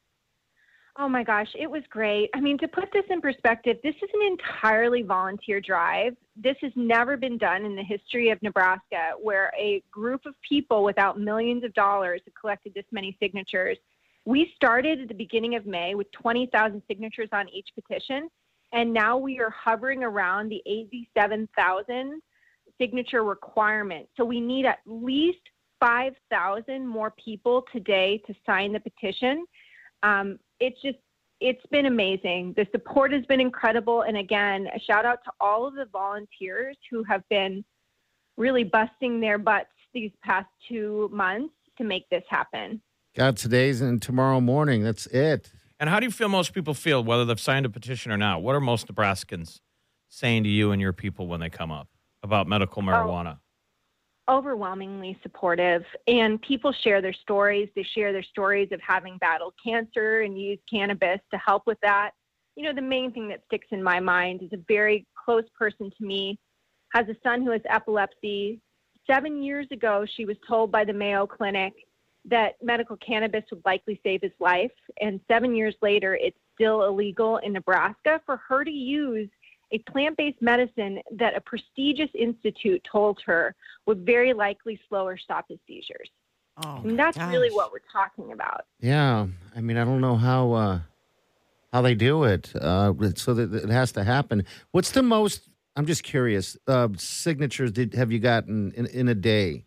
[SPEAKER 7] Oh my gosh, it was great. I mean, to put this in perspective, this is an entirely volunteer drive. This has never been done in the history of Nebraska, where a group of people without millions of dollars have collected this many signatures. We started at the beginning of May with 20,000 signatures on each petition, and now we are hovering around the 87,000 signature requirement. So we need at least 5,000 more people today to sign the petition um, it's just it's been amazing the support has been incredible and again a shout out to all of the volunteers who have been really busting their butts these past two months to make this happen
[SPEAKER 3] God, today's and tomorrow morning. That's it.
[SPEAKER 4] And how do you feel most people feel, whether they've signed a petition or not? What are most Nebraskans saying to you and your people when they come up about medical marijuana?
[SPEAKER 7] overwhelmingly supportive and people share their stories they share their stories of having battled cancer and used cannabis to help with that you know the main thing that sticks in my mind is a very close person to me has a son who has epilepsy 7 years ago she was told by the Mayo Clinic that medical cannabis would likely save his life and 7 years later it's still illegal in Nebraska for her to use a plant-based medicine that a prestigious institute told her would very likely slow or stop his seizures.
[SPEAKER 5] Oh,
[SPEAKER 7] and that's
[SPEAKER 5] my
[SPEAKER 7] really
[SPEAKER 5] gosh.
[SPEAKER 7] what we're talking about.
[SPEAKER 3] Yeah, I mean, I don't know how uh, how they do it. Uh, so that that it has to happen. What's the most? I'm just curious. Uh, signatures did have you gotten in, in a day?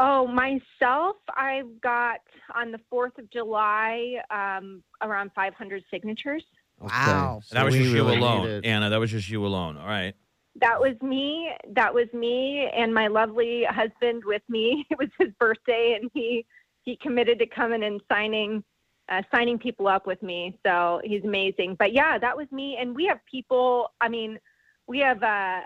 [SPEAKER 7] Oh, myself, I got on the 4th of July um, around 500 signatures.
[SPEAKER 5] Wow.
[SPEAKER 3] Okay.
[SPEAKER 4] And that was
[SPEAKER 3] So we
[SPEAKER 4] just you
[SPEAKER 3] really
[SPEAKER 4] alone,
[SPEAKER 3] need it.
[SPEAKER 4] Anna. That was just you alone. All right.
[SPEAKER 7] That was me. That was me and my lovely husband with me. It was his birthday, and he he committed to coming and signing uh, signing people up with me. So he's amazing. But yeah, that was me. And we have people. I mean, we have a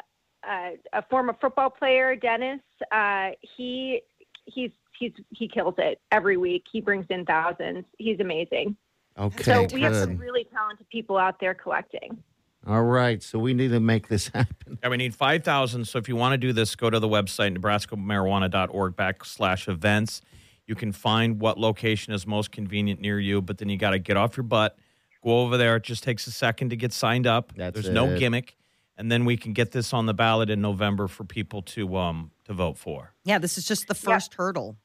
[SPEAKER 7] a, a former football player, Dennis. Uh, he he's he's he kills it every week. He brings in thousands. He's amazing.
[SPEAKER 3] Okay.
[SPEAKER 7] So we have some
[SPEAKER 3] good.
[SPEAKER 7] really talented people out there collecting.
[SPEAKER 3] All right. So we need to make this happen.
[SPEAKER 4] And we need 5,000. So if you want to do this, go to the website, nebraskamarijuana.org backslash events. You can find what location is most convenient near you, but then you got to get off your butt, go over there. It just takes a second to get signed up.
[SPEAKER 3] That's
[SPEAKER 4] There's no
[SPEAKER 3] it.
[SPEAKER 4] gimmick. And then we can get this on the ballot in November for people to um to vote for.
[SPEAKER 5] Yeah, this is just the first hurdle.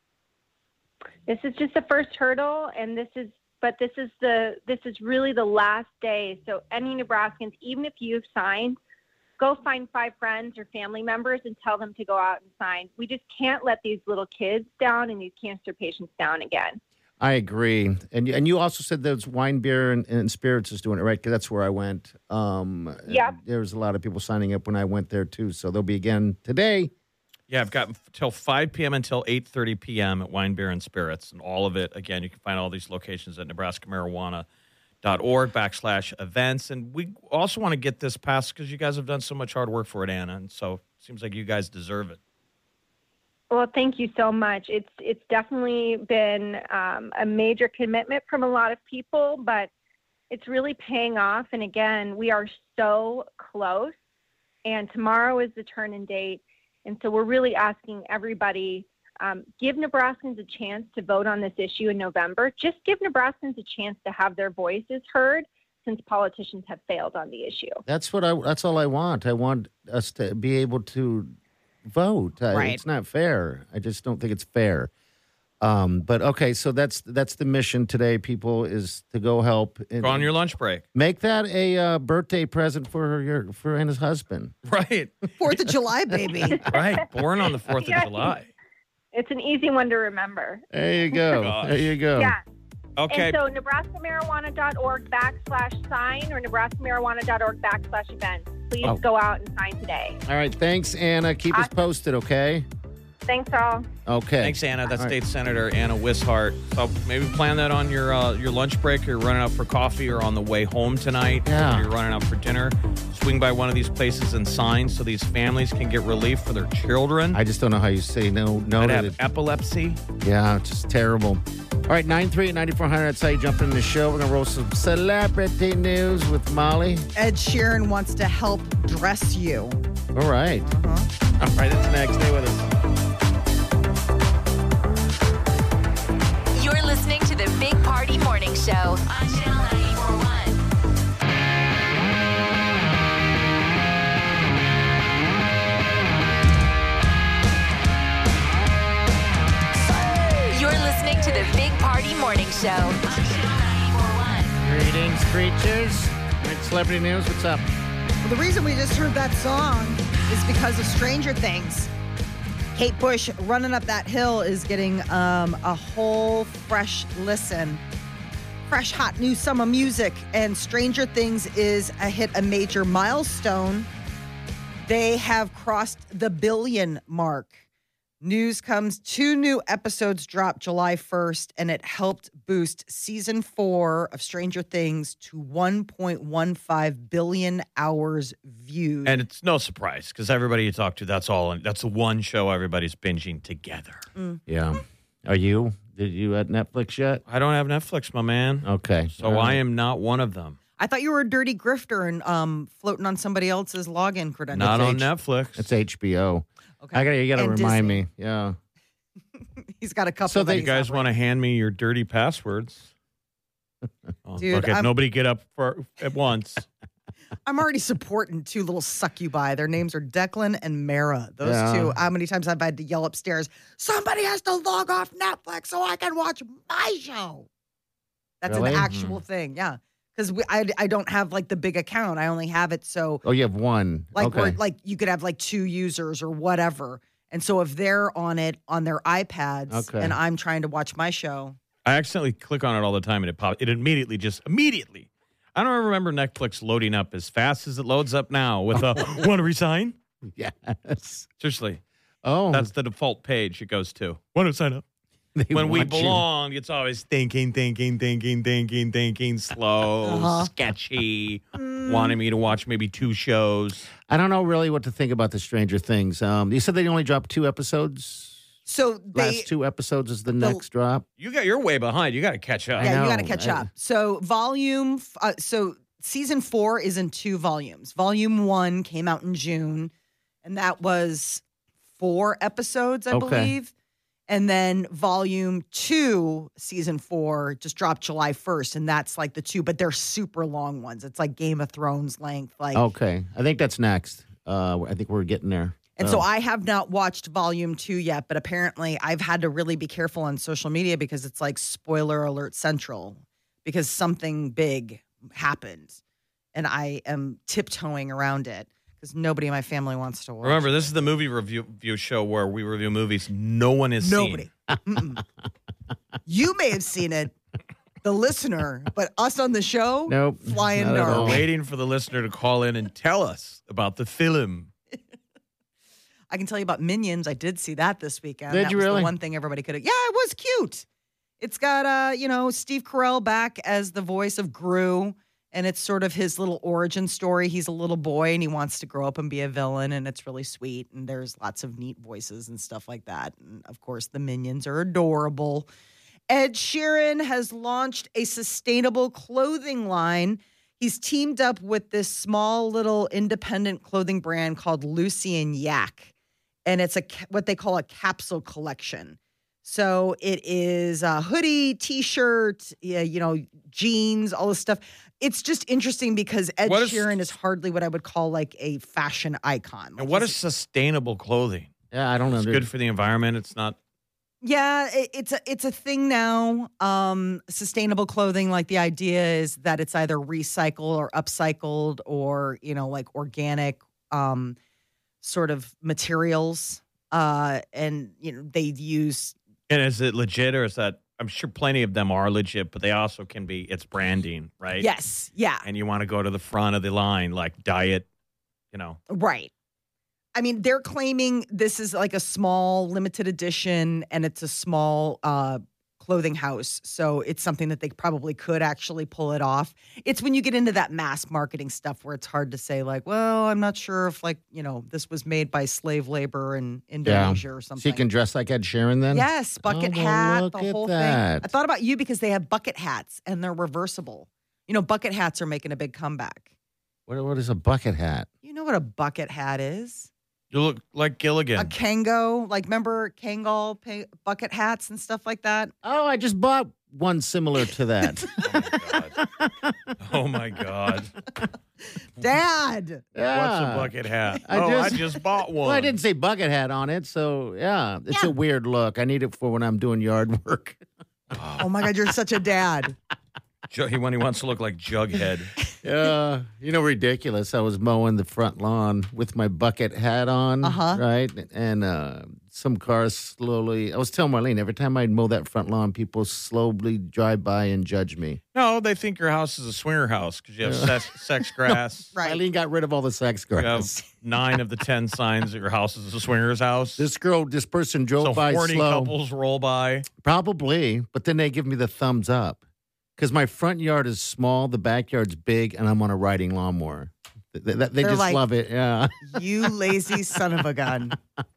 [SPEAKER 7] this is just the first hurdle and this is but this is the this is really the last day so any nebraskans even if you've signed go find five friends or family members and tell them to go out and sign we just can't let these little kids down and these cancer patients down again
[SPEAKER 3] I agree. And you- and you also said there's wine, beer, and, and spirits is doing it right. 'Cause that's where I went. Um,
[SPEAKER 7] Yep.
[SPEAKER 3] There was a lot of people signing up when I went there too. So they'll be again today.
[SPEAKER 4] Yeah, I've got till 5 p.m. until 8:30 p.m. at Wine, Beer, and Spirits, and all of it. Again, you can find all these locations at NebraskaMarijuana.org backslash events. And we also want to get this passed because you guys have done so much hard work for it, Anna. And so it seems like you guys deserve it.
[SPEAKER 7] Well, thank you so much. It's it's definitely been um, a major commitment from a lot of people, but it's really paying off. And again, we are so close. And tomorrow is the turn-in date, and so we're really asking everybody um, give Nebraskans a chance to vote on this issue in November. Just give Nebraskans a chance to have their voices heard, since politicians have failed on the issue.
[SPEAKER 3] That's what I. That's all I want. I want us to be able to vote. I-
[SPEAKER 5] Right.
[SPEAKER 3] it's not fair. I just don't think it's fair. Um, but okay, so that's that's the mission today. People is to go help. And
[SPEAKER 4] Go on your lunch break.
[SPEAKER 3] make that a uh, birthday present for your for Anna's husband.
[SPEAKER 4] Right.
[SPEAKER 5] Fourth of July, baby.
[SPEAKER 4] Right. Born on the 4th of
[SPEAKER 7] Yeah.
[SPEAKER 4] July.
[SPEAKER 7] It's an easy one to remember.
[SPEAKER 3] There you go.
[SPEAKER 4] Gosh.
[SPEAKER 3] There you go.
[SPEAKER 7] Yeah.
[SPEAKER 4] Okay.
[SPEAKER 7] And so nebraskamarijuana.org backslash sign or nebraskamarijuana.org backslash event. Please
[SPEAKER 3] Oh.
[SPEAKER 7] go out and sign today.
[SPEAKER 3] All right. Thanks, Anna. Keep us
[SPEAKER 7] Awesome.
[SPEAKER 3] posted. Okay.
[SPEAKER 7] Thanks all.
[SPEAKER 3] Okay.
[SPEAKER 4] Thanks, Anna. That's
[SPEAKER 3] All right.
[SPEAKER 4] State Senator Anna Wishart. So maybe plan that on your uh, your lunch break. Or you're running out for coffee, or on the way home tonight.
[SPEAKER 3] Yeah.
[SPEAKER 4] Or you're running out for dinner. Swing by one of these places and sign so these families can get relief for their children
[SPEAKER 3] I just don't know how you say no. No.
[SPEAKER 4] that
[SPEAKER 3] To
[SPEAKER 4] have
[SPEAKER 3] the,
[SPEAKER 4] epilepsy.
[SPEAKER 3] yeah, it's just terrible. All right, 93 9400. That's how you jump in the show. We're going to roll some celebrity news with Molly.
[SPEAKER 5] Ed Sheeran wants to help dress you. Uh-huh.
[SPEAKER 3] All right.
[SPEAKER 4] All right, that's next. Stay with us.
[SPEAKER 2] You're listening to the Big Party Morning Show on Channel 941. You're listening to the Big Party Morning Show on Channel 941.
[SPEAKER 3] Greetings, creatures. All right, celebrity news. What's up?
[SPEAKER 5] Well, the reason we just heard that song is because of Stranger Things. Kate Bush running up that hill is getting um, a whole fresh listen. Fresh, hot, new summer music. And Stranger Things is a hit a major milestone. They have crossed the billion mark. News comes two new episodes dropped July 1st, and it helped boost season four of Stranger Things to 1.15 billion hours viewed.
[SPEAKER 4] And it's no surprise because everybody you talk to, that's all. That's the one show everybody's binging together.
[SPEAKER 3] Yeah. Are you? Did you at Netflix yet?
[SPEAKER 4] I don't have Netflix, my man.
[SPEAKER 3] Okay.
[SPEAKER 4] So I am not one of them.
[SPEAKER 5] I thought you were a dirty grifter and um, floating on somebody else's login credentials.
[SPEAKER 4] Not on
[SPEAKER 3] H-
[SPEAKER 4] Netflix.
[SPEAKER 3] It's HBO.
[SPEAKER 5] Okay.
[SPEAKER 3] I gotta, you gotta
[SPEAKER 5] And
[SPEAKER 3] remind
[SPEAKER 5] Disney.
[SPEAKER 3] me. Yeah.
[SPEAKER 5] He's got a couple.
[SPEAKER 3] So
[SPEAKER 5] So
[SPEAKER 3] they-
[SPEAKER 4] you guys want to hand me your dirty passwords? Oh,
[SPEAKER 5] Dude,
[SPEAKER 4] look at
[SPEAKER 5] I'm-
[SPEAKER 4] nobody get up for, at once.
[SPEAKER 5] I'm already supporting two little succubi. Their names are Declan and Mara. Those
[SPEAKER 3] Yeah.
[SPEAKER 5] two. How many times I've had to yell upstairs? Somebody has to log off Netflix so I can watch my show. That's
[SPEAKER 3] Really?
[SPEAKER 5] an actual
[SPEAKER 4] Hmm.
[SPEAKER 5] thing. Yeah, because I I don't have like the big account. I only have it so
[SPEAKER 3] Oh, you have one.
[SPEAKER 5] like
[SPEAKER 3] okay.
[SPEAKER 5] where like you could have like two users or whatever. And so if they're on it on their iPads
[SPEAKER 3] Okay.
[SPEAKER 5] and I'm trying to watch my show,
[SPEAKER 4] I accidentally click on it all the time and it pops. It immediately just immediately. I don't remember Netflix loading up as fast as it loads up now with a want to resign?
[SPEAKER 3] yes.
[SPEAKER 4] Seriously,
[SPEAKER 3] Oh,
[SPEAKER 4] that's the default page it goes to. Want to sign up?
[SPEAKER 3] they
[SPEAKER 4] when we
[SPEAKER 3] want you.
[SPEAKER 4] belong, it's always thinking, thinking, thinking, thinking, thinking, slow,
[SPEAKER 5] Uh-huh. Mm.
[SPEAKER 4] sketchy, wanting me to watch maybe two shows.
[SPEAKER 3] I don't know really what to think about the Stranger Things. Um, you said they only dropped two episodes.
[SPEAKER 5] so they
[SPEAKER 3] Last two episodes is the, next drop.
[SPEAKER 4] You got you're way behind. You got to catch up.
[SPEAKER 3] I
[SPEAKER 5] Yeah, you got to
[SPEAKER 3] know,
[SPEAKER 5] catch
[SPEAKER 3] I-
[SPEAKER 5] up. So volume, f- uh, so season four is in two volumes. Volume one came out in June, and that was four episodes, I
[SPEAKER 3] Okay.
[SPEAKER 5] believe. And then volume two, season four, just dropped July first, and that's like the two, but they're super long ones. It's like Game of Thrones length, like.
[SPEAKER 3] Okay, I think that's next. Uh, I think we're getting there. Oh,
[SPEAKER 5] And so I have not watched volume two yet, but apparently I've had to really be careful on social media because it's like spoiler alert central because something big happened and I am tiptoeing around it because nobody in my family wants to watch.
[SPEAKER 4] Remember, this is the movie review, review show where we review movies no one has
[SPEAKER 5] nobody.
[SPEAKER 4] seen.
[SPEAKER 5] Mm-mm. you may have seen it, the listener, but us on the show,
[SPEAKER 3] Nope,
[SPEAKER 5] flying
[SPEAKER 3] not at
[SPEAKER 5] dark.
[SPEAKER 3] all.
[SPEAKER 4] We're waiting for the listener to call in and tell us about the film.
[SPEAKER 5] I can tell you about Minions. I did see that this weekend.
[SPEAKER 3] Did
[SPEAKER 5] that
[SPEAKER 3] you
[SPEAKER 5] was
[SPEAKER 3] really?
[SPEAKER 5] The one thing everybody could have. Yeah, it was cute. It's got uh, you know, Steve Carell back as the voice of Gru, and it's sort of his little origin story. He's a little boy and he wants to grow up and be a villain, and it's really sweet. And there's lots of neat voices and stuff like that. And of course, the Minions are adorable. Ed Sheeran has launched a sustainable clothing line. He's teamed up with this small little independent clothing brand called Lucy and Yak, and it's a ca- what they call a capsule collection. So it is a hoodie, t-shirt, yeah, you know, jeans, all this stuff. It's just interesting because Ed
[SPEAKER 4] What is-
[SPEAKER 5] Sheeran is hardly what I would call like a fashion icon.
[SPEAKER 4] And
[SPEAKER 5] Like,
[SPEAKER 4] what
[SPEAKER 5] he's-
[SPEAKER 4] is sustainable clothing?
[SPEAKER 3] Yeah, I don't know.
[SPEAKER 4] It's good for the environment. It's not.
[SPEAKER 5] Yeah, it, it's a it's a thing now. Um, sustainable clothing, like the idea is that it's either recycled or upcycled, or you know, like organic um, sort of materials. Uh, and you know, they use
[SPEAKER 4] And is it legit or is that? I'm sure plenty of them are legit, but they also can be. It's branding, right?
[SPEAKER 5] yes, yeah,
[SPEAKER 4] And you want to go to the front of the line, like diet. You know,
[SPEAKER 5] right. I mean, they're claiming this is like a small limited edition and it's a small uh, clothing house. So it's something that they probably could actually pull it off. It's when you get into that mass marketing stuff where it's hard to say, like, well, I'm not sure if, like, you know, this was made by slave labor in Indonesia or something.
[SPEAKER 3] So you can dress like Ed Sheeran then?
[SPEAKER 5] Yes, bucket
[SPEAKER 3] Oh, well,
[SPEAKER 5] hat,
[SPEAKER 3] look
[SPEAKER 5] the
[SPEAKER 3] at
[SPEAKER 5] whole
[SPEAKER 3] that.
[SPEAKER 5] thing. I thought about you because they have bucket hats and they're reversible. You know, bucket hats are making a big comeback.
[SPEAKER 3] What, what is a bucket hat?
[SPEAKER 5] You know what a bucket hat is?
[SPEAKER 4] You look like
[SPEAKER 5] A
[SPEAKER 4] Gilligan.
[SPEAKER 5] Kango, like remember Kangol pa- bucket hats and stuff like that?
[SPEAKER 3] Oh, I just bought one similar to that.
[SPEAKER 4] Oh my god!
[SPEAKER 3] Mm-hmm.
[SPEAKER 5] Dad.
[SPEAKER 4] What's
[SPEAKER 3] Yeah.
[SPEAKER 4] a bucket hat?
[SPEAKER 3] I
[SPEAKER 4] oh,
[SPEAKER 3] just-
[SPEAKER 4] I just bought one.
[SPEAKER 3] Well, I didn't say bucket hat on it, so yeah, it's a weird look. I need it for when I'm doing yard work. Ah.
[SPEAKER 5] Oh my God, you're such a dad.
[SPEAKER 4] Ju- he- when he wants to look like Jughead.
[SPEAKER 3] Yeah, you know, ridiculous. I was mowing the front lawn with my bucket hat on,
[SPEAKER 5] Uh-huh.
[SPEAKER 3] right? And uh, some cars slowly. I was telling Marlene every time I mow that front lawn, people slowly drive by and judge me.
[SPEAKER 4] No, they think your house is a swinger house because you have sex, sex grass.
[SPEAKER 5] Right.
[SPEAKER 3] Marlene got rid of all the sex
[SPEAKER 4] You
[SPEAKER 3] grass.
[SPEAKER 4] have nine of the ten signs that your house is a swinger's house.
[SPEAKER 3] This girl, this person drove
[SPEAKER 4] so
[SPEAKER 3] by
[SPEAKER 4] horny
[SPEAKER 3] slow,
[SPEAKER 4] couples roll by.
[SPEAKER 3] probably, but then they give me the thumbs up because my front yard is small, the backyard's big, and I'm on a riding lawnmower. Th- th- They,
[SPEAKER 5] They're
[SPEAKER 3] just
[SPEAKER 5] like-
[SPEAKER 3] love it. Yeah.
[SPEAKER 5] You lazy son of a gun.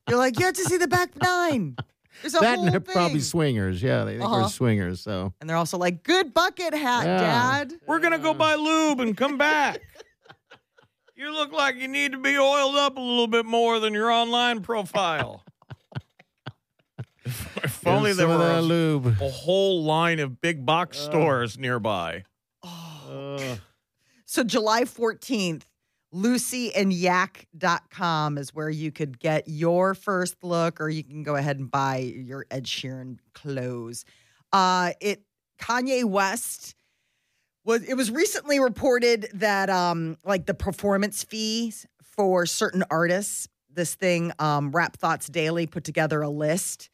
[SPEAKER 5] You're like, you have to see the back nine. There's a
[SPEAKER 3] that
[SPEAKER 5] whole
[SPEAKER 3] and they're
[SPEAKER 5] thing.
[SPEAKER 3] probably swingers. Yeah, they think
[SPEAKER 5] Uh-huh.
[SPEAKER 3] we're swingers. So
[SPEAKER 5] and they're also like, good bucket hat,
[SPEAKER 3] Yeah.
[SPEAKER 5] Dad.
[SPEAKER 4] We're gonna go buy lube and come back. you look like you need to be oiled up a little bit more than your online profile. if only
[SPEAKER 3] Here's
[SPEAKER 4] there
[SPEAKER 3] some of
[SPEAKER 4] were
[SPEAKER 3] that
[SPEAKER 4] a,
[SPEAKER 3] lube. Uh.
[SPEAKER 4] a whole line of big box stores nearby.
[SPEAKER 5] So July 14th, lucyandyak.com is where you could get your first look or you can go ahead and buy your Ed Sheeran clothes. Uh it Kanye West was it was recently reported that um like the performance fees for certain artists, this thing um Rap Thoughts Daily put together a list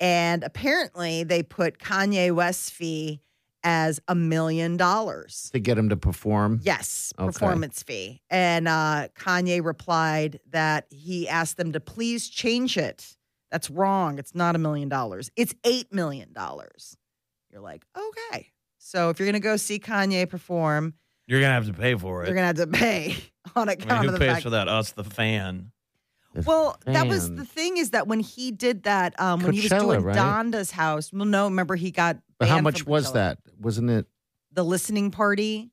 [SPEAKER 5] and apparently they put Kanye West's fee as a million dollars.
[SPEAKER 3] to get him to perform.
[SPEAKER 5] Yes,
[SPEAKER 3] Okay.
[SPEAKER 5] performance fee. And uh, Kanye replied that he asked them to please change it. That's wrong. It's not a million dollars. It's eight million dollars. You're like, okay. So if you're gonna go see Kanye perform,
[SPEAKER 4] You're gonna have to pay for
[SPEAKER 5] you're gonna have to pay on
[SPEAKER 4] I
[SPEAKER 5] account
[SPEAKER 4] mean, who
[SPEAKER 5] of the
[SPEAKER 4] pays
[SPEAKER 5] fact.
[SPEAKER 4] for that? Us, the fan.
[SPEAKER 5] Well, that was
[SPEAKER 3] Fan.
[SPEAKER 5] the thing is that when he did that, um, when he was
[SPEAKER 3] Coachella,
[SPEAKER 5] doing
[SPEAKER 3] right?
[SPEAKER 5] Donda's house. Well, no, remember he got.
[SPEAKER 3] But how
[SPEAKER 5] banned
[SPEAKER 3] much
[SPEAKER 5] from
[SPEAKER 3] was
[SPEAKER 5] Coachella.
[SPEAKER 3] that? Wasn't it?
[SPEAKER 5] the listening party.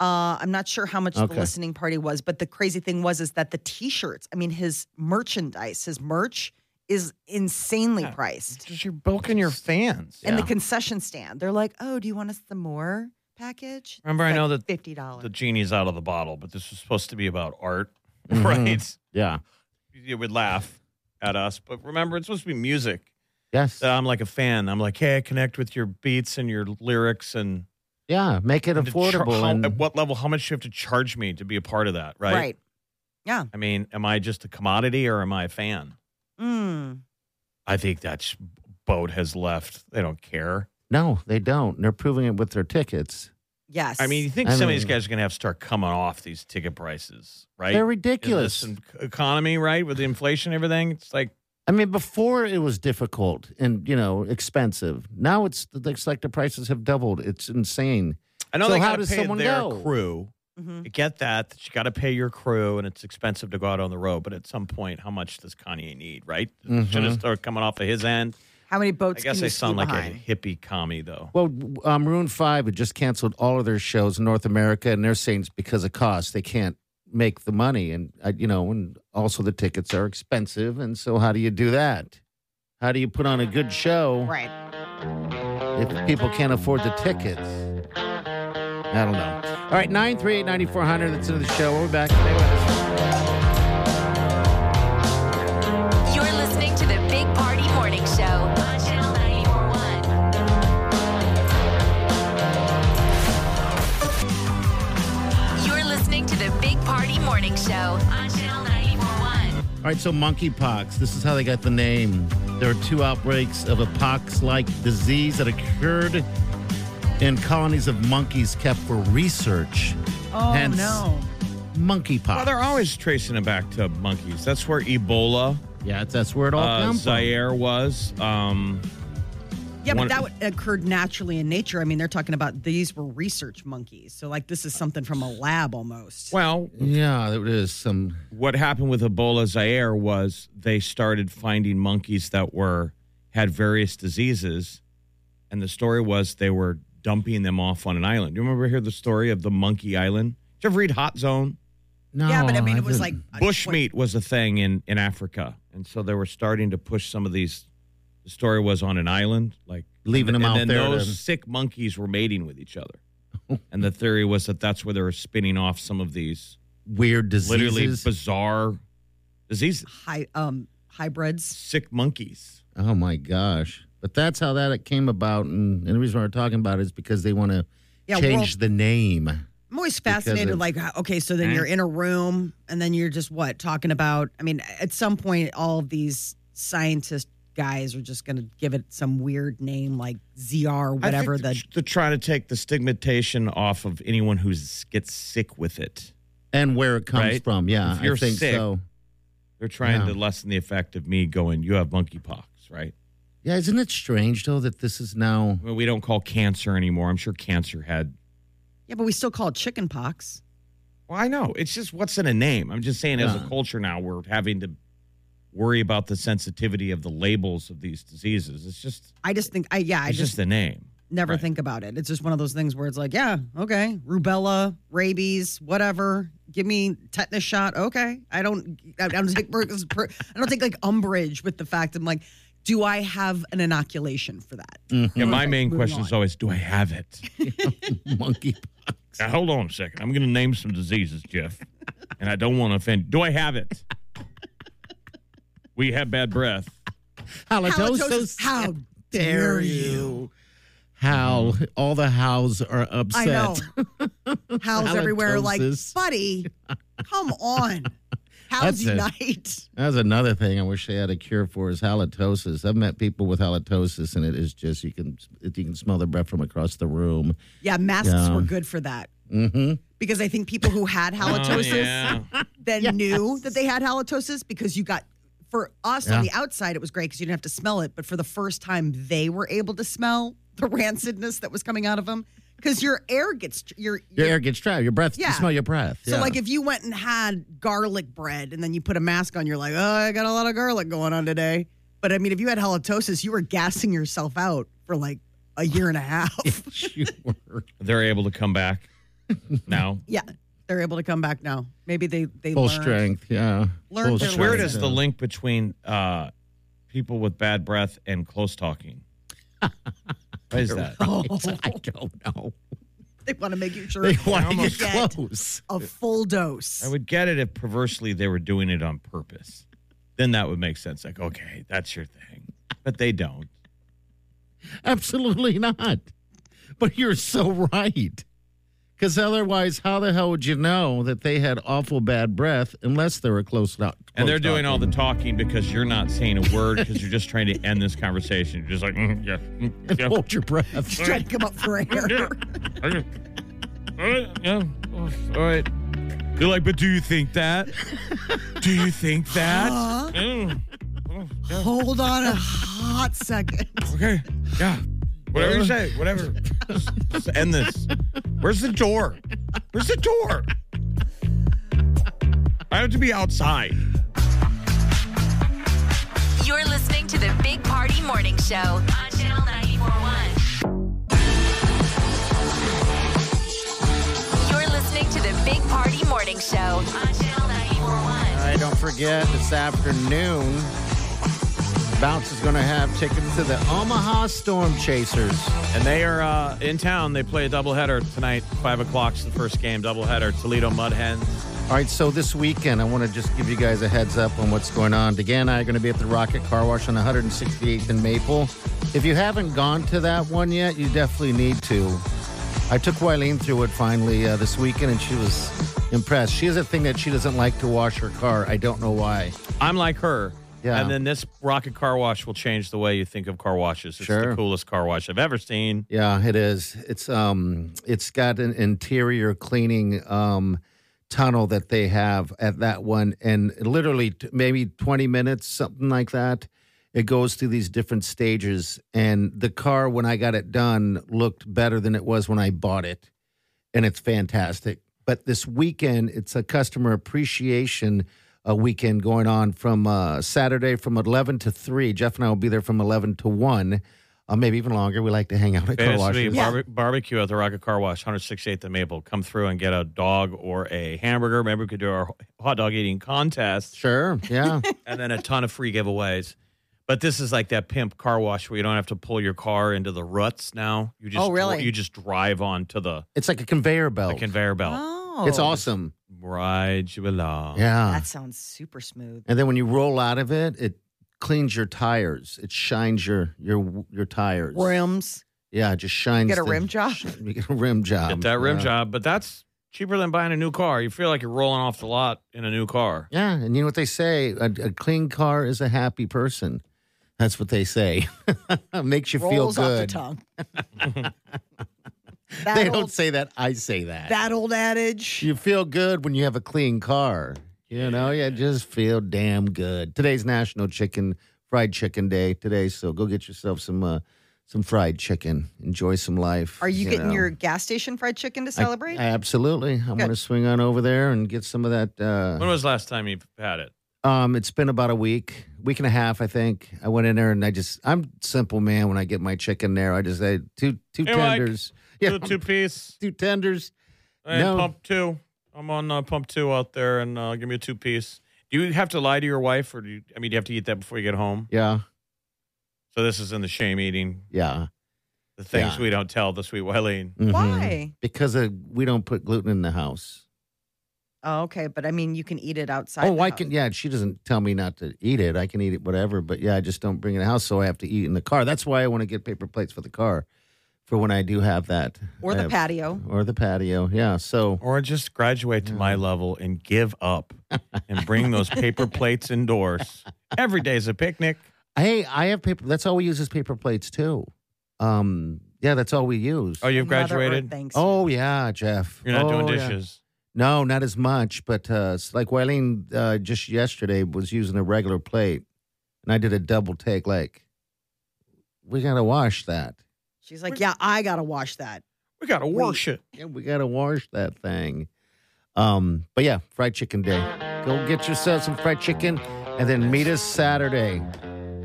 [SPEAKER 5] Uh, I'm not sure how much the
[SPEAKER 3] Okay.
[SPEAKER 5] listening party was, but the crazy thing was is that the T-shirts. I mean, his merchandise, his merch is insanely
[SPEAKER 4] Yeah.
[SPEAKER 5] priced,
[SPEAKER 4] Just you're bilking your fans.
[SPEAKER 5] and the
[SPEAKER 3] Yeah.
[SPEAKER 5] concession stand. They're like, "Oh, do you want us the more package?"
[SPEAKER 4] Remember, I
[SPEAKER 5] It's
[SPEAKER 4] know
[SPEAKER 5] like
[SPEAKER 4] that
[SPEAKER 5] fifty dollars.
[SPEAKER 4] the genie's out of the bottle, but this was supposed to be about art,
[SPEAKER 3] Mhm.
[SPEAKER 4] Mm-hmm. right?
[SPEAKER 3] Yeah.
[SPEAKER 4] You would laugh at us, but remember, it's supposed to be music.
[SPEAKER 3] Yes.
[SPEAKER 4] that I'm like a fan. I'm like, hey, I connect with your beats and your lyrics and
[SPEAKER 3] yeah. Make it
[SPEAKER 4] and to char-
[SPEAKER 3] affordable.
[SPEAKER 4] how-
[SPEAKER 3] and,
[SPEAKER 4] at what level? How much do you have to charge me to be a part of that? Right?
[SPEAKER 5] right? Yeah.
[SPEAKER 4] I mean, am I just a commodity or am I a fan?
[SPEAKER 5] Mm.
[SPEAKER 4] I think that's boat has left. They don't care.
[SPEAKER 3] no, they don't. And they're proving it with their tickets.
[SPEAKER 5] Yes.
[SPEAKER 4] I mean, you think
[SPEAKER 3] I
[SPEAKER 4] some of these
[SPEAKER 3] mean-
[SPEAKER 4] guys are going to have to start coming off these ticket prices, right?
[SPEAKER 3] They're
[SPEAKER 4] In this
[SPEAKER 3] ridiculous.
[SPEAKER 4] en- economy, right? With the inflation, and everything. It's like
[SPEAKER 3] I mean, before it was difficult and you know expensive. Now it's it's like the prices have doubled. It's insane.
[SPEAKER 4] I know
[SPEAKER 3] So
[SPEAKER 4] they
[SPEAKER 3] how
[SPEAKER 4] got to
[SPEAKER 3] does
[SPEAKER 4] pay
[SPEAKER 3] someone
[SPEAKER 4] their
[SPEAKER 3] go?
[SPEAKER 4] crew.
[SPEAKER 5] Mhm.
[SPEAKER 4] I get that, that you got to pay your crew and it's expensive to go out on the road. But at some point, how much does Kanye need, right? Should
[SPEAKER 3] Mm-hmm.
[SPEAKER 4] it start coming off of his end?
[SPEAKER 5] how many boats?
[SPEAKER 4] I guess
[SPEAKER 5] can
[SPEAKER 4] I
[SPEAKER 5] you
[SPEAKER 4] sound
[SPEAKER 5] see
[SPEAKER 4] like
[SPEAKER 5] behind?
[SPEAKER 4] a hippie commie, though.
[SPEAKER 3] Well, um, Maroon Five had just canceled all of their shows in North America, and they're saying it's because of cost. They can't make the money, and uh, you know, and also the tickets are expensive. And so, how do you do that? How do you put on a good show
[SPEAKER 5] right.
[SPEAKER 3] if people can't afford the tickets? I don't know. All right, nine three eight ninety four hundred. That's into the show. We're back. Stay with us.
[SPEAKER 2] You're listening to the Big Party Morning Show on Channel 941. You're listening to the Big Party Morning Show on Channel 941.
[SPEAKER 3] All right, so monkeypox. This is how they got the name. There were two outbreaks of a pox like disease that occurred in colonies of monkeys kept for research.
[SPEAKER 5] Oh
[SPEAKER 3] Hence,
[SPEAKER 5] no.
[SPEAKER 3] monkeypox.
[SPEAKER 4] Well, they're always tracing it back to monkeys. That's where Ebola,
[SPEAKER 3] yeah, it's- that's where it all
[SPEAKER 4] uh,
[SPEAKER 3] comes from.
[SPEAKER 4] Zaire was. Um,
[SPEAKER 5] Yeah,
[SPEAKER 4] One-
[SPEAKER 5] but that would- occurred naturally in nature. I mean, they're talking about these were research monkeys. So, like, this is something from a lab almost.
[SPEAKER 4] well,
[SPEAKER 3] Yeah, there is some.
[SPEAKER 4] what happened with Ebola Zaire was they started finding monkeys that were had various diseases, and the story was they were dumping them off on an island. Do you remember hear the story of the monkey island? Did you ever read Hot Zone?
[SPEAKER 3] No,
[SPEAKER 5] yeah, but I mean, it was
[SPEAKER 3] didn't.
[SPEAKER 5] like
[SPEAKER 4] Bushmeat was a thing in in Africa, and so they were starting to push some of these. The story was on an island, like
[SPEAKER 3] Leaving
[SPEAKER 4] and
[SPEAKER 3] them out
[SPEAKER 4] then
[SPEAKER 3] there
[SPEAKER 4] Those
[SPEAKER 3] to-
[SPEAKER 4] sick monkeys were mating with each other, and the theory was that that's where they were spinning off some of these
[SPEAKER 3] weird
[SPEAKER 4] literally
[SPEAKER 3] diseases.
[SPEAKER 4] bizarre diseases.
[SPEAKER 5] high, um, hybrids.
[SPEAKER 4] sick monkeys.
[SPEAKER 3] oh my gosh! But that's how that came about, and, and the reason why we're talking about it is because they want to
[SPEAKER 5] Yeah,
[SPEAKER 3] change
[SPEAKER 5] world-
[SPEAKER 3] the name.
[SPEAKER 5] I'm always
[SPEAKER 3] Because
[SPEAKER 5] fascinated.
[SPEAKER 3] of-
[SPEAKER 5] like, okay, so then
[SPEAKER 4] Eh?
[SPEAKER 5] you're in a room, and then you're just what talking about? I mean, at some point, all of these scientist guys are just going to give it some weird name like ZR, whatever.
[SPEAKER 4] I
[SPEAKER 5] The
[SPEAKER 4] think to try to take the stigmatization off of anyone who gets sick with it.
[SPEAKER 3] and where it comes
[SPEAKER 4] Right?
[SPEAKER 3] from. Yeah,
[SPEAKER 4] If you're
[SPEAKER 3] I think
[SPEAKER 4] sick-
[SPEAKER 3] so.
[SPEAKER 4] They're trying
[SPEAKER 3] Yeah.
[SPEAKER 4] to lessen the effect of me going, "You have monkeypox," right?
[SPEAKER 3] Yeah, isn't it strange though that this is now?
[SPEAKER 4] Well, we don't call cancer anymore. I'm sure cancer had.
[SPEAKER 5] yeah, but we still call it chicken pox.
[SPEAKER 4] Well, I know. It's just what's in a name. I'm just saying, as a
[SPEAKER 3] Yeah.
[SPEAKER 4] culture now, we're having to worry about the sensitivity of the labels of these diseases. It's just,
[SPEAKER 5] I just think, I yeah, I
[SPEAKER 4] it's
[SPEAKER 5] just
[SPEAKER 4] just, the name.
[SPEAKER 5] never
[SPEAKER 4] Right.
[SPEAKER 5] think about it. It's just one of those things where it's like, yeah, okay, rubella, rabies, whatever. Give me tetanus shot. Okay, I don't. I don't take. I don't take like umbrage with the fact. I'm like, do I have an inoculation for that?
[SPEAKER 4] Yeah, my main
[SPEAKER 5] moving
[SPEAKER 4] question
[SPEAKER 5] on.
[SPEAKER 4] is always, do I have it?
[SPEAKER 5] Mm-hmm.
[SPEAKER 3] monkey.
[SPEAKER 4] Now, hold on a second. I'm going to name some diseases, Jeff, and I don't want to offend. Do I have it? we have bad breath.
[SPEAKER 3] Halitosis.
[SPEAKER 5] How dare you? Mm-hmm.
[SPEAKER 3] How all the hows are
[SPEAKER 5] I
[SPEAKER 3] upset.
[SPEAKER 5] know. Howls everywhere. Like,
[SPEAKER 3] Halitosis.
[SPEAKER 5] buddy, come on.
[SPEAKER 3] That's
[SPEAKER 5] How's
[SPEAKER 3] it.
[SPEAKER 5] unite?
[SPEAKER 3] That was another thing I wish they had a cure for is halitosis. I've met people with halitosis, and it is just you can you can smell their breath from across the room.
[SPEAKER 5] Yeah, masks
[SPEAKER 3] Yeah. Oh,
[SPEAKER 5] were good for that
[SPEAKER 3] Mm-hmm.
[SPEAKER 5] because I think people who had halitosis.
[SPEAKER 4] Oh,
[SPEAKER 5] then knew that they had halitosis because you got for us on the
[SPEAKER 3] Yeah.
[SPEAKER 5] outside it was great because you didn't have to smell it but for the first time they were able to smell the rancidness that was coming out of them because your air gets your,
[SPEAKER 3] Your air gets trapped. Your breath.
[SPEAKER 5] Yeah.
[SPEAKER 3] You smell your breath.
[SPEAKER 5] so
[SPEAKER 3] Yeah.
[SPEAKER 5] like if you went and had garlic bread and then you put a mask on you're like oh i got a lot of garlic going on today but i mean if you had halitosis you were gassing yourself out for like a year and a half
[SPEAKER 3] you were
[SPEAKER 4] They're able to come back now.
[SPEAKER 5] yeah they're able to come back now maybe they they
[SPEAKER 3] full
[SPEAKER 5] learned.
[SPEAKER 3] strength. Yeah.
[SPEAKER 5] Learned
[SPEAKER 3] Full
[SPEAKER 5] their
[SPEAKER 3] strength,
[SPEAKER 5] lesson.
[SPEAKER 4] Where does
[SPEAKER 3] yeah.
[SPEAKER 4] the link between uh, people with bad breath and close talking? What is that?
[SPEAKER 5] oh,
[SPEAKER 3] I don't know.
[SPEAKER 5] they want to make you sure
[SPEAKER 3] They want to
[SPEAKER 5] almost
[SPEAKER 3] get
[SPEAKER 5] dead.
[SPEAKER 3] close.
[SPEAKER 5] a full dose
[SPEAKER 4] I would get it if perversely they were doing it on purpose. Then that would make sense. Like, okay, that's your thing. But they don't.
[SPEAKER 3] Absolutely not. But you're so right. Because otherwise, how the hell would you know that they had awful bad breath unless they were close enough?
[SPEAKER 4] And they're doing all the talking because you're not saying a word because you're just trying to end this conversation. You're just like, mm, yeah, mm, yeah,
[SPEAKER 3] Hold your breath.
[SPEAKER 5] trying to come up for air.
[SPEAKER 4] okay. all right, yeah, oh, all right. You're like, but do you think that? Do you think that?
[SPEAKER 5] Huh?
[SPEAKER 4] Mm, oh, yeah,
[SPEAKER 5] Hold on a hot second.
[SPEAKER 4] okay, yeah. Whatever you say, whatever. Just, just end this. Where's the door? Where's the door? I have to be outside.
[SPEAKER 2] You're listening to the Big Party Morning Show on Channel 941. You're listening to the Big Party Morning Show on Channel 941.
[SPEAKER 3] All right, don't forget this afternoon, Bounce is going to have tickets to the Omaha Storm Chasers.
[SPEAKER 4] And they are uh, in town. They play a doubleheader tonight. Five o'clock's the first game. Doubleheader. Toledo Mud Hens.
[SPEAKER 3] All right, so this weekend, I want to just give you guys a heads up on what's going on. DeGan and I are going to be at the Rocket Car Wash on 168th and Maple. If you haven't gone to that one yet, you definitely need to. I took Wileen through it finally uh, this weekend, and she was impressed. She has a thing that she doesn't like to wash her car. I don't know why.
[SPEAKER 4] I'm like her.
[SPEAKER 3] Yeah.
[SPEAKER 4] And then this rocket car wash will change the way you think of car washes. It's the
[SPEAKER 3] Sure.
[SPEAKER 4] coolest car wash I've ever seen.
[SPEAKER 3] Yeah, it is. It's um, it's got an interior cleaning um tunnel that they have at that one, and literally t- maybe 20 minutes, something like that. It goes through these different stages, and the car, when I got it done, looked better than it was when I bought it, and it's fantastic. But this weekend, it's a customer appreciation uh, weekend going on from uh, Saturday from 11 to 3. Jeff and I will be there from 11 to 1, uh, maybe even longer. We like to hang out at car
[SPEAKER 4] It's gonna be
[SPEAKER 3] washes.
[SPEAKER 4] a barbe- barbecue at the Rocket Car Wash, 168th and Maple. Come through and get a dog or a hamburger. Maybe we could do our hot dog eating contest
[SPEAKER 3] Sure, yeah.
[SPEAKER 4] and then a ton of free giveaways. But this is like that pimp car wash where you don't have to pull your car into the ruts now. You just
[SPEAKER 5] Oh, really?
[SPEAKER 4] you just drive onto the,
[SPEAKER 3] It's like a conveyor
[SPEAKER 4] the
[SPEAKER 3] belt.
[SPEAKER 4] conveyor belt. Oh.
[SPEAKER 5] Oh,
[SPEAKER 3] It's awesome.
[SPEAKER 4] Ride you along.
[SPEAKER 3] Yeah.
[SPEAKER 5] That sounds super smooth.
[SPEAKER 3] and then when you roll out of it, it cleans your tires. It shines your your your tires.
[SPEAKER 5] Rims.
[SPEAKER 3] Yeah, it just shines.
[SPEAKER 5] Get a
[SPEAKER 3] the-
[SPEAKER 5] rim job?
[SPEAKER 3] You get a rim job.
[SPEAKER 4] Get that rim
[SPEAKER 3] yeah.
[SPEAKER 4] job, but that's cheaper than buying a new car. You feel like you're rolling off the lot in a new car.
[SPEAKER 3] Yeah, and you know what they say: a, a clean car is a happy person. That's what they say. Makes you feel
[SPEAKER 5] rolls off the
[SPEAKER 3] good.
[SPEAKER 5] tongue.
[SPEAKER 3] they
[SPEAKER 5] that,
[SPEAKER 3] don't
[SPEAKER 5] old,
[SPEAKER 3] say that. I say that.
[SPEAKER 5] that old adage.
[SPEAKER 3] You feel good when you have a clean car. You know, you just feel damn good. Today's National Chicken Fried Chicken Day today, so go get yourself some uh, some fried chicken. Enjoy some life.
[SPEAKER 5] Are you, getting
[SPEAKER 3] know.
[SPEAKER 5] your gas station fried chicken to
[SPEAKER 3] I-
[SPEAKER 5] celebrate?
[SPEAKER 3] I absolutely. I'm
[SPEAKER 5] Good.
[SPEAKER 3] going to swing on over there and get some of that.
[SPEAKER 4] When
[SPEAKER 3] Uh,
[SPEAKER 4] was the last time you had it?
[SPEAKER 3] um, it's been about a week, week and a half, I think. I went in there and I just, I'm simple man. When I get my chicken there, I just say two two
[SPEAKER 4] Hey, Mike.
[SPEAKER 3] tenders,
[SPEAKER 4] Two, two piece
[SPEAKER 3] two tenders.
[SPEAKER 4] and
[SPEAKER 3] No.
[SPEAKER 4] pump two. I'm on uh, pump two out there, and uh, give me a two piece. Do you have to lie to your wife, or do you? I mean, do you have to eat that before you get home?
[SPEAKER 3] Yeah,
[SPEAKER 4] So this is in the shame eating,
[SPEAKER 3] yeah.
[SPEAKER 4] the things
[SPEAKER 3] Yeah.
[SPEAKER 4] we don't tell the sweet Wileen.
[SPEAKER 3] Mhm.
[SPEAKER 5] Why?
[SPEAKER 3] Because uh we don't put gluten in the house.
[SPEAKER 5] Oh, okay. But I mean, you can eat it outside.
[SPEAKER 3] Oh,
[SPEAKER 5] the
[SPEAKER 3] I
[SPEAKER 5] house.
[SPEAKER 3] can. Yeah, she doesn't tell me not to eat it. I can eat it whatever. But yeah, I just don't bring it in the house, so I have to eat in the car. That's why I want to get paper plates for the car, for when I do have that.
[SPEAKER 5] Or
[SPEAKER 3] I
[SPEAKER 5] the
[SPEAKER 3] have-
[SPEAKER 5] patio.
[SPEAKER 3] Or the patio. Yeah. So
[SPEAKER 4] Or just graduate to
[SPEAKER 3] Mm.
[SPEAKER 4] my level and give up and bring those paper plates indoors. Every day's a picnic.
[SPEAKER 3] hey, I have paper. That's all we use is paper plates too. Um. Yeah, that's all we use.
[SPEAKER 4] Oh, you've
[SPEAKER 5] Mother Earth
[SPEAKER 4] graduated?
[SPEAKER 5] thanks you.
[SPEAKER 3] Oh yeah, Jeff.
[SPEAKER 4] You're not doing
[SPEAKER 3] Oh, yeah.
[SPEAKER 4] dishes.
[SPEAKER 3] No, not as much. But uh, it's like Wileen uh, just yesterday was using a regular plate, and I did a double take. Like, we gotta wash that.
[SPEAKER 5] She's like, yeah, I gotta wash that.
[SPEAKER 4] We got to wash it.
[SPEAKER 3] Yeah, we gotta wash that thing. Um, but yeah, fried chicken day. Go get yourself some fried chicken and then meet us Saturday.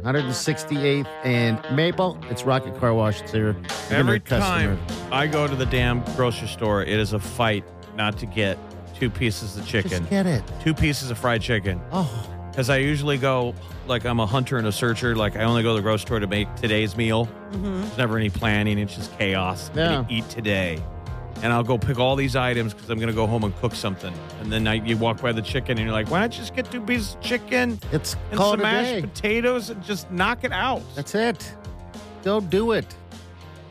[SPEAKER 3] 168th and Maple. It's Rocket Car Wash. It's their
[SPEAKER 4] Every
[SPEAKER 3] their customer.
[SPEAKER 4] time I go to the damn grocery store, it is a fight not to get two pieces of chicken,
[SPEAKER 3] Just get it.
[SPEAKER 4] two pieces of fried chicken.
[SPEAKER 3] Oh,
[SPEAKER 4] Because I usually go like I'm a hunter and a searcher. Like I only go to the grocery store to make today's meal.
[SPEAKER 3] Mm-hmm.
[SPEAKER 4] There's never any planning. It's just chaos. I'm gonna eat today, and I'll go pick all these items because I'm gonna go home and cook something. And then I, you walk by the chicken and you're like, why not just get two pieces of chicken
[SPEAKER 3] it's
[SPEAKER 4] and
[SPEAKER 3] called
[SPEAKER 4] some
[SPEAKER 3] a
[SPEAKER 4] mashed
[SPEAKER 3] day.
[SPEAKER 4] potatoes and just knock it out?
[SPEAKER 3] That's it. Go do it.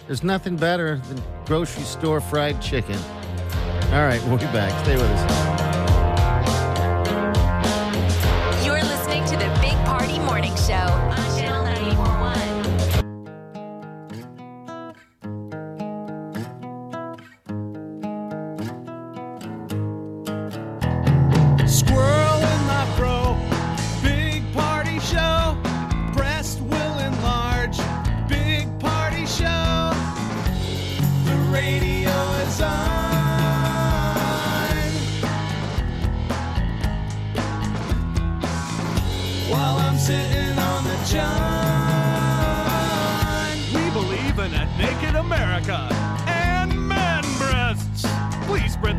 [SPEAKER 3] There's nothing better than grocery store fried chicken. All right, we'll be back. Stay with us.
[SPEAKER 2] You're listening to the Big Party Morning Show on Channel 941.
[SPEAKER 1] Squirrel in my fro. Big party show. Breast will enlarge. Big party show. The radio is on. While I'm sitting on the john. We believe in a naked America and man breasts. Please spread